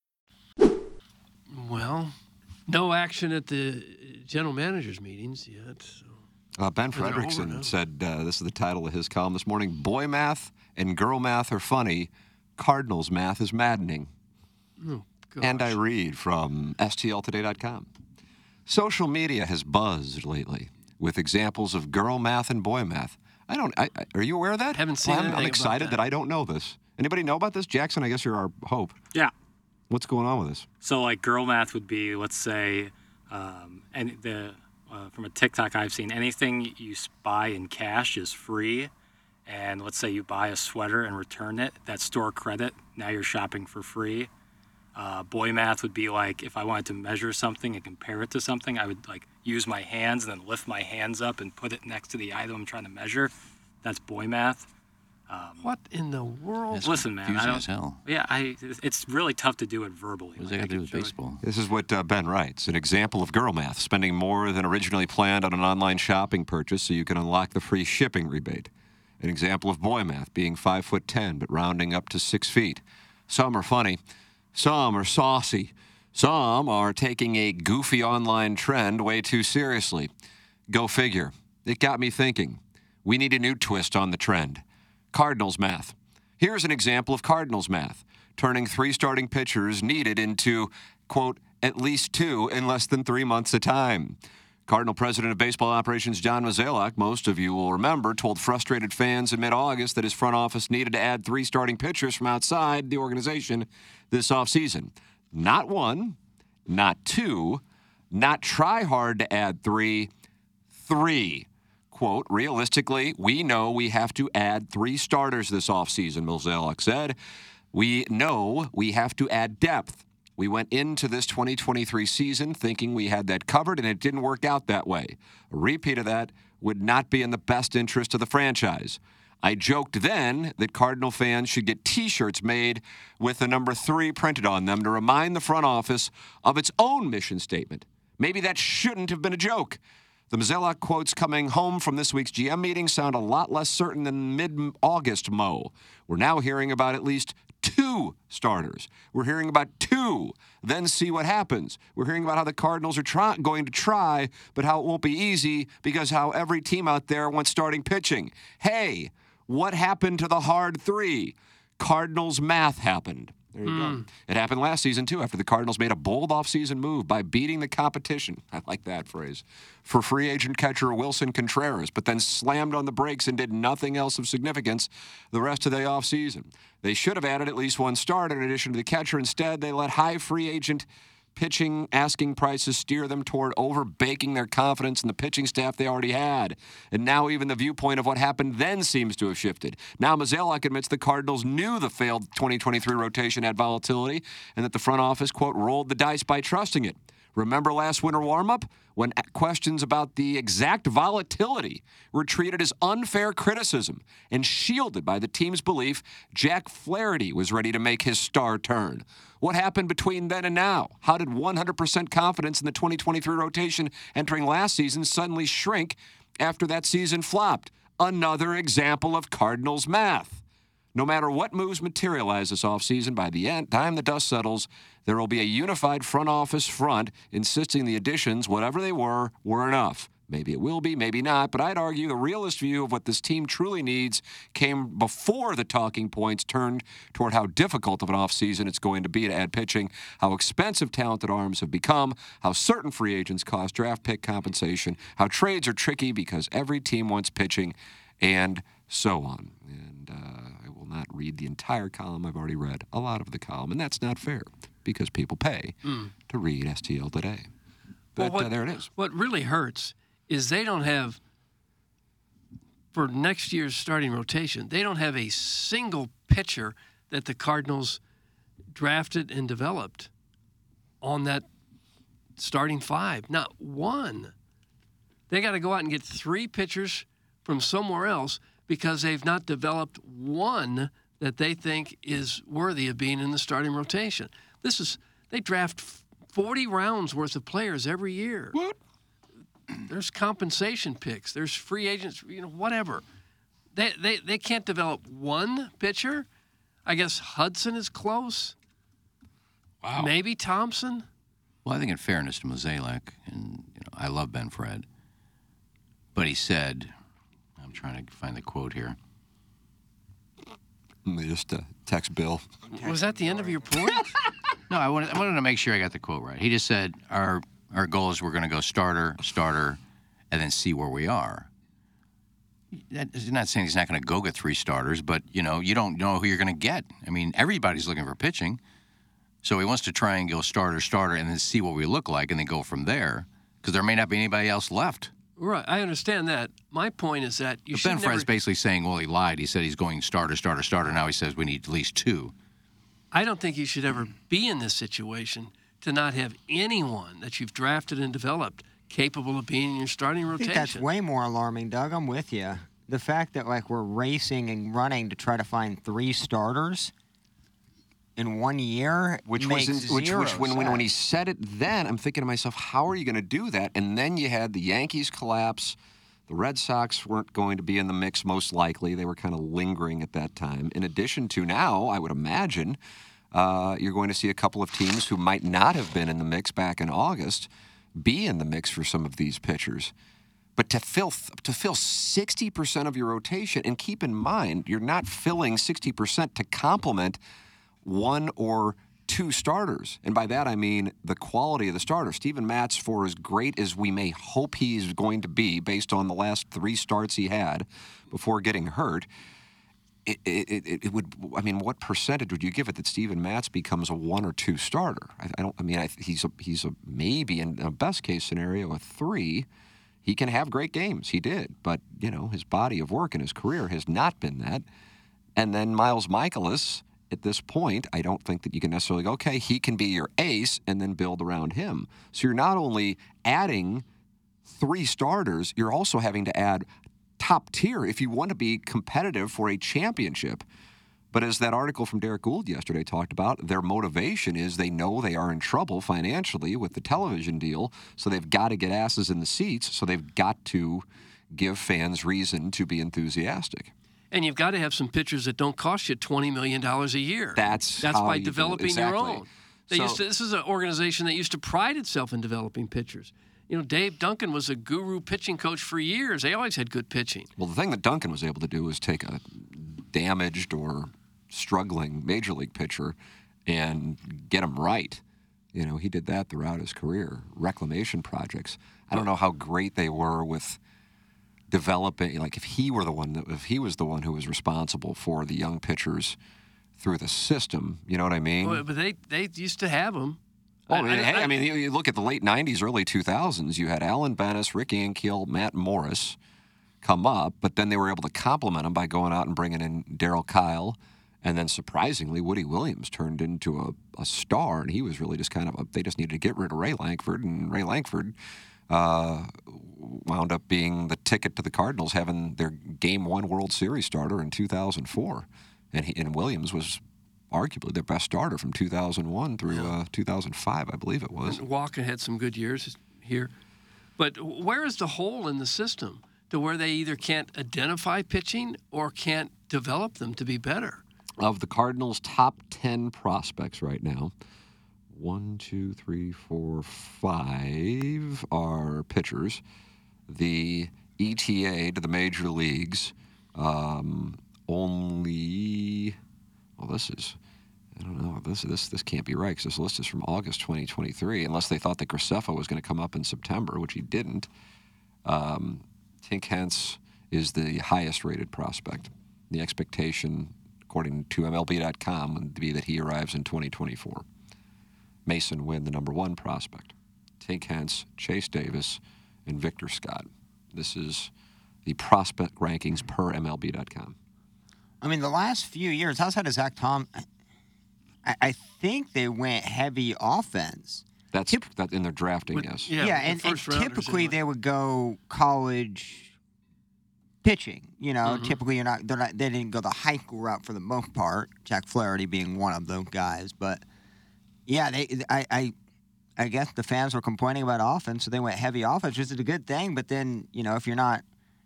Speaker 4: Well, no action at the general managers' meetings yet. So.
Speaker 3: Uh, ben
Speaker 4: They're over now.
Speaker 3: Fredrickson said uh, this is the title of his column this morning Boy math and girl math are funny, Cardinals math is maddening.
Speaker 4: Oh,
Speaker 3: And I read from STLtoday.com. Social media has buzzed lately with examples of girl math and boy math. I don't. I, I- are you aware of that?
Speaker 4: Haven't seen
Speaker 3: I'm, I'm
Speaker 4: anything about
Speaker 3: excited
Speaker 4: that.
Speaker 3: that. I don't know this. Anybody know about this, Jackson? I guess you're our hope.
Speaker 6: Yeah.
Speaker 3: What's going on with this?
Speaker 6: So like girl math would be let's say, um, and the uh, from a TikTok I've seen anything you s- buy in cash is free, and let's say you buy a sweater and return it, that's store credit. Now you're shopping for free. Uh, boy math would be like if I wanted to measure something and compare it to something, I would like use my hands and then lift my hands up and put it next to the item I'm trying to measure. That's boy math.
Speaker 4: Um, what in the world?
Speaker 5: That's
Speaker 6: Listen, man. I
Speaker 5: confusing
Speaker 6: don't,
Speaker 5: as hell.
Speaker 6: Yeah, I. It's really tough to do it verbally.
Speaker 5: What does that got to do with baseball?
Speaker 3: This is what uh, Ben writes an example of girl math spending more than originally planned on an online shopping purchase so you can unlock the free shipping rebate. An example of boy math being 5 foot 10 but rounding up to 6 feet. Some are funny, some are saucy, some are taking a goofy online trend way too seriously. Go figure. It got me thinking. We need a new twist on the trend. Cardinals math. Here's an example of Cardinals math turning three starting pitchers needed into, quote, at least two in less than three months a time. Cardinal President of Baseball Operations John Mozeliak, most of you will remember, told frustrated fans in mid August that his front office needed to add three starting pitchers from outside the organization this offseason. Not one, not two, not try hard to add three, three. Quote, realistically, we know we have to add three starters this offseason, Mozeliak said. We know we have to add depth. We went into this 2023 season thinking we had that covered, and it didn't work out that way. A repeat of that would not be in the best interest of the franchise. I joked then that Cardinal fans should get t shirts made with the number three printed on them to remind the front office of its own mission statement. Maybe that shouldn't have been a joke. The Mozilla quotes coming home from this week's GM meeting sound a lot less certain than mid August Mo. We're now hearing about at least two starters. We're hearing about two, then see what happens. We're hearing about how the Cardinals are try- going to try, but how it won't be easy because how every team out there wants starting pitching. Hey, what happened to the hard three? Cardinals math happened. There you go. It happened last season, too, after the Cardinals made a bold offseason move by beating the competition. I like that phrase. For free agent catcher Wilson Contreras, but then slammed on the brakes and did nothing else of significance the rest of the offseason. They should have added at least one starter in addition to the catcher. Instead, they let high free agent pitching asking prices steer them toward overbaking their confidence in the pitching staff they already had. And now even the viewpoint of what happened then seems to have shifted. Now Mozeliak admits the Cardinals knew the failed 2023 rotation had volatility and that the front office, quote, rolled the dice by trusting it. Remember last winter warm-up when questions about the exact volatility were treated as unfair criticism and shielded by the team's belief Jack Flaherty was ready to make his star turn. What happened between then and now? How did 100% confidence in the 2023 rotation entering last season suddenly shrink after that season flopped? Another example of Cardinals math. No matter what moves materialize this offseason, by the end, time the dust settles, there will be a unified front office front insisting the additions, whatever they were, were enough. Maybe it will be, maybe not, but I'd argue the realist view of what this team truly needs came before the talking points turned toward how difficult of an offseason it's going to be to add pitching, how expensive talented arms have become, how certain free agents cost draft pick compensation, how trades are tricky because every team wants pitching, and so on. And uh, I will not read the entire column. I've already read a lot of the column, and that's not fair because people pay
Speaker 4: Mm.
Speaker 3: to read STL today.
Speaker 4: Well,
Speaker 3: But uh, there it is.
Speaker 4: What really hurts is they don't have for next year's starting rotation. They don't have a single pitcher that the Cardinals drafted and developed on that starting five. Not one. They got to go out and get three pitchers from somewhere else because they've not developed one that they think is worthy of being in the starting rotation. This is they draft f- 40 rounds worth of players every year. What? There's compensation picks. There's free agents. You know, whatever. They they they can't develop one pitcher. I guess Hudson is close. Wow. Maybe Thompson.
Speaker 5: Well, I think in fairness to Mozeliak, and you know, I love Ben Fred, but he said, I'm trying to find the quote here.
Speaker 3: Let me just uh, text Bill.
Speaker 4: Was that the end of your point?
Speaker 5: No, I wanted, I wanted to make sure I got the quote right. He just said our our goal is we're going to go starter, starter, and then see where we are. That is not saying he's not going to go get three starters, but you know you don't know who you're going to get. I mean, everybody's looking for pitching, so he wants to try and go starter, starter, and then see what we look like, and then go from there because there may not be anybody else left.
Speaker 4: Right, I understand that. My point is that you
Speaker 5: But
Speaker 4: should
Speaker 5: ben
Speaker 4: never.
Speaker 5: Fred's basically saying, well, he lied. He said he's going starter, starter, starter. Now he says we need at least two.
Speaker 4: I don't think you should ever
Speaker 3: mm-hmm.
Speaker 4: be in this situation to not have anyone that you've drafted and developed capable of being in your starting
Speaker 2: I think
Speaker 4: rotation.
Speaker 2: that's way more alarming, Doug. I'm with you. The fact that like we're racing and running to try to find three starters in one year,
Speaker 3: Which
Speaker 2: makes
Speaker 3: was in, which,
Speaker 2: zero
Speaker 3: which when, when when he
Speaker 2: sense.
Speaker 3: said it then, I'm thinking to myself, how are you going to do that? And then you had the Yankees collapse. The Red Sox weren't going to be in the mix most likely. They were kind of lingering at that time. In addition to now, I would imagine uh, you're going to see a couple of teams who might not have been in the mix back in August be in the mix for some of these pitchers. But to fill to fill 60% of your rotation, and keep in mind, you're not filling 60% to complement one or two starters. And by that I mean the quality of the starter. Steven Matz, for as great as we may hope he's going to be based on the last three starts he had before getting hurt, it, it, it, it would, I mean, what percentage would you give it that Steven Matz becomes a one or two starter? I, I don't, I mean, I, he's, a, he's a maybe in a best case scenario, a three. He can have great games. He did. But, you know, his body of work and his career has not been that. And then Miles Michaelis, at this point, I don't think that you can necessarily go, okay, he can be your ace and then build around him. So you're not only adding three starters, you're also having to add top tier if you want to be competitive for a championship. But as that article from Derek Gould yesterday talked about, their motivation is they know they are in trouble financially with the television deal, so they've got to get asses in the seats, so they've got to give fans reason to be enthusiastic.
Speaker 4: and you've got to have some pitchers that don't cost you $20 million a year.
Speaker 3: That's
Speaker 4: That's
Speaker 3: how
Speaker 4: by
Speaker 3: you do it.
Speaker 4: developing
Speaker 3: Exactly.
Speaker 4: your own. They
Speaker 3: So-
Speaker 4: used to, this is an organization that used to pride itself in developing pitchers. You know, Dave Duncan was a guru pitching coach for years. They always had good pitching.
Speaker 3: Well, the thing that Duncan was able to do was take a damaged or struggling major league pitcher and get him right. You know, he did that throughout his career. Reclamation projects. I don't know how great they were with developing. Like, if he were the one that, if he was the one who was responsible for the young pitchers through the system, you know what I mean?
Speaker 4: Well, But they, they used to have them.
Speaker 3: Oh, I mean, hey, I, mean, you, you look at the late '90s, early 2000s. You had Alan Bennis, Rick Ankiel, Matt Morris come up, but then they were able to complement them by going out and bringing in Daryl Kyle, and then surprisingly, Woody Williams turned into a, a star, and he was really just kind of a, they just needed to get rid of Ray Lankford, and Ray Lankford uh, wound up being the ticket to the Cardinals having their Game One World Series starter in 2004, and he, and Williams was arguably their best starter from 2001 through uh, 2005, I believe it was.
Speaker 4: And Walker had some good years here. But where is the hole in the system to where they either can't identify pitching or can't develop them to be better?
Speaker 3: Of the Cardinals' top 10 prospects right now, one, two, three, four, five are pitchers. The ETA to the major leagues, um, only, well, this is. I don't know. This this this can't be right because this list is from August 2023. Unless they thought that Graceffa was going to come up in September, which he didn't. Um, Tink Hence is the highest rated prospect. The expectation, according to MLB.com, would be that he arrives in 2024. Mason Wynn, the number one prospect. Tink Hence, Chase Davis, and Victor Scott. This is the prospect rankings per MLB.com.
Speaker 2: I mean, the last few years outside of Zach Tom, I, I think they went heavy offense.
Speaker 3: That's that in their drafting, yes.
Speaker 2: Yeah, and, and typically they would go college pitching. You know,
Speaker 3: Mhm.
Speaker 2: typically you're not, they're not they didn't go the high school route for the most part. Jack Flaherty being one of those guys, but yeah, they I I, I guess the fans were complaining about offense, so they went heavy offense, which is a good thing. But then you know if you're not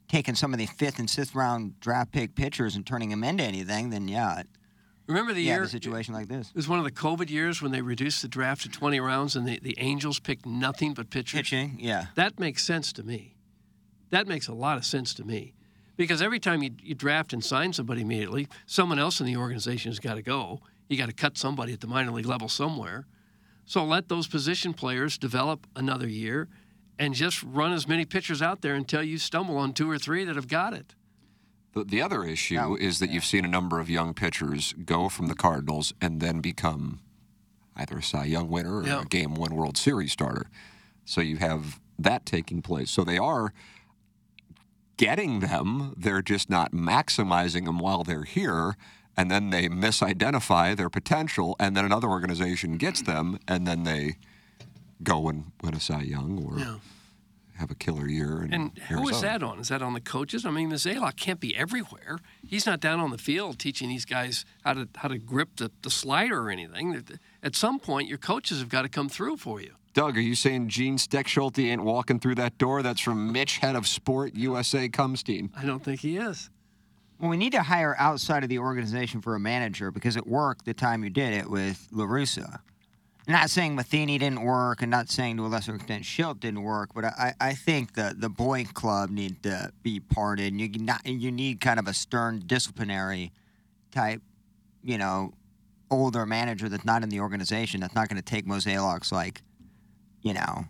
Speaker 2: taking some of the fifth and sixth round draft pick pitchers and turning them into anything, then yeah, it-
Speaker 4: Remember the
Speaker 2: yeah,
Speaker 4: year
Speaker 2: a situation like this.
Speaker 4: It was one of the COVID years when they reduced the draft to 20 rounds and the, the Angels picked nothing but pitchers.
Speaker 2: Pitching, yeah.
Speaker 4: That makes sense to me. That makes a lot of sense to me. Because every time you, you draft and sign somebody immediately, someone else in the organization has got to go. You got to cut somebody at the minor league level somewhere. So let those position players develop another year and just run as many pitchers out there until you stumble on two or three that have got it.
Speaker 3: The, the other issue is that you've seen a number of young pitchers go from the Cardinals and then become either a Cy Young winner or
Speaker 4: Yeah.
Speaker 3: a Game One World Series starter. So you have that taking place. So they are getting them, they're just not maximizing them while they're here. And then they misidentify their potential, and then another organization gets them, and then they go and win a Cy Young or
Speaker 4: Yeah.
Speaker 3: have a killer year. in
Speaker 4: And who
Speaker 3: Arizona.
Speaker 4: is that on? Is that on the coaches? I mean, the Zaylock can't be everywhere. He's not down on the field teaching these guys how to how to grip the, the slider or anything. At some point, your coaches have got to come through for you.
Speaker 3: Doug, are you saying Gene Steckschulte ain't walking through that door? That's from Mitch, head of Sport USA Cumstein.
Speaker 4: I don't think he is.
Speaker 2: Well, we need to hire outside of the organization for a manager because it worked the time you did it with LaRussa. Not saying Matheny didn't work and not saying to a lesser extent Schilt didn't work, but I, I I think the, the boy club need to be parted. You, can not, you need kind of a stern disciplinary type, you know, older manager that's not in the organization, that's not going to take Moselock's, like, you know,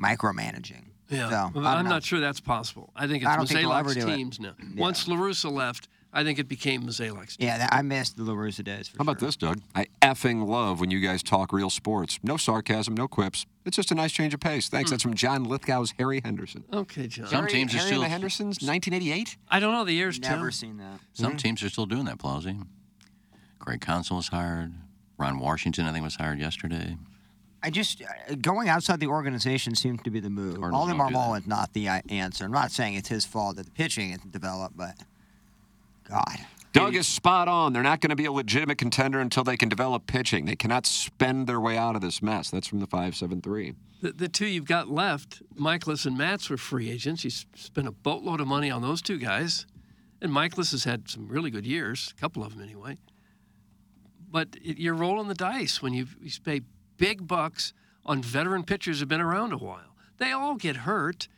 Speaker 2: micromanaging.
Speaker 4: Yeah,
Speaker 2: So,
Speaker 4: Well,
Speaker 2: I don't
Speaker 4: I'm
Speaker 2: know.
Speaker 4: not sure that's possible. I think it's
Speaker 2: I don't think they'll ever
Speaker 4: Mazalak's
Speaker 2: do it.
Speaker 4: teams now. Once Larusa left, I think it became Mazalak's.
Speaker 2: Yeah, that- I missed the LaRussa days. For
Speaker 3: How about this, Doug? I effing love when you guys talk real sports. No sarcasm, no quips. It's just a nice change of pace. Thanks. That's from John Lithgow's Harry Henderson.
Speaker 4: Okay, John.
Speaker 5: Some teams are
Speaker 3: Harry
Speaker 5: still
Speaker 3: and the Hendersons, 1988.
Speaker 4: I don't know the years.
Speaker 2: Never
Speaker 4: Tim.
Speaker 2: seen that.
Speaker 5: Some
Speaker 3: Hmm.
Speaker 5: teams are still doing that, Plowsy. Greg Consul was hired. Ron Washington, I think, was hired yesterday.
Speaker 2: I just uh, going outside the organization seems to be the move.
Speaker 5: Cardinals
Speaker 2: Alden
Speaker 5: don't do that.
Speaker 2: Marmol is not the uh, answer. I'm not saying it's his fault that the pitching isn't developed, but God,
Speaker 3: Doug is spot on. They're not going to be a legitimate contender until they can develop pitching. They cannot spend their way out of this mess. That's from the 573.
Speaker 4: The, the two you've got left, Michaelis and Matz, were free agents. You s- spent a boatload of money on those two guys, and Michaelis has had some really good years, a couple of them anyway. But it, you're rolling the dice when you you pay big bucks on veteran pitchers who've been around a while. They all get hurt.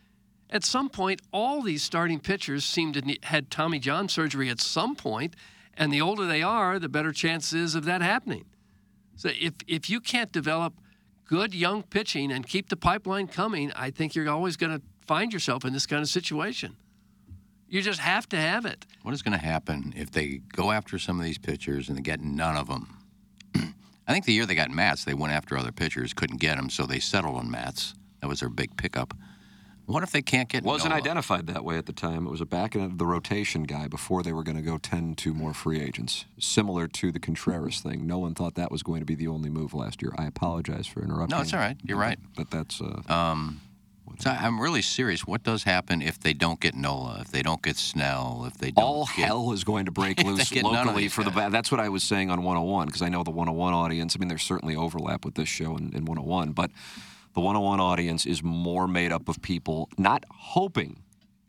Speaker 4: At some point, all these starting pitchers seem to need, had Tommy John surgery at some point, and the older they are, the better chance is of that happening. So if if you can't develop good young pitching and keep the pipeline coming, I think you're always going to find yourself in this kind of situation. You just have to have it.
Speaker 5: What is going to happen if they go after some of these pitchers and they get none of them? I think the year they got Mats, they went after other pitchers, couldn't get them, so they settled on Mats. That was their big pickup. What if they can't get?
Speaker 3: Wasn't
Speaker 5: Nola?
Speaker 3: identified that way at the time. It was a back end of the rotation guy before they were going to go 10 to more free agents, similar to the Contreras thing. No one thought that was going to be the only move last year. I apologize for interrupting.
Speaker 5: it's all right. You're right.
Speaker 3: But that's uh,
Speaker 5: Um, so I'm really serious. What does happen if they don't get Nola? If they don't get Snell? If they don't
Speaker 3: all
Speaker 5: get-
Speaker 3: hell is going to break
Speaker 5: If they
Speaker 3: loose
Speaker 5: get none of
Speaker 3: locally
Speaker 5: these
Speaker 3: for the.
Speaker 5: guys.
Speaker 3: ba- That's what I was saying on 101 because I know the 101 audience. I mean, there's certainly overlap with this show and, and 101, but the 101 audience is more made up of people not hoping.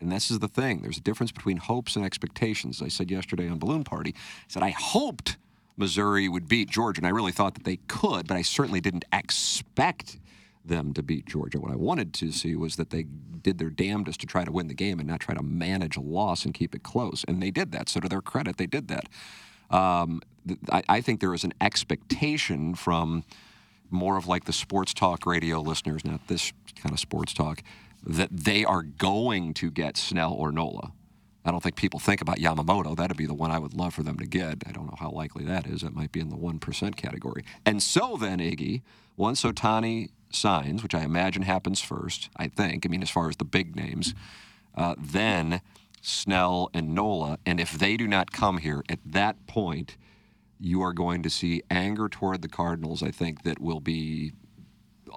Speaker 3: And this is the thing. There's a difference between hopes and expectations. I said yesterday on Balloon Party. I said I hoped Missouri would beat Georgia, and I really thought that they could, but I certainly didn't expect them to beat Georgia. What I wanted to see was that they did their damnedest to try to win the game and not try to manage a loss and keep it close. And they did that. So, to their credit, they did that. Um, th- I, I think there is an expectation from more of like the sports talk radio listeners, not this kind of sports talk, that they are going to get Snell or Nola. I don't think people think about Yamamoto. That'd be the one I would love for them to get. I don't know how likely that is. That might be in the 1% category. And so then, Iggy, once Otani signs, which I imagine happens first, I think, I mean, as far as the big names, uh, then Snell and Nola. And if they do not come here at that point, you are going to see anger toward the Cardinals, I think, that will be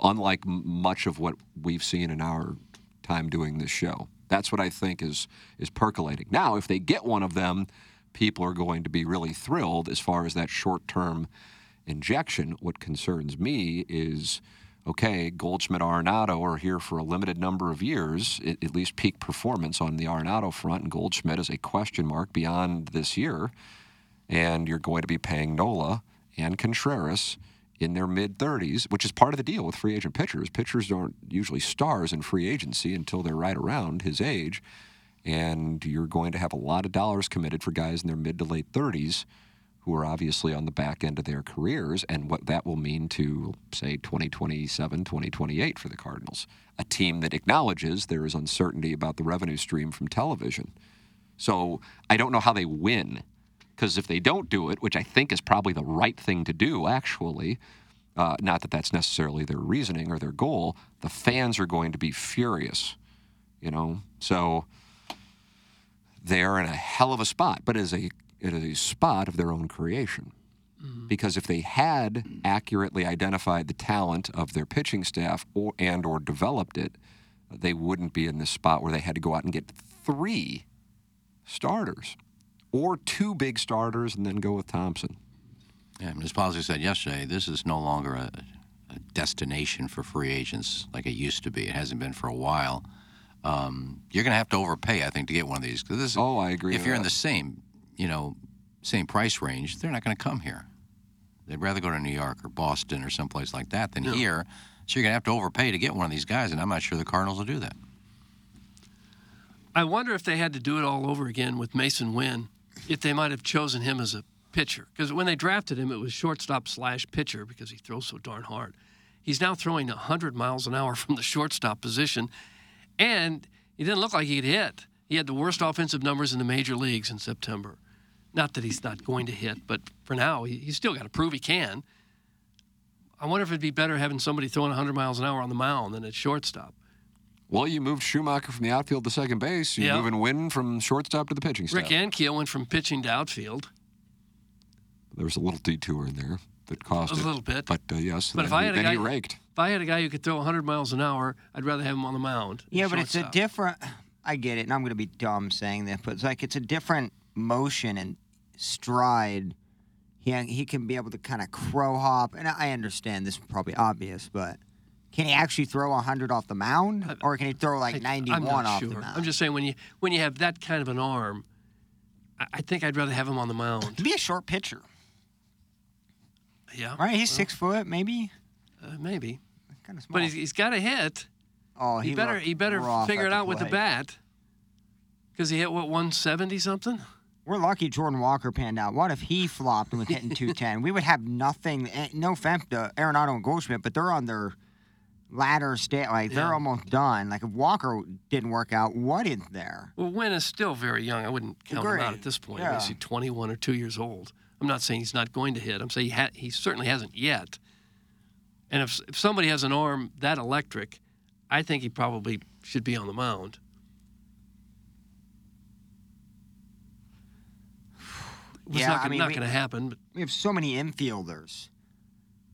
Speaker 3: unlike m- much of what we've seen in our time doing this show. That's what I think is is percolating. Now, if they get one of them, people are going to be really thrilled as far as that short-term injection. What concerns me is okay, Goldschmidt Arenado are here for a limited number of years, at, at least peak performance on the Arenado front, and Goldschmidt is a question mark beyond this year and you're going to be paying Nola and Contreras in their mid 30s, which is part of the deal with free agent pitchers. Pitchers aren't usually stars in free agency until they're right around his age, and you're going to have a lot of dollars committed for guys in their mid to late 30s who are obviously on the back end of their careers and what that will mean to say 2027 2028 for the Cardinals a team that acknowledges there is uncertainty about the revenue stream from television so I don't know how they win because if they don't do it, which I think is probably the right thing to do, actually, uh, not that that's necessarily their reasoning or their goal, the fans are going to be furious, you know? So they're in a hell of a spot, but it is a, it is a spot of their own creation. Mm-hmm. Because if they had accurately identified the talent of their pitching staff or, and or developed it, they wouldn't be in this spot where they had to go out and get three starters or two big starters and then go with Thompson.
Speaker 5: Yeah, Ms. Posey said yesterday, this is no longer a, a, destination for free agents like it used to be. It hasn't been for a while. Um, you're going to have to overpay, I think, to get one of these. Cause this,
Speaker 3: oh, I agree.
Speaker 5: If you're that. in the same, you know, same price range, they're not going to come here. They'd rather go to New York or Boston or someplace like that than yeah. here. So you're going to have to overpay to get one of these guys, and I'm not sure the Cardinals will do that.
Speaker 4: I wonder if they had to do it all over again with Mason Wynn, if they might have chosen him as a pitcher. Because when they drafted him, it was shortstop slash pitcher because he throws so darn hard. He's now throwing 100 miles an hour from the shortstop position, and he didn't look like he'd hit. He had the worst offensive numbers in the major leagues in September. Not that he's not going to hit, but for now, he's still got to prove he can. I wonder if it'd be better having somebody throwing 100 miles an hour on the mound than at shortstop.
Speaker 3: Well, you moved Schumacher from the outfield to second base. You're yeah. moving Wynn from shortstop to the pitching staff.
Speaker 4: Rick Ankiel went from pitching to outfield.
Speaker 3: There was a little detour in there that cost
Speaker 4: a
Speaker 3: it,
Speaker 4: little bit.
Speaker 3: But uh, yes, but if I had he, a guy, raked.
Speaker 4: If I had a guy who could throw 100 miles an hour, I'd rather have him on the mound.
Speaker 2: Yeah, but shortstop. it's a different. I get it, and I'm going to be dumb saying this, but it's like it's a different motion and stride. He he can be able to kind of crow hop, and I understand this is probably obvious, but can he actually throw 100 off the mound or can he throw like 91 off
Speaker 4: sure.
Speaker 2: the mound?
Speaker 4: I'm just saying when you when you have that kind of an arm, I, I think I'd rather have him on the mound.
Speaker 2: Be a short pitcher.
Speaker 4: Yeah.
Speaker 2: Right, he's well, six foot, maybe.
Speaker 4: Uh, maybe.
Speaker 2: Kind of
Speaker 4: small. But he's, he's got a hit.
Speaker 2: Oh, he,
Speaker 4: he better he better figure it out with the bat. Because he hit what 170 something.
Speaker 2: We're lucky Jordan Walker panned out. What if he flopped and was hitting 210? We would have nothing. eh, No offense to Arenado and Goldschmidt, but they're on their ladder state. Like yeah. they're almost done. Like if Walker didn't work out, what is there?
Speaker 4: Well, Wynn is still very young. I wouldn't count Agreed. him out at this point. Yeah. Is he 21 or two years old? I'm not saying he's not going to hit. I'm saying he, ha- he certainly hasn't yet. And if, if somebody has an arm that electric, I think he probably should be on the mound. It's
Speaker 2: yeah,
Speaker 4: not, gonna,
Speaker 2: I mean,
Speaker 4: not
Speaker 2: we,
Speaker 4: going to happen. But.
Speaker 2: We have so many infielders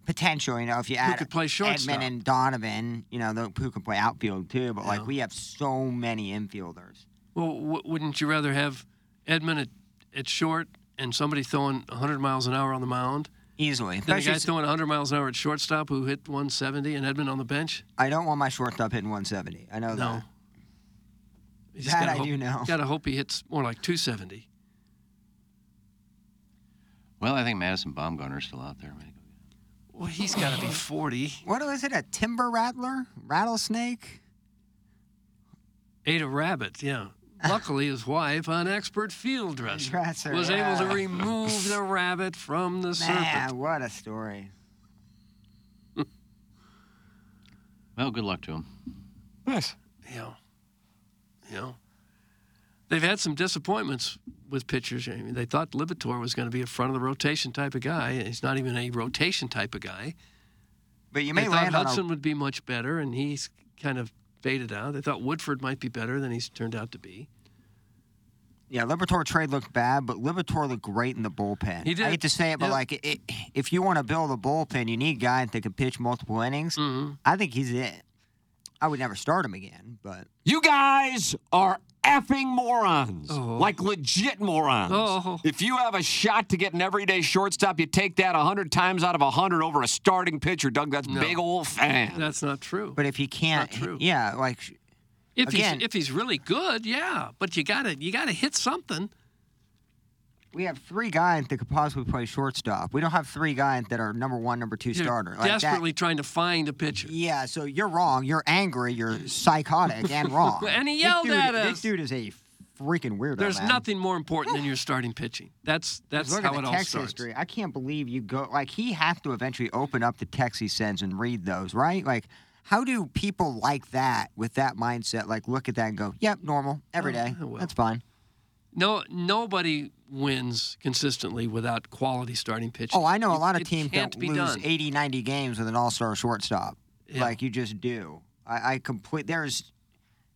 Speaker 2: potential. You know, if you add
Speaker 4: who could play shortstop.
Speaker 2: Edmund and Donovan, you know, the, who can play outfield too. But yeah. like we have so many infielders.
Speaker 4: Well, w- wouldn't you rather have Edmund at, at short and somebody throwing 100 miles an hour on the mound?
Speaker 2: Easily.
Speaker 4: Than Especially the guy throwing 100 miles an hour at shortstop who hit 170 and Edmund on the bench?
Speaker 2: I don't want my shortstop hitting 170. I know no. that.
Speaker 4: You
Speaker 2: that
Speaker 4: gotta I
Speaker 2: hope,
Speaker 4: do
Speaker 2: know.
Speaker 4: Gotta hope he hits more like 270.
Speaker 5: Well, I think Madison Baumgartner's still out there. Maybe.
Speaker 4: Well, he's got to be 40.
Speaker 2: What is it? A timber rattler? Rattlesnake?
Speaker 4: Ate a rabbit, yeah. Luckily, his wife, an expert field dresser, dresser Hmm. was yeah. able to remove the rabbit from the serpent.
Speaker 2: Ah, Man, what a story.
Speaker 5: well, good luck to him.
Speaker 3: Nice.
Speaker 4: Yeah. Yeah. They've had some disappointments with pitchers. I mean, they thought Libator was going to be a front of the rotation type of guy, and he's not even a rotation type of guy.
Speaker 2: But you may
Speaker 4: they
Speaker 2: land
Speaker 4: thought Hudson
Speaker 2: a...
Speaker 4: would be much better, and he's kind of faded out. They thought Woodford might be better than he's turned out to be.
Speaker 2: Yeah, Libertor trade looked bad, but Libertor looked great in the bullpen.
Speaker 4: He did. I
Speaker 2: hate to say it, but
Speaker 4: yeah.
Speaker 2: like, it, if you want to build a bullpen, you need guys that can pitch multiple innings.
Speaker 4: Mm-hmm.
Speaker 2: I think he's it. I would never start him again, but
Speaker 3: you guys are effing morons.
Speaker 4: Oh.
Speaker 3: Like legit morons.
Speaker 4: Oh.
Speaker 3: If you have a shot to get an everyday shortstop, you take that 100 times out of 100 over a starting pitcher, Doug. That's
Speaker 4: no.
Speaker 3: big old fan.
Speaker 4: That's not true.
Speaker 2: But if you can't,
Speaker 4: true.
Speaker 2: yeah, like
Speaker 4: if
Speaker 2: again,
Speaker 4: he's if he's really good, yeah. But you gotta you gotta hit something.
Speaker 2: We have three guys that could possibly play shortstop. We don't have three guys that are number one, number 2
Speaker 4: You're
Speaker 2: starter. Like
Speaker 4: desperately
Speaker 2: that.
Speaker 4: trying to find a pitcher.
Speaker 2: Yeah, so you're wrong. You're angry. You're psychotic and wrong.
Speaker 4: and he yelled
Speaker 2: this dude,
Speaker 4: at us.
Speaker 2: This dude is a freaking weirdo.
Speaker 4: There's
Speaker 2: man.
Speaker 4: nothing more important than your starting pitching. That's that's
Speaker 2: Look
Speaker 4: how
Speaker 2: at
Speaker 4: it
Speaker 2: the
Speaker 4: all
Speaker 2: text
Speaker 4: starts.
Speaker 2: history. I can't believe you go like he has to eventually open up the text he sends and read those, right? Like. How do people like that with that mindset like look at that and go, "Yep, normal, every day.
Speaker 4: Oh, well.
Speaker 2: That's fine."
Speaker 4: No, nobody wins consistently without quality starting pitching.
Speaker 2: Oh, I know a
Speaker 4: It-
Speaker 2: lot of
Speaker 4: it
Speaker 2: teams
Speaker 4: can't
Speaker 2: that
Speaker 4: be
Speaker 2: lose
Speaker 4: done.
Speaker 2: 80, 90 games with an all-star shortstop.
Speaker 4: Yeah.
Speaker 2: Like you just do. I, I complete. There's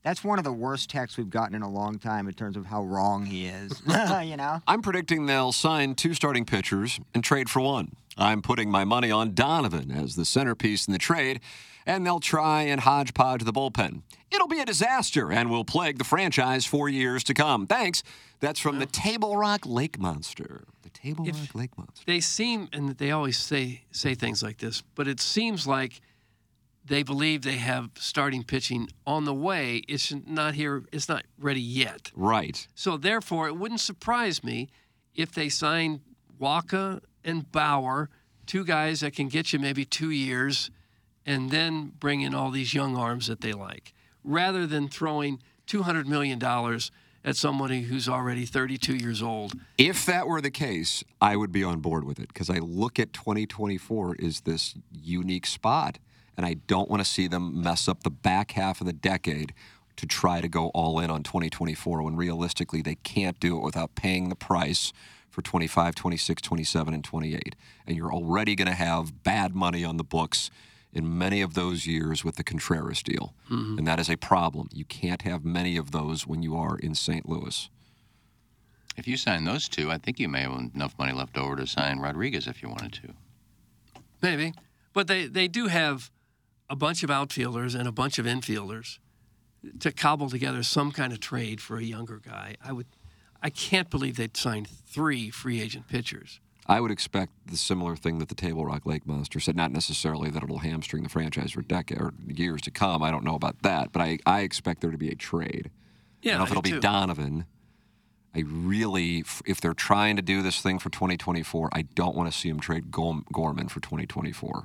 Speaker 2: That's one of the worst texts we've gotten in a long time in terms of how wrong he is. you know?
Speaker 10: I'm predicting they'll sign two starting pitchers and trade for one. I'm putting my money on Donovan as the centerpiece in the trade, and they'll try and hodgepodge the bullpen. It'll be a disaster and will plague the franchise for years to come. Thanks. That's from the Table Rock Lake Monster. The Table
Speaker 4: If-
Speaker 10: Rock Lake Monster.
Speaker 4: They seem, and they always say say things like this, but it seems like they believe they have starting pitching on the way. It's not here. It's not ready yet.
Speaker 10: Right.
Speaker 4: So therefore, it wouldn't surprise me if they signed Waka and Bauer, two guys that can get you maybe two years, and then bring in all these young arms that they like, rather than throwing two hundred million dollars at somebody who's already thirty-two years old.
Speaker 3: If that were the case, I would be on board with it because I look at 2024 as this unique spot, and I don't want to see them mess up the back half of the decade to try to go all in on 2024 when realistically they can't do it without paying the price for 25, 26, 27, and 28. And you're already going to have bad money on the books in many of those years with the Contreras deal.
Speaker 10: Mhm.
Speaker 3: And that is a problem. You can't have many of those when you are in St. Louis.
Speaker 5: If you sign those two, I think you may have enough money left over to sign Rodriguez if you wanted to.
Speaker 4: Maybe. But they, they do have a bunch of outfielders and a bunch of infielders to cobble together some kind of trade for a younger guy. I would I can't believe they'd signed three free agent pitchers.
Speaker 3: I would expect the similar thing that the Table Rock Lake Monster said. Not necessarily that it'll hamstring the franchise for decades or years to come. I don't know about that, but I, I expect there to be a trade. I
Speaker 4: Yeah,
Speaker 3: don't know if
Speaker 4: I
Speaker 3: it'll
Speaker 4: do
Speaker 3: be
Speaker 4: too.
Speaker 3: Donovan. I really, f- if they're trying to do this thing for 2024, I don't want to see him trade Gorm- Gorman for 2024.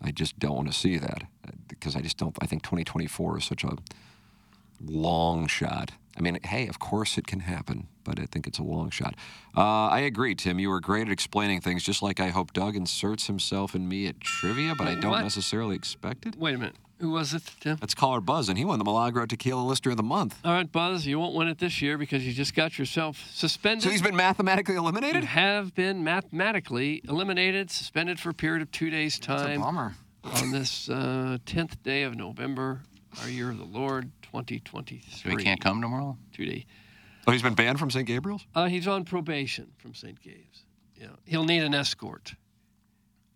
Speaker 3: I just don't want to see that uh, because I just don't. I think 2024 is such a long shot. I mean, hey, of course it can happen, but I think it's a long shot. Uh, I agree, Tim. You were great at explaining things, just like I hope Doug inserts himself in me at trivia, but I don't
Speaker 4: What?
Speaker 3: necessarily expect it.
Speaker 4: Wait a minute. Who was it, Tim?
Speaker 3: Let's call her Buzz, and he won the Milagro Tequila Lister of the Month.
Speaker 4: All right, Buzz, you won't win it this year because you just got yourself suspended.
Speaker 3: So he's been mathematically eliminated?
Speaker 4: You have been mathematically eliminated, suspended for a period of two days' time.
Speaker 2: bummer.
Speaker 4: On this uh, 10th day of November, our year of the Lord, 2023.
Speaker 5: So he can't come tomorrow?
Speaker 4: Two days.
Speaker 3: Oh, he's been banned from St. Gabriel's?
Speaker 4: Uh, he's on probation from St. Gabe's. Yeah, he'll need an escort.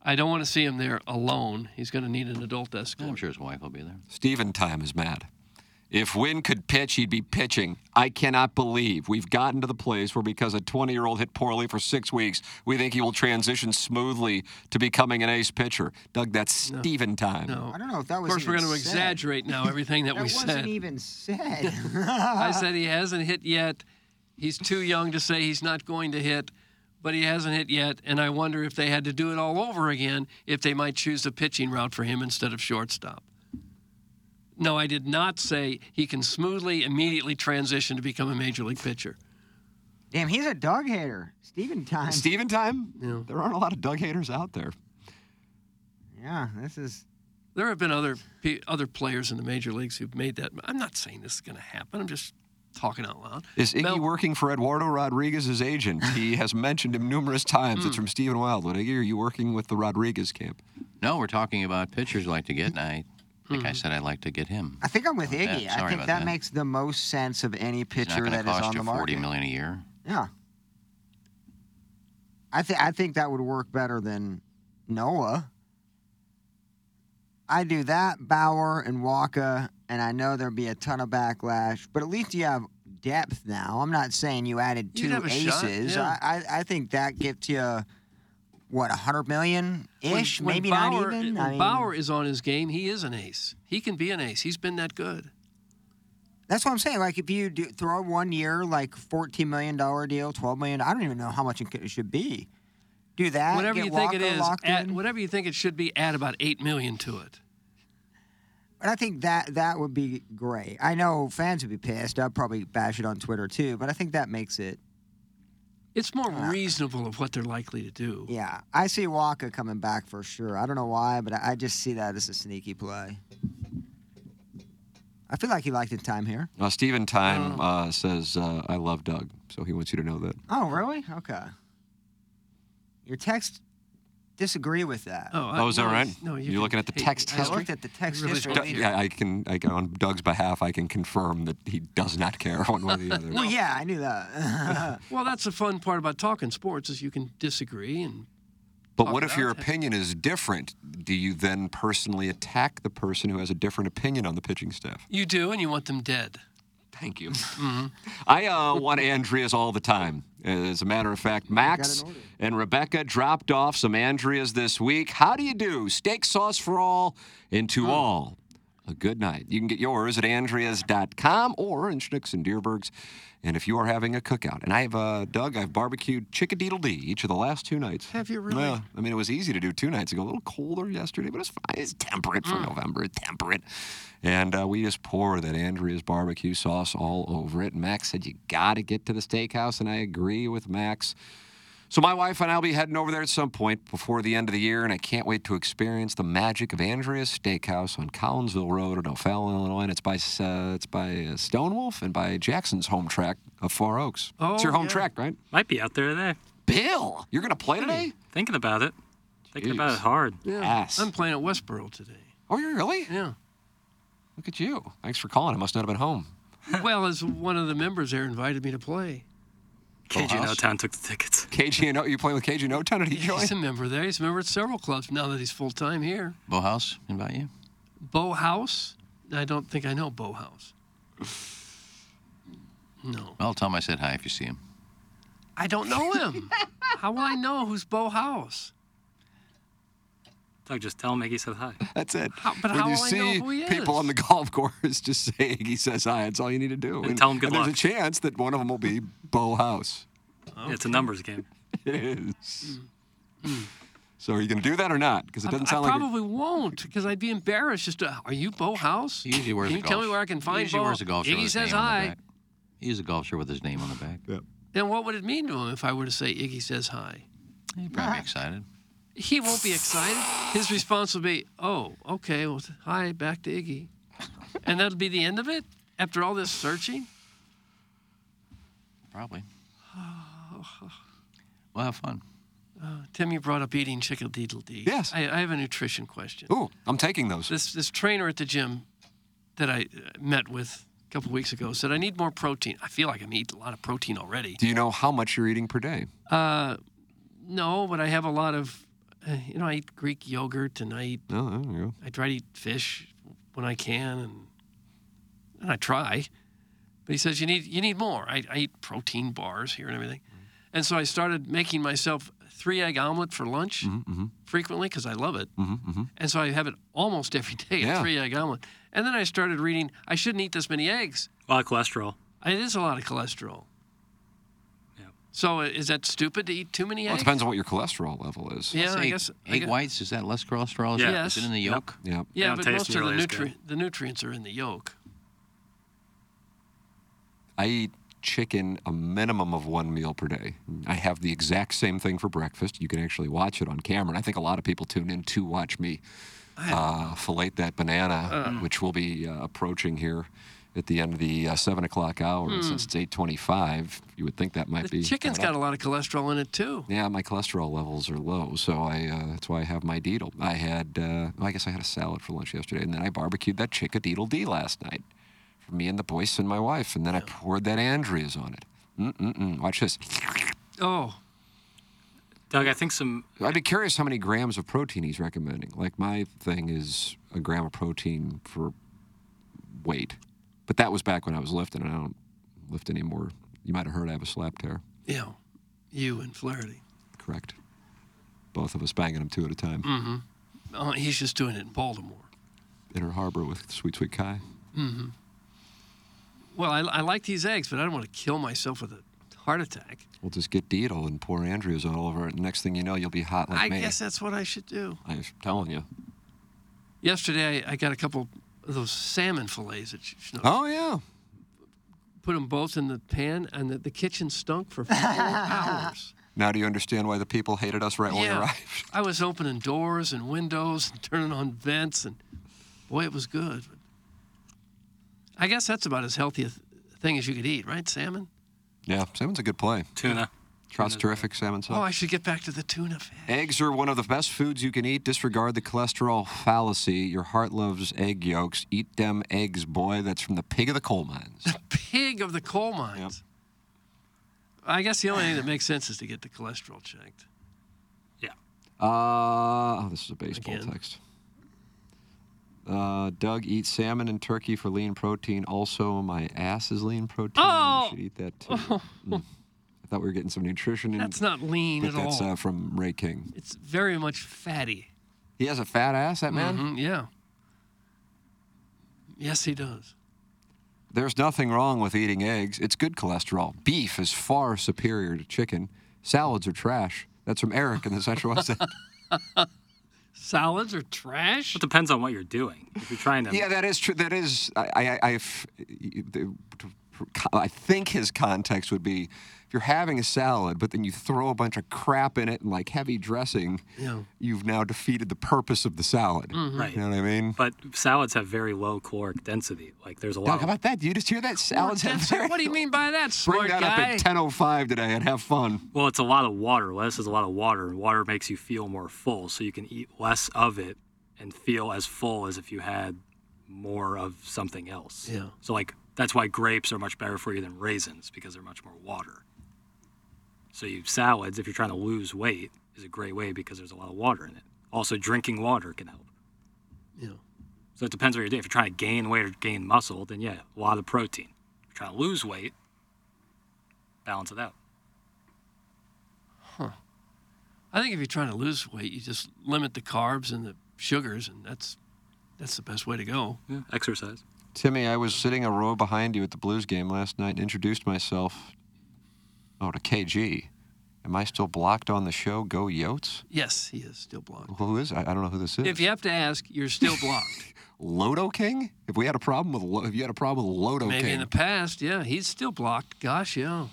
Speaker 4: I don't want to see him there alone. He's going to need an adult escort. I'm
Speaker 5: sure his wife will be there.
Speaker 3: Steven time is mad. If Wynn could pitch, he'd be pitching. I cannot believe we've gotten to the place where because a 20 year old hit poorly for six weeks, we think he will transition smoothly to becoming an ace pitcher. Doug, that's
Speaker 4: No.
Speaker 3: Steven time.
Speaker 4: No.
Speaker 2: I don't know if that
Speaker 4: Of
Speaker 2: was.
Speaker 4: course, we're
Speaker 2: even
Speaker 4: going to
Speaker 2: said.
Speaker 4: exaggerate now everything that,
Speaker 2: that
Speaker 4: we
Speaker 2: wasn't
Speaker 4: said.
Speaker 2: even said.
Speaker 4: I said he hasn't hit yet. He's too young to say he's not going to hit, but he hasn't hit yet. And I wonder if they had to do it all over again, if they might choose the pitching route for him instead of shortstop. No, I did not say he can smoothly, immediately transition to become a major league pitcher.
Speaker 2: Damn, he's a dog hater. Steven time.
Speaker 3: Steven time?
Speaker 4: Yeah.
Speaker 3: There aren't a lot of Doug haters out there.
Speaker 2: Yeah, this is.
Speaker 4: There have been other pe- other players in the major leagues who've made that. I'm not saying this is going to happen. I'm just talking out loud.
Speaker 3: Is Iggy working for Eduardo Rodriguez's agent? He has mentioned him numerous times. It's from Steven Wildwood. Iggy, are you working with the Rodriguez camp?
Speaker 5: No, we're talking about pitchers I'd like to get, and I think I said I'd like to get him.
Speaker 2: Hmm. I think I'm with
Speaker 5: About that.
Speaker 2: Iggy. I
Speaker 5: Sorry
Speaker 2: think
Speaker 5: about
Speaker 2: that,
Speaker 5: that.
Speaker 2: makes the most sense of any
Speaker 5: It's not
Speaker 2: pitcher
Speaker 5: gonna
Speaker 2: that is
Speaker 5: cost
Speaker 2: on
Speaker 5: you
Speaker 2: the
Speaker 5: forty
Speaker 2: market.
Speaker 5: million a year.
Speaker 2: Yeah. I think I think that would work better than Noah. I do that, Bauer and Waka, and I know there'd be a ton of backlash, but at least you have depth now. I'm not saying you added
Speaker 4: You'd
Speaker 2: two
Speaker 4: have a shot,
Speaker 2: aces.
Speaker 4: yeah.
Speaker 2: I, I I think that gets you what, a hundred million ish?
Speaker 4: When- when
Speaker 2: Maybe
Speaker 4: Bauer-
Speaker 2: not even.
Speaker 4: When
Speaker 2: I mean,
Speaker 4: Bauer is on his game, he is an ace. He can be an ace. He's been that good.
Speaker 2: That's what I'm saying. Like, if you do, throw a one year, like $14 million deal, $12 million, I don't even know how much it c- it should be. Do that.
Speaker 4: whatever
Speaker 2: get
Speaker 4: you think it
Speaker 2: Walker
Speaker 4: is,
Speaker 2: locked
Speaker 4: add,
Speaker 2: in.
Speaker 4: whatever you think it should be, add about eight million to it.
Speaker 2: But I think that that would be great. I know fans would be pissed. I'd probably bash it on Twitter too, but I think that makes it.
Speaker 4: It's more
Speaker 2: Ah.
Speaker 4: reasonable of what they're likely to do.
Speaker 2: Yeah. I see Waka coming back for sure. I don't know why, but I I just see that as a sneaky play. I feel like he liked his time here.
Speaker 3: Uh, Steven Time uh, says, uh, I love Doug, so he wants you to know that.
Speaker 2: Oh, really? Okay. Your text disagree with that.
Speaker 4: Oh,
Speaker 3: Oh, is that right? you are looking at the text
Speaker 2: I
Speaker 3: history.
Speaker 2: looked at the text history.
Speaker 3: Du- yeah, I can, I can. On Doug's behalf, I can confirm that he does not care one way or the other.
Speaker 2: Well, yeah, I knew that.
Speaker 4: well, that's the fun part about talking sports is you can disagree and
Speaker 3: But what if your opinion is different? Do you then personally attack the person who has a different opinion on the pitching staff?
Speaker 4: you do, and you want them dead.
Speaker 3: Thank you.
Speaker 4: hmm
Speaker 3: I uh, want Andreas all the time. As a matter of fact, Max and Rebecca dropped off some Andreas this week. How do you do? Steak sauce for all and to all. A good night. You can get yours at andreas.com or in Schnucks and Deerbergs. And if you are having a cookout, and I have, uh, Doug, I've barbecued chickadeedle dee each of the last two nights.
Speaker 4: Have you really?
Speaker 3: Yeah. I mean, it was easy to do two nights ago. A little colder yesterday, but it's fine. It's temperate for
Speaker 4: Mm.
Speaker 3: November. Temperate. And uh, we just pour that Andrea's barbecue sauce all over it. Max said, You got to get to the steakhouse. And I agree with Max. So my wife and I will be heading over there at some point before the end of the year. And I can't wait to experience the magic of Andrea's Steakhouse on Collinsville Road in O'Fallon, Illinois. And it's by, uh, it's by uh, Stonewolf and by Jackson's home track of Four Oaks.
Speaker 4: Oh,
Speaker 3: it's your home track, right?
Speaker 6: Might be out there today.
Speaker 3: Bill, you're going to play today?
Speaker 6: Thinking about it. Thinking about
Speaker 3: Jeez.
Speaker 6: it hard.
Speaker 3: Ass.
Speaker 4: I'm playing at Westboro today.
Speaker 3: Oh, you really?
Speaker 4: Yeah.
Speaker 3: Look at you. Thanks for calling. I must not have been home.
Speaker 4: well, as one of the members there invited me to play.
Speaker 3: KG and
Speaker 6: O-Town took the tickets.
Speaker 3: KG and O, you playing with KG and O-Town? Did he join?
Speaker 4: He's a member there. He's a member at several clubs now that he's full time here.
Speaker 5: Bohouse, invite you.
Speaker 4: Bow House. I don't think I know Bow House. No.
Speaker 5: Well, tell him I said hi if you see him.
Speaker 4: I don't know him. How will I know who's Bow House?
Speaker 6: Doug, just tell him Iggy said hi.
Speaker 3: That's it.
Speaker 4: but
Speaker 3: when
Speaker 4: how
Speaker 3: you
Speaker 4: will I
Speaker 3: see
Speaker 4: know who he
Speaker 3: people on the golf course, just say he says hi. That's all you need to do.
Speaker 6: And tell 'em good
Speaker 3: There's
Speaker 6: luck.
Speaker 3: a chance that one of them will be Bo House.
Speaker 6: Yeah, It's a numbers game.
Speaker 3: It is. So are you going to do that or not? Because it doesn't
Speaker 4: Mm. I
Speaker 3: sound like. you're-
Speaker 4: probably won't because I'd be embarrassed. Just to, are you Bo House?
Speaker 5: He usually wears
Speaker 4: Can
Speaker 5: a
Speaker 4: you tell
Speaker 5: golf-
Speaker 4: me where I can
Speaker 5: he
Speaker 4: find
Speaker 5: usually
Speaker 4: Bo?
Speaker 5: wears a golf shirt
Speaker 4: Iggy
Speaker 5: with his
Speaker 4: says
Speaker 5: name on the
Speaker 4: hi.
Speaker 5: back. He's a golf shirt with his name on the back.
Speaker 3: Yeah.
Speaker 4: Then what would it mean to him if I were to say Iggy says hi?
Speaker 5: He'd probably be excited.
Speaker 4: He won't be excited. His response will be, "Oh, okay. Well, th- hi, back to Iggy," and that'll be the end of it. After all this searching,
Speaker 5: Probably. We'll have fun.
Speaker 4: Uh, Tim, you brought up eating chickadeedle dee.
Speaker 3: Yes.
Speaker 4: I, I have a nutrition question.
Speaker 3: Ooh, I'm taking those.
Speaker 4: This this trainer at the gym that I uh, met with a couple weeks ago said I need more protein. I feel like I'm eating a lot of protein already.
Speaker 3: Do you know how much you're eating per day?
Speaker 4: Uh, no, but I have a lot of, uh, you know, I eat Greek yogurt and I eat,
Speaker 3: No, Oh, there you go.
Speaker 4: I try to eat fish when I can and, and I try. But he says you need you need more. I, I eat protein bars here and everything,
Speaker 3: Mm-hmm.
Speaker 4: and so I started making myself three egg omelet for lunch frequently because I love it.
Speaker 3: Mm-hmm.
Speaker 4: And so I have it almost every day,
Speaker 3: Yeah.
Speaker 4: a three egg omelet. And then I started reading, I shouldn't eat this many eggs.
Speaker 6: A lot of cholesterol.
Speaker 4: It is a lot of cholesterol. So i- is that stupid to eat too many
Speaker 3: Well, it
Speaker 4: eggs?
Speaker 3: depends on what your cholesterol level is.
Speaker 4: Yeah,
Speaker 5: That's
Speaker 4: I
Speaker 5: eight,
Speaker 4: guess- I
Speaker 5: Eight
Speaker 4: guess-
Speaker 5: whites, is that less cholesterol? Is it-
Speaker 4: Yes.
Speaker 5: Is it in the yolk?
Speaker 3: Yeah.
Speaker 4: yeah,
Speaker 6: don't
Speaker 4: but
Speaker 6: taste
Speaker 4: most of the,
Speaker 6: nearly as good.
Speaker 4: nutri- the nutrients are in the yolk.
Speaker 3: I eat chicken a minimum of one meal per day. I have the exact same thing for breakfast. You can actually watch it on camera, and I think a lot of people tune in to watch me uh, fillet that banana,
Speaker 4: Uh.
Speaker 3: which we'll be uh, approaching here at the end of the uh, seven o'clock hour. And
Speaker 4: Mm.
Speaker 3: since it's eight twenty-five, you would think that might
Speaker 4: The
Speaker 3: be
Speaker 4: chicken's
Speaker 3: coming
Speaker 4: got
Speaker 3: up.
Speaker 4: a lot of cholesterol in it too.
Speaker 3: Yeah, my cholesterol levels are low, so I uh, that's why I have my deedle. I had, uh, well, I guess I had a salad for lunch yesterday, and then I barbecued that chickadeedle dee last night for me and the boys and my wife, and then I poured that Andrea's on it. Mm-mm-mm. Watch this.
Speaker 4: Oh,
Speaker 6: Doug, I think some
Speaker 3: I'd be curious how many grams of protein he's recommending. Like my thing is a gram of protein for weight, but that was back when I was lifting, and I don't lift anymore. You might have heard I have a slap tear.
Speaker 4: yeah, you and Flaherty.
Speaker 3: Correct. Both of us banging them two at a time.
Speaker 4: Mm-hmm. Oh, he's just doing it in Baltimore.
Speaker 3: Inner Harbor with Sweet Sweet Kai.
Speaker 4: Mm-hmm. Well, I, I like these eggs, but I don't want to kill myself with a heart attack.
Speaker 3: We'll just get Deedle and pour Andrews all over it. and Next thing you know, you'll be hot like
Speaker 4: I
Speaker 3: me.
Speaker 4: guess that's what I should do.
Speaker 3: I'm telling you.
Speaker 4: Yesterday, I, I got a couple of those salmon fillets that you know,
Speaker 3: Oh yeah.
Speaker 4: put them both in the pan, and the, the kitchen stunk for four hours.
Speaker 3: Now do you understand why the people hated us right when we arrived?
Speaker 4: I was opening doors and windows and turning on vents, and boy, it was good. I guess that's about as healthy a th- thing as you could eat, right? Salmon.
Speaker 3: Yeah, salmon's a good play.
Speaker 6: tuna.
Speaker 3: Trout's terrific, salmon
Speaker 4: Oh, I
Speaker 3: sauce.
Speaker 4: should get back to the tuna fish.
Speaker 3: Eggs are one of the best foods you can eat. Disregard the cholesterol fallacy. Your heart loves egg yolks. Eat them eggs, boy. That's from the pig of the coal mines.
Speaker 4: Pig of the coal mines. I guess the only thing that makes sense is to get the cholesterol checked.
Speaker 3: Uh, oh, this is a baseball
Speaker 4: Again.
Speaker 3: text. Uh, Doug, eat salmon and turkey for lean protein. Also, my ass is lean protein.
Speaker 4: Oh!
Speaker 3: You should eat that too. Mm. I thought we were getting some nutrition. in-
Speaker 4: That's not lean
Speaker 3: I think
Speaker 4: at
Speaker 3: that's,
Speaker 4: all.
Speaker 3: Uh, from Ray King.
Speaker 4: It's very much fatty.
Speaker 3: He has a fat ass, that man.
Speaker 4: Mhm, yeah. Yes, he does.
Speaker 3: There's nothing wrong with eating eggs. It's good cholesterol. Beef is far superior to chicken. Salads are trash. That's from Eric in the Central West End.
Speaker 4: Salads are trash.
Speaker 6: It depends on what you're doing. If you're trying to
Speaker 3: Yeah, that is true. That is. I, I, I've, I think his context would be if you're having a salad, but then you throw a bunch of crap in it and like heavy dressing,
Speaker 4: Yeah.
Speaker 3: you've now defeated the purpose of the salad.
Speaker 6: Mhm. Right.
Speaker 3: You know what I mean?
Speaker 6: But salads have very low caloric density. Like there's a lot.
Speaker 3: Doug, how about that? Do you just hear that? Salads have
Speaker 4: That's- what do you mean by that,
Speaker 3: Bring
Speaker 4: smart
Speaker 3: that up
Speaker 4: guy?
Speaker 3: at 10.05 today and have fun.
Speaker 6: Well, it's a lot of water. Less is a lot of water, and water makes you feel more full, so you can eat less of it and feel as full as if you had more of something else.
Speaker 4: Yeah.
Speaker 6: So like that's why grapes are much better for you than raisins because they're much more water. So you salads, if you're trying to lose weight, is a great way because there's a lot of water in it. Also, drinking water can help.
Speaker 4: Yeah.
Speaker 6: So it depends what you're doing. If you're trying to gain weight or gain muscle, then yeah, a lot of protein. If you're trying to lose weight, balance it out.
Speaker 4: I think if you're trying to lose weight, you just limit the carbs and the sugars, and that's that's the best way to go.
Speaker 6: Yeah. Exercise.
Speaker 3: Timmy, I was sitting a row behind you at the Blues game last night and introduced myself. Oh, to KG. Am I still blocked on the show? Go Yotes?
Speaker 4: Yes, he is still blocked.
Speaker 3: Who is? I, I don't know who this is.
Speaker 4: If you have to ask, you're still blocked.
Speaker 3: Lodo King? If we had a problem with Lo- if you had a problem with Lodo
Speaker 4: Maybe
Speaker 3: King,
Speaker 4: in the past, yeah, he's still blocked. Gosh, yeah.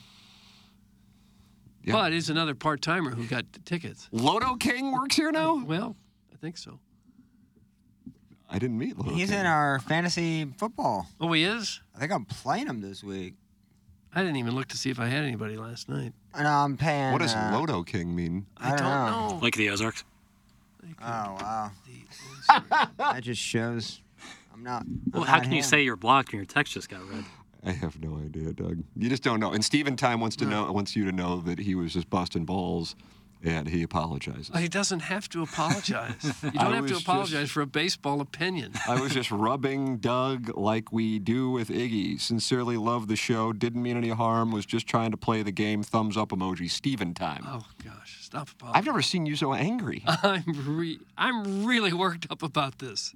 Speaker 3: Yeah.
Speaker 4: But he's another part timer who got the tickets.
Speaker 3: Lodo King works here now.
Speaker 4: Well, I think so.
Speaker 3: I didn't meet Lodo.
Speaker 2: He's
Speaker 3: King.
Speaker 2: in our fantasy football.
Speaker 4: Oh, he is.
Speaker 2: I think I'm playing him this week.
Speaker 4: I didn't even look to see if I had anybody last night.
Speaker 2: And I'm paying.
Speaker 3: What does
Speaker 2: uh,
Speaker 3: Lodo King mean?
Speaker 4: I,
Speaker 2: I
Speaker 4: don't
Speaker 2: don't know.
Speaker 4: know.
Speaker 6: Like the Ozarks.
Speaker 2: Oh wow. that just shows I'm not. I'm
Speaker 6: Well, how
Speaker 2: not
Speaker 6: can you
Speaker 2: him.
Speaker 6: say you're blocked when your text just got read?
Speaker 3: I have no idea, Doug. You just don't know. And Stephen Time wants to know wants you to know that he was just busting balls, and he apologizes.
Speaker 4: He doesn't have to apologize. You don't
Speaker 3: I
Speaker 4: have to
Speaker 3: was
Speaker 4: apologize
Speaker 3: just-
Speaker 4: for a baseball opinion.
Speaker 3: I was just rubbing Doug like we do with Iggy. Sincerely love the show. Didn't mean any harm. Was just trying to play the game. Thumbs up emoji. Stephen Time.
Speaker 4: Oh gosh, stop apologizing.
Speaker 3: I've never seen you so angry.
Speaker 4: I'm re- I'm really worked up about this.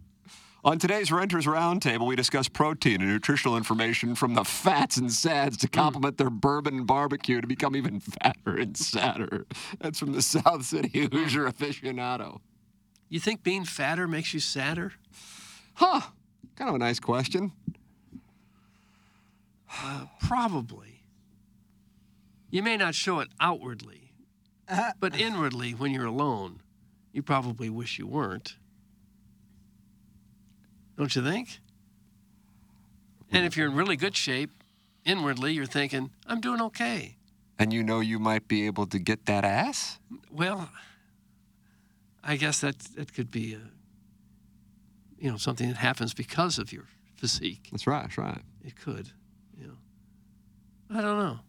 Speaker 3: On today's Renters Roundtable, we discuss protein and nutritional information from the fats and sads to complement their bourbon and barbecue to become even fatter and sadder. That's from the South City Hoosier aficionado.
Speaker 4: You think being fatter makes you sadder?
Speaker 3: Huh. Kind of a nice question.
Speaker 4: Uh, Probably. You may not show it outwardly, but inwardly, when you're alone, you probably wish you weren't. Don't you think? And if you're in really good shape, inwardly, you're thinking, I'm doing okay.
Speaker 3: And you know you might be able to get that ass?
Speaker 4: Well, I guess that that could be, a, you know, something that happens because of your physique.
Speaker 3: That's right, that's right.
Speaker 4: It could, you know. I don't know.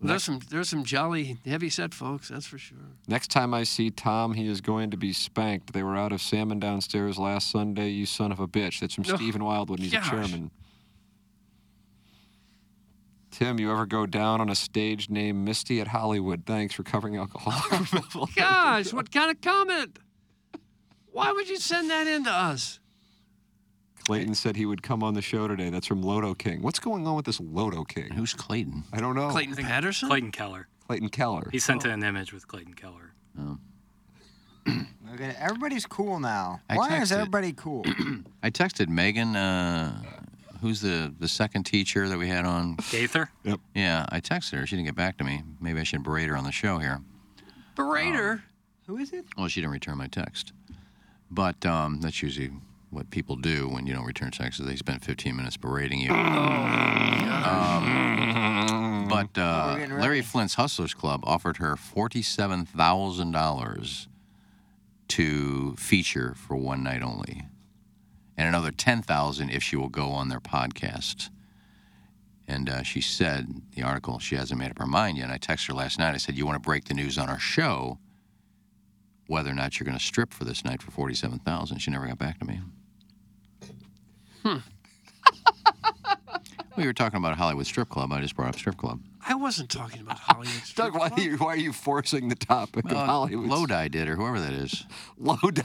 Speaker 4: There's some there's some jolly heavy set folks, that's for sure.
Speaker 3: Next time I see Tom, he is going to be spanked. They were out of salmon downstairs last Sunday, you son of a bitch. That's from
Speaker 4: Oh,
Speaker 3: Stephen Wildwood, and he's
Speaker 4: gosh.
Speaker 3: a chairman. Tim, you ever go down on a stage named Misty at Hollywood? Thanks for covering alcoholic
Speaker 4: Oh
Speaker 3: revel.
Speaker 4: Gosh, what kind of comment? Why would you send that in to us?
Speaker 3: Clayton said he would come on the show today. That's from Lodo King. What's going on with this Lodo King?
Speaker 5: Who's Clayton?
Speaker 3: I don't know.
Speaker 4: Oh, Clayton Patterson?
Speaker 6: Clayton Keller.
Speaker 3: Clayton Keller.
Speaker 6: He sent in an image with Clayton Keller.
Speaker 2: Look at it. Everybody's cool now.
Speaker 5: I
Speaker 2: Why is
Speaker 5: texted.
Speaker 2: everybody cool?
Speaker 5: I texted Megan, uh, who's the, the second teacher that we had on.
Speaker 6: Gaither?
Speaker 5: Yeah, I texted her. She didn't get back to me. Maybe I should berate her on the show here.
Speaker 4: Berater?
Speaker 2: Who is it?
Speaker 5: Well, she didn't return my text. But um, that's usually what people do when you don't return checks is they spend 15 minutes berating
Speaker 2: Oh,
Speaker 5: you. Um, but uh, Larry Flint's Hustlers Club offered her $47,000 to feature for one night only, and another 10000 if she will go on their podcast. And uh, she said, the article, she hasn't made up her mind yet. And I texted her last night. I said, You want to break the news on our show whether or not you're going to strip for this night for 47000 She never got back to me.
Speaker 4: Hmm.
Speaker 5: We were talking about a Hollywood strip club. I just brought up strip club.
Speaker 4: I wasn't talking about Hollywood.
Speaker 3: Doug, why are, you, why are you forcing the topic
Speaker 4: Uh,
Speaker 3: of Uh, Hollywood?
Speaker 5: Lodi did, or whoever that is.
Speaker 3: Lodi.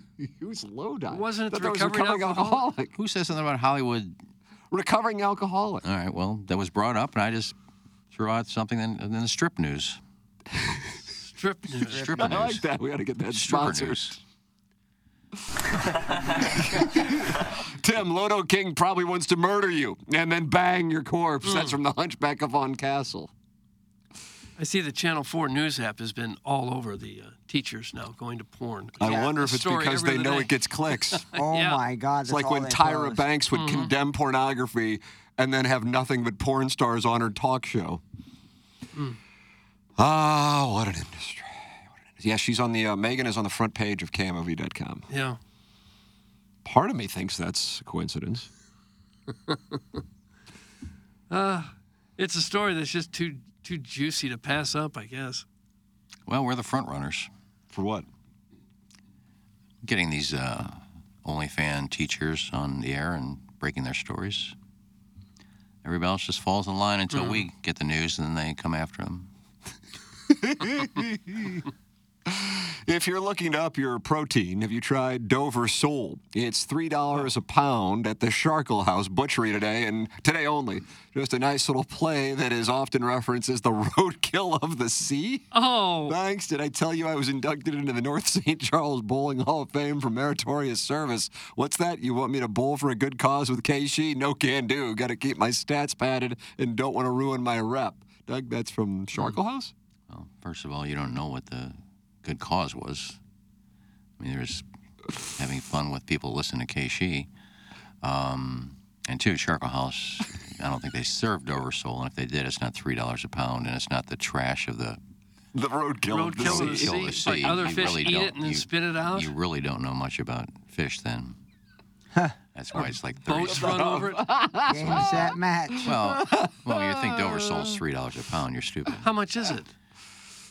Speaker 3: Who's Lodi?
Speaker 4: Wasn't it
Speaker 3: Thought
Speaker 4: the
Speaker 3: that was
Speaker 4: recovering
Speaker 3: recovering
Speaker 4: alcoholic?
Speaker 3: alcoholic?
Speaker 5: Who says something about Hollywood?
Speaker 3: Recovering alcoholic.
Speaker 5: All right, well, that was brought up, and I just threw out something in, in the strip news.
Speaker 4: Strip news.
Speaker 5: Strip
Speaker 3: I
Speaker 5: news.
Speaker 3: like that. We got to get that
Speaker 5: Stripper
Speaker 3: sponsored.
Speaker 5: news.
Speaker 3: Tim, Lodo King probably wants to murder you and then bang your corpse. That's
Speaker 4: Hmm.
Speaker 3: from the Hunchback of Von Castle.
Speaker 4: I see the Channel 4 news app has been all over the uh, teachers now going to porn.
Speaker 3: I wonder if
Speaker 4: A
Speaker 3: it's
Speaker 4: story
Speaker 3: because
Speaker 4: every
Speaker 3: they
Speaker 4: other
Speaker 3: know
Speaker 4: day.
Speaker 3: it gets clicks.
Speaker 2: Oh my God!
Speaker 3: It's
Speaker 2: that's
Speaker 3: like
Speaker 2: all
Speaker 3: when
Speaker 2: they
Speaker 3: Tyra
Speaker 2: post.
Speaker 3: Banks would
Speaker 4: Mm-hmm.
Speaker 3: condemn pornography and then have nothing but porn stars on her talk show.
Speaker 4: Mm.
Speaker 3: Ah, what an industry. What an industry. Yeah, she's on the, uh, Megan is on the front page of KMOV.com.
Speaker 4: Yeah.
Speaker 3: Part of me thinks that's a coincidence.
Speaker 4: Uh, it's a story that's just too too juicy to pass up, I guess.
Speaker 5: Well, we're the front runners.
Speaker 3: For what?
Speaker 5: Getting these uh, OnlyFan teachers on the air and breaking their stories. Everybody else just falls in line until we get the news, and then they come after them.
Speaker 3: If you're looking up your protein, have you tried Dover sole? It's $3 a pound at the Sharkle House Butchery today, and today only. Just a nice little play that is often referenced as the roadkill of the sea.
Speaker 4: Oh,
Speaker 3: Thanks. Did I tell you I was inducted into the North St. Charles Bowling Hall of Fame for meritorious service? What's that? You want me to bowl for a good cause with KC? No can do. Got to keep my stats padded and don't want to ruin my rep. Doug, that's from Sharkle House?
Speaker 5: Well, first of all, you don't know what the good cause was. I mean, there's having fun with people listening to Keishi. Um, and two, Sharkle House, I don't think they served oversole, and if they did, it's not $3 a pound, and it's not the trash of the
Speaker 3: The roadkill, of the
Speaker 4: roadkill of the
Speaker 3: sea.
Speaker 5: Roadkill of
Speaker 4: sea.
Speaker 5: the sea.
Speaker 4: Like other
Speaker 5: You
Speaker 4: fish
Speaker 5: really
Speaker 4: eat
Speaker 5: don't-
Speaker 4: it and then
Speaker 5: you-
Speaker 4: spit it out.
Speaker 5: You really don't know much about fish then. That's why it's like 30
Speaker 4: Boats run over it.
Speaker 2: Game set match.
Speaker 5: Well, well, you think Dover sole's $3 a pound, you're stupid.
Speaker 4: How much is it?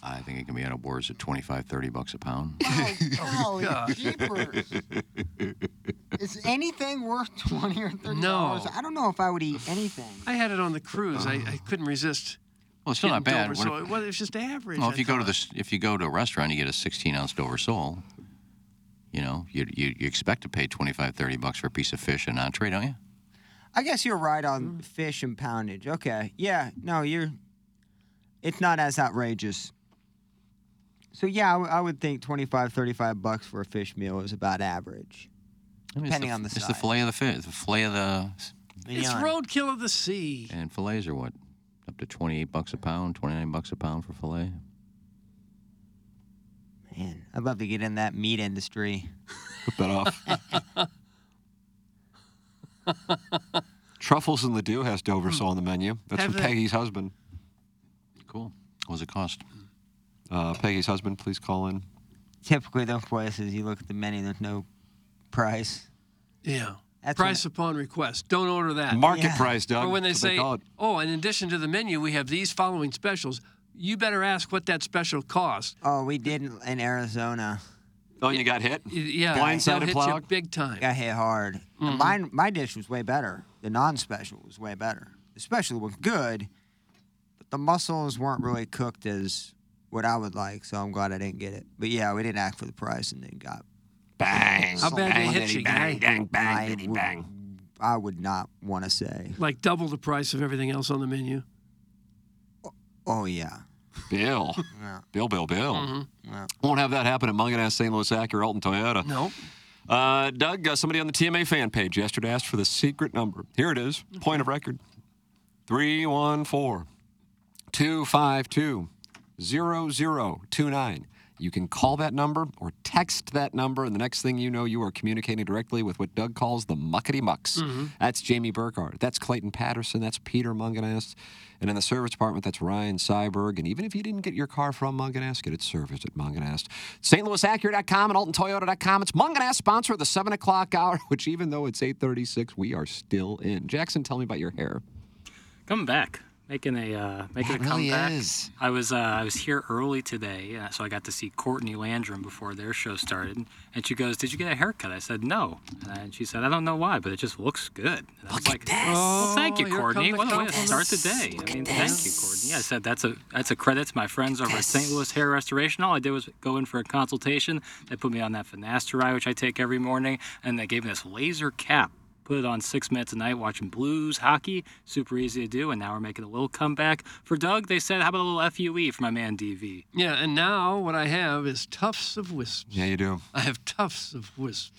Speaker 5: I think it can be out of boards at 25, 30 bucks a pound.
Speaker 2: Oh, jeepers. Is anything worth 20 or 30
Speaker 4: No.
Speaker 2: I don't know if I would eat anything.
Speaker 4: I had it on the cruise. I, I couldn't resist.
Speaker 5: Well, it's still not
Speaker 4: getting
Speaker 5: bad.
Speaker 4: Dover,
Speaker 5: What
Speaker 4: so
Speaker 5: if-
Speaker 4: it was, it was just average.
Speaker 5: Well,
Speaker 4: I
Speaker 5: if you go to
Speaker 4: thought.
Speaker 5: this, if you go to a restaurant, you get a 16 ounce Dover sole. You know, you, you, you expect to pay 25, 30 bucks for a piece of fish and entree, don't you?
Speaker 2: I guess you're right on fish and poundage. Okay. Yeah. No, you're. It's not as outrageous. So, yeah, I, w- I would think 25, 35 bucks for a fish meal is about average.
Speaker 5: I mean, it's
Speaker 2: Depending
Speaker 5: the,
Speaker 2: on the
Speaker 5: it's the
Speaker 2: size.
Speaker 5: fillet of the fish, the fillet of the,
Speaker 4: it's
Speaker 2: Mignon.
Speaker 4: roadkill of the sea.
Speaker 5: and fillets are what, up to 28 bucks a pound, 29 bucks a pound for fillet.
Speaker 2: Man, I'd love to get in that meat industry.
Speaker 3: Put that off. Truffles and Ledoux has Dover sole on the menu. That's
Speaker 4: Hmm. Have
Speaker 3: from
Speaker 4: they-
Speaker 3: Peggy's husband.
Speaker 5: Cool. What does it cost?
Speaker 3: Uh, Peggy's husband, please call in.
Speaker 4: Uh,
Speaker 2: Typically, those places, you look at the menu, there's no price.
Speaker 4: Yeah.
Speaker 2: That's
Speaker 4: Price upon request. Don't order that.
Speaker 3: Market
Speaker 2: Yeah.
Speaker 3: price, Doug.
Speaker 4: or when they
Speaker 3: That's what
Speaker 4: say,
Speaker 3: call it.
Speaker 4: "Oh, in addition to the menu, we have these following specials." You better ask what that special cost.
Speaker 2: Oh, we did in- in Arizona.
Speaker 3: oh, and you got hit.
Speaker 4: Y- Yeah,
Speaker 3: Blindsided
Speaker 4: they'll hit you
Speaker 3: plowed?
Speaker 4: big time.
Speaker 2: got hit hard. And Mine, my dish was way better. The non-special was way better. The special was good, but the mussels weren't really cooked as what I would like. So I'm glad I didn't get it. But yeah, we didn't ask for the price and then got.
Speaker 3: Bang.
Speaker 4: How bad they hit you, guy?
Speaker 3: Bang,
Speaker 2: I would, I would not want to say.
Speaker 4: Like double the price of everything else on the menu.
Speaker 2: Oh yeah.
Speaker 3: Bill.
Speaker 2: Yeah.
Speaker 3: Bill, Bill, Bill.
Speaker 4: Mm-hmm.
Speaker 2: Yeah.
Speaker 3: Won't have that happen at Mungan St. Louis Acura, Alton Toyota.
Speaker 4: No,
Speaker 3: Uh, Doug, uh, somebody on the TMA fan page yesterday asked for the secret number. Here it is, point of record 314 252 0029. You can call that number or text that number, and the next thing you know, you are communicating directly with what Doug calls the muckety mucks.
Speaker 11: Mhm.
Speaker 3: That's Jamie Burkhardt. That's Clayton Patterson. That's Peter Munganast. And in the service department, that's Ryan Seiberg. And even if you didn't get your car from Munganast, get it serviced at Munganast. StLouisAcura.com and AltonToyota.com. It's Munganast, sponsor of the 7 o'clock hour, which even though it's 836, we are still in. Jackson, tell me about your hair.
Speaker 6: Coming back, making a uh, making
Speaker 3: It
Speaker 6: a
Speaker 3: really
Speaker 6: comeback.
Speaker 3: is.
Speaker 6: I was uh, I was here early today, uh, so I got to see Courtney Landrum before their show started. And she goes, "Did you get a haircut?" I said, "No," and she said, "I don't know why, but it just looks good." And I was like, "Well, thank you,
Speaker 4: Oh, here
Speaker 6: Courtney.
Speaker 4: come the
Speaker 6: What a way to start the
Speaker 4: compliments.
Speaker 6: day."
Speaker 4: Look
Speaker 6: I
Speaker 4: at
Speaker 6: mean, thank you, Courtney. I said, "That's a that's a credit to my friends over at St. Louis Hair Restoration." All I did was go in for a consultation. They put me on that finasteride, which I take every morning, and they gave me this laser cap Put it on six minutes a night watching blues, hockey. Super easy to do. And now we're making a little comeback. For Doug, they said, how about a little FUE for my man DV?
Speaker 4: Yeah, and now what I have is tufts of wisps.
Speaker 3: Yeah, you do.
Speaker 4: I have tufts of wisps.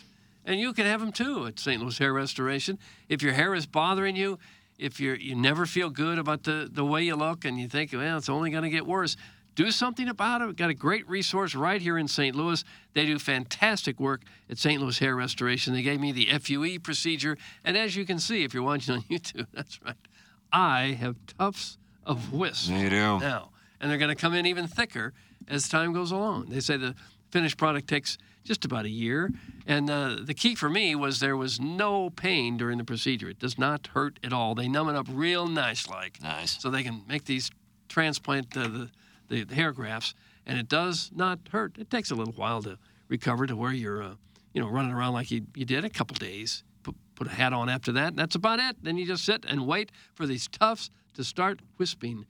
Speaker 4: And you can have them too at St. Louis Hair Restoration. If your hair is bothering you, if you're, you never feel good about the, the way you look and you think, well, it's only going to get worse, do something about it. We've got a great resource right here in St. Louis. They do fantastic work at St. Louis Hair Restoration. They gave me the FUE procedure. And as you can see, if you're watching on YouTube, that's right, I have tufts of wisps
Speaker 3: Yeah, you do.
Speaker 4: now. And they're going to come in even thicker as time goes along. They say the finished product takes just about a year. And uh, the key for me was there was no pain during the procedure. It does not hurt at all. They numb it up real nice, like. Nice. So they can make these transplant uh, the, the, the hair grafts, and it does not hurt. It takes a little while to recover to where you're, uh, you know, running around like you, you did a couple days. Put, put a hat on after that, and that's about it. Then you just sit and wait for these tufts to start wisping.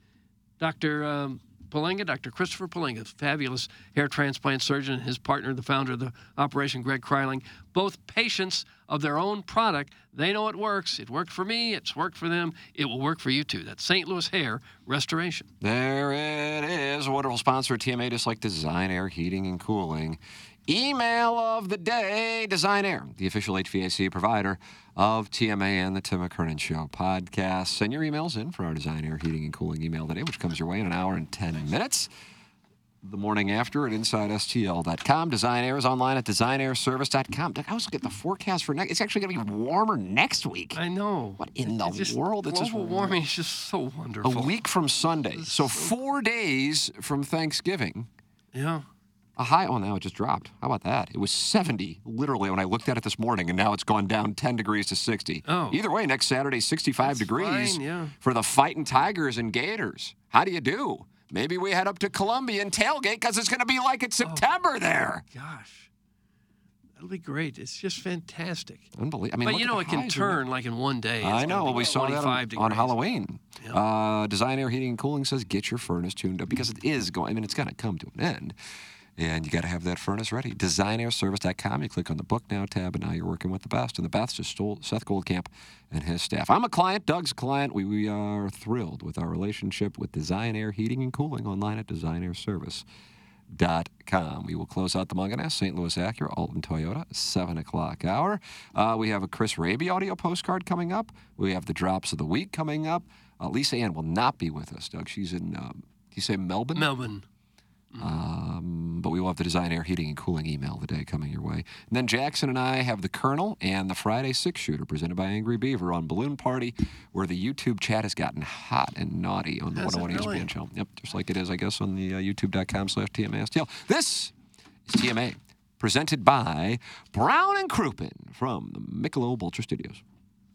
Speaker 4: Dr. Um, Palenga, Dr. Christopher Palenga, fabulous hair transplant surgeon, and his partner, the founder of the operation, Greg Kryling, both patients of their own product. They know it works. It worked for me. It's worked for them. It will work for you too. That's St. Louis Hair Restoration.
Speaker 3: There it is. A wonderful sponsor of TMA, just like Design Air Heating and Cooling. Email of the day Design Air, the official HVAC provider of TMA and the Tim McKernan Show podcast. Send your emails in for our Design Air Heating and Cooling email today, which comes your way in an hour and 10 minutes. The morning after at InsideSTL.com. Design Air is online at DesignAirService.com. Doug, I was looking at the forecast for next. It's actually going to be warmer next week.
Speaker 4: I know.
Speaker 3: What in the
Speaker 4: It's just-
Speaker 3: world? It's just
Speaker 4: global warming is just so
Speaker 3: a
Speaker 4: wonderful.
Speaker 3: week from Sunday. So four days from Thanksgiving.
Speaker 4: Yeah.
Speaker 3: A high. Oh, now it just dropped. How about that? It was 70 literally when I looked at it this morning, and now it's gone down 10 degrees to 60.
Speaker 4: Oh.
Speaker 3: Either way, next Saturday, 65 degrees
Speaker 4: fine, yeah.
Speaker 3: for the fighting Tigers and Gators. How do you do? Maybe we head up to Columbia and tailgate because it's going to be like it's
Speaker 4: Oh.
Speaker 3: September there.
Speaker 4: Gosh, that'll be great. It's just fantastic.
Speaker 3: Unbelievable. I mean,
Speaker 4: but
Speaker 3: look
Speaker 4: you
Speaker 3: at
Speaker 4: know,
Speaker 3: the
Speaker 4: it can
Speaker 3: highs, isn't
Speaker 4: turn like in one day.
Speaker 3: I
Speaker 4: It's gonna
Speaker 3: know. Well,
Speaker 4: be
Speaker 3: we saw that
Speaker 4: 25
Speaker 3: on,
Speaker 4: degrees.
Speaker 3: on Halloween. Uh, Design Air Heating and Cooling says get your furnace tuned up because it is going. I mean, it's going to come to an end, and you got to have that furnace ready. DesignAirService.com. You click on the Book Now tab, and now you're working with the best. And the best is Stol- Seth Goldcamp and his staff. I'm a client. Doug's a client. We, we are thrilled with our relationship with Design Air Heating and Cooling online at DesignAirService.com. We will close out the Munganess, St. Louis Acura, Alton Toyota, 7 o'clock hour. Uh, we have a Chris Raby audio postcard coming up. We have the drops of the week coming up. Uh, Lisa Ann will not be with us, Doug. She's in, um, did you say Melbourne?
Speaker 4: Melbourne.
Speaker 3: Um, but we will have the Design Air Heating and Cooling email today coming your way. And then Jackson and I have the Colonel and the Friday Six Shooter presented by Angry Beaver on Balloon Party, where the YouTube chat has gotten hot and naughty on the
Speaker 11: Has it
Speaker 3: 101 East
Speaker 11: really?
Speaker 3: Band Channel. Yep, just like it is, I guess, on the uh, youtube.com slash TMASTL. This is TMA, presented by Brown and Crouppen from the Michelob Ultra Studios.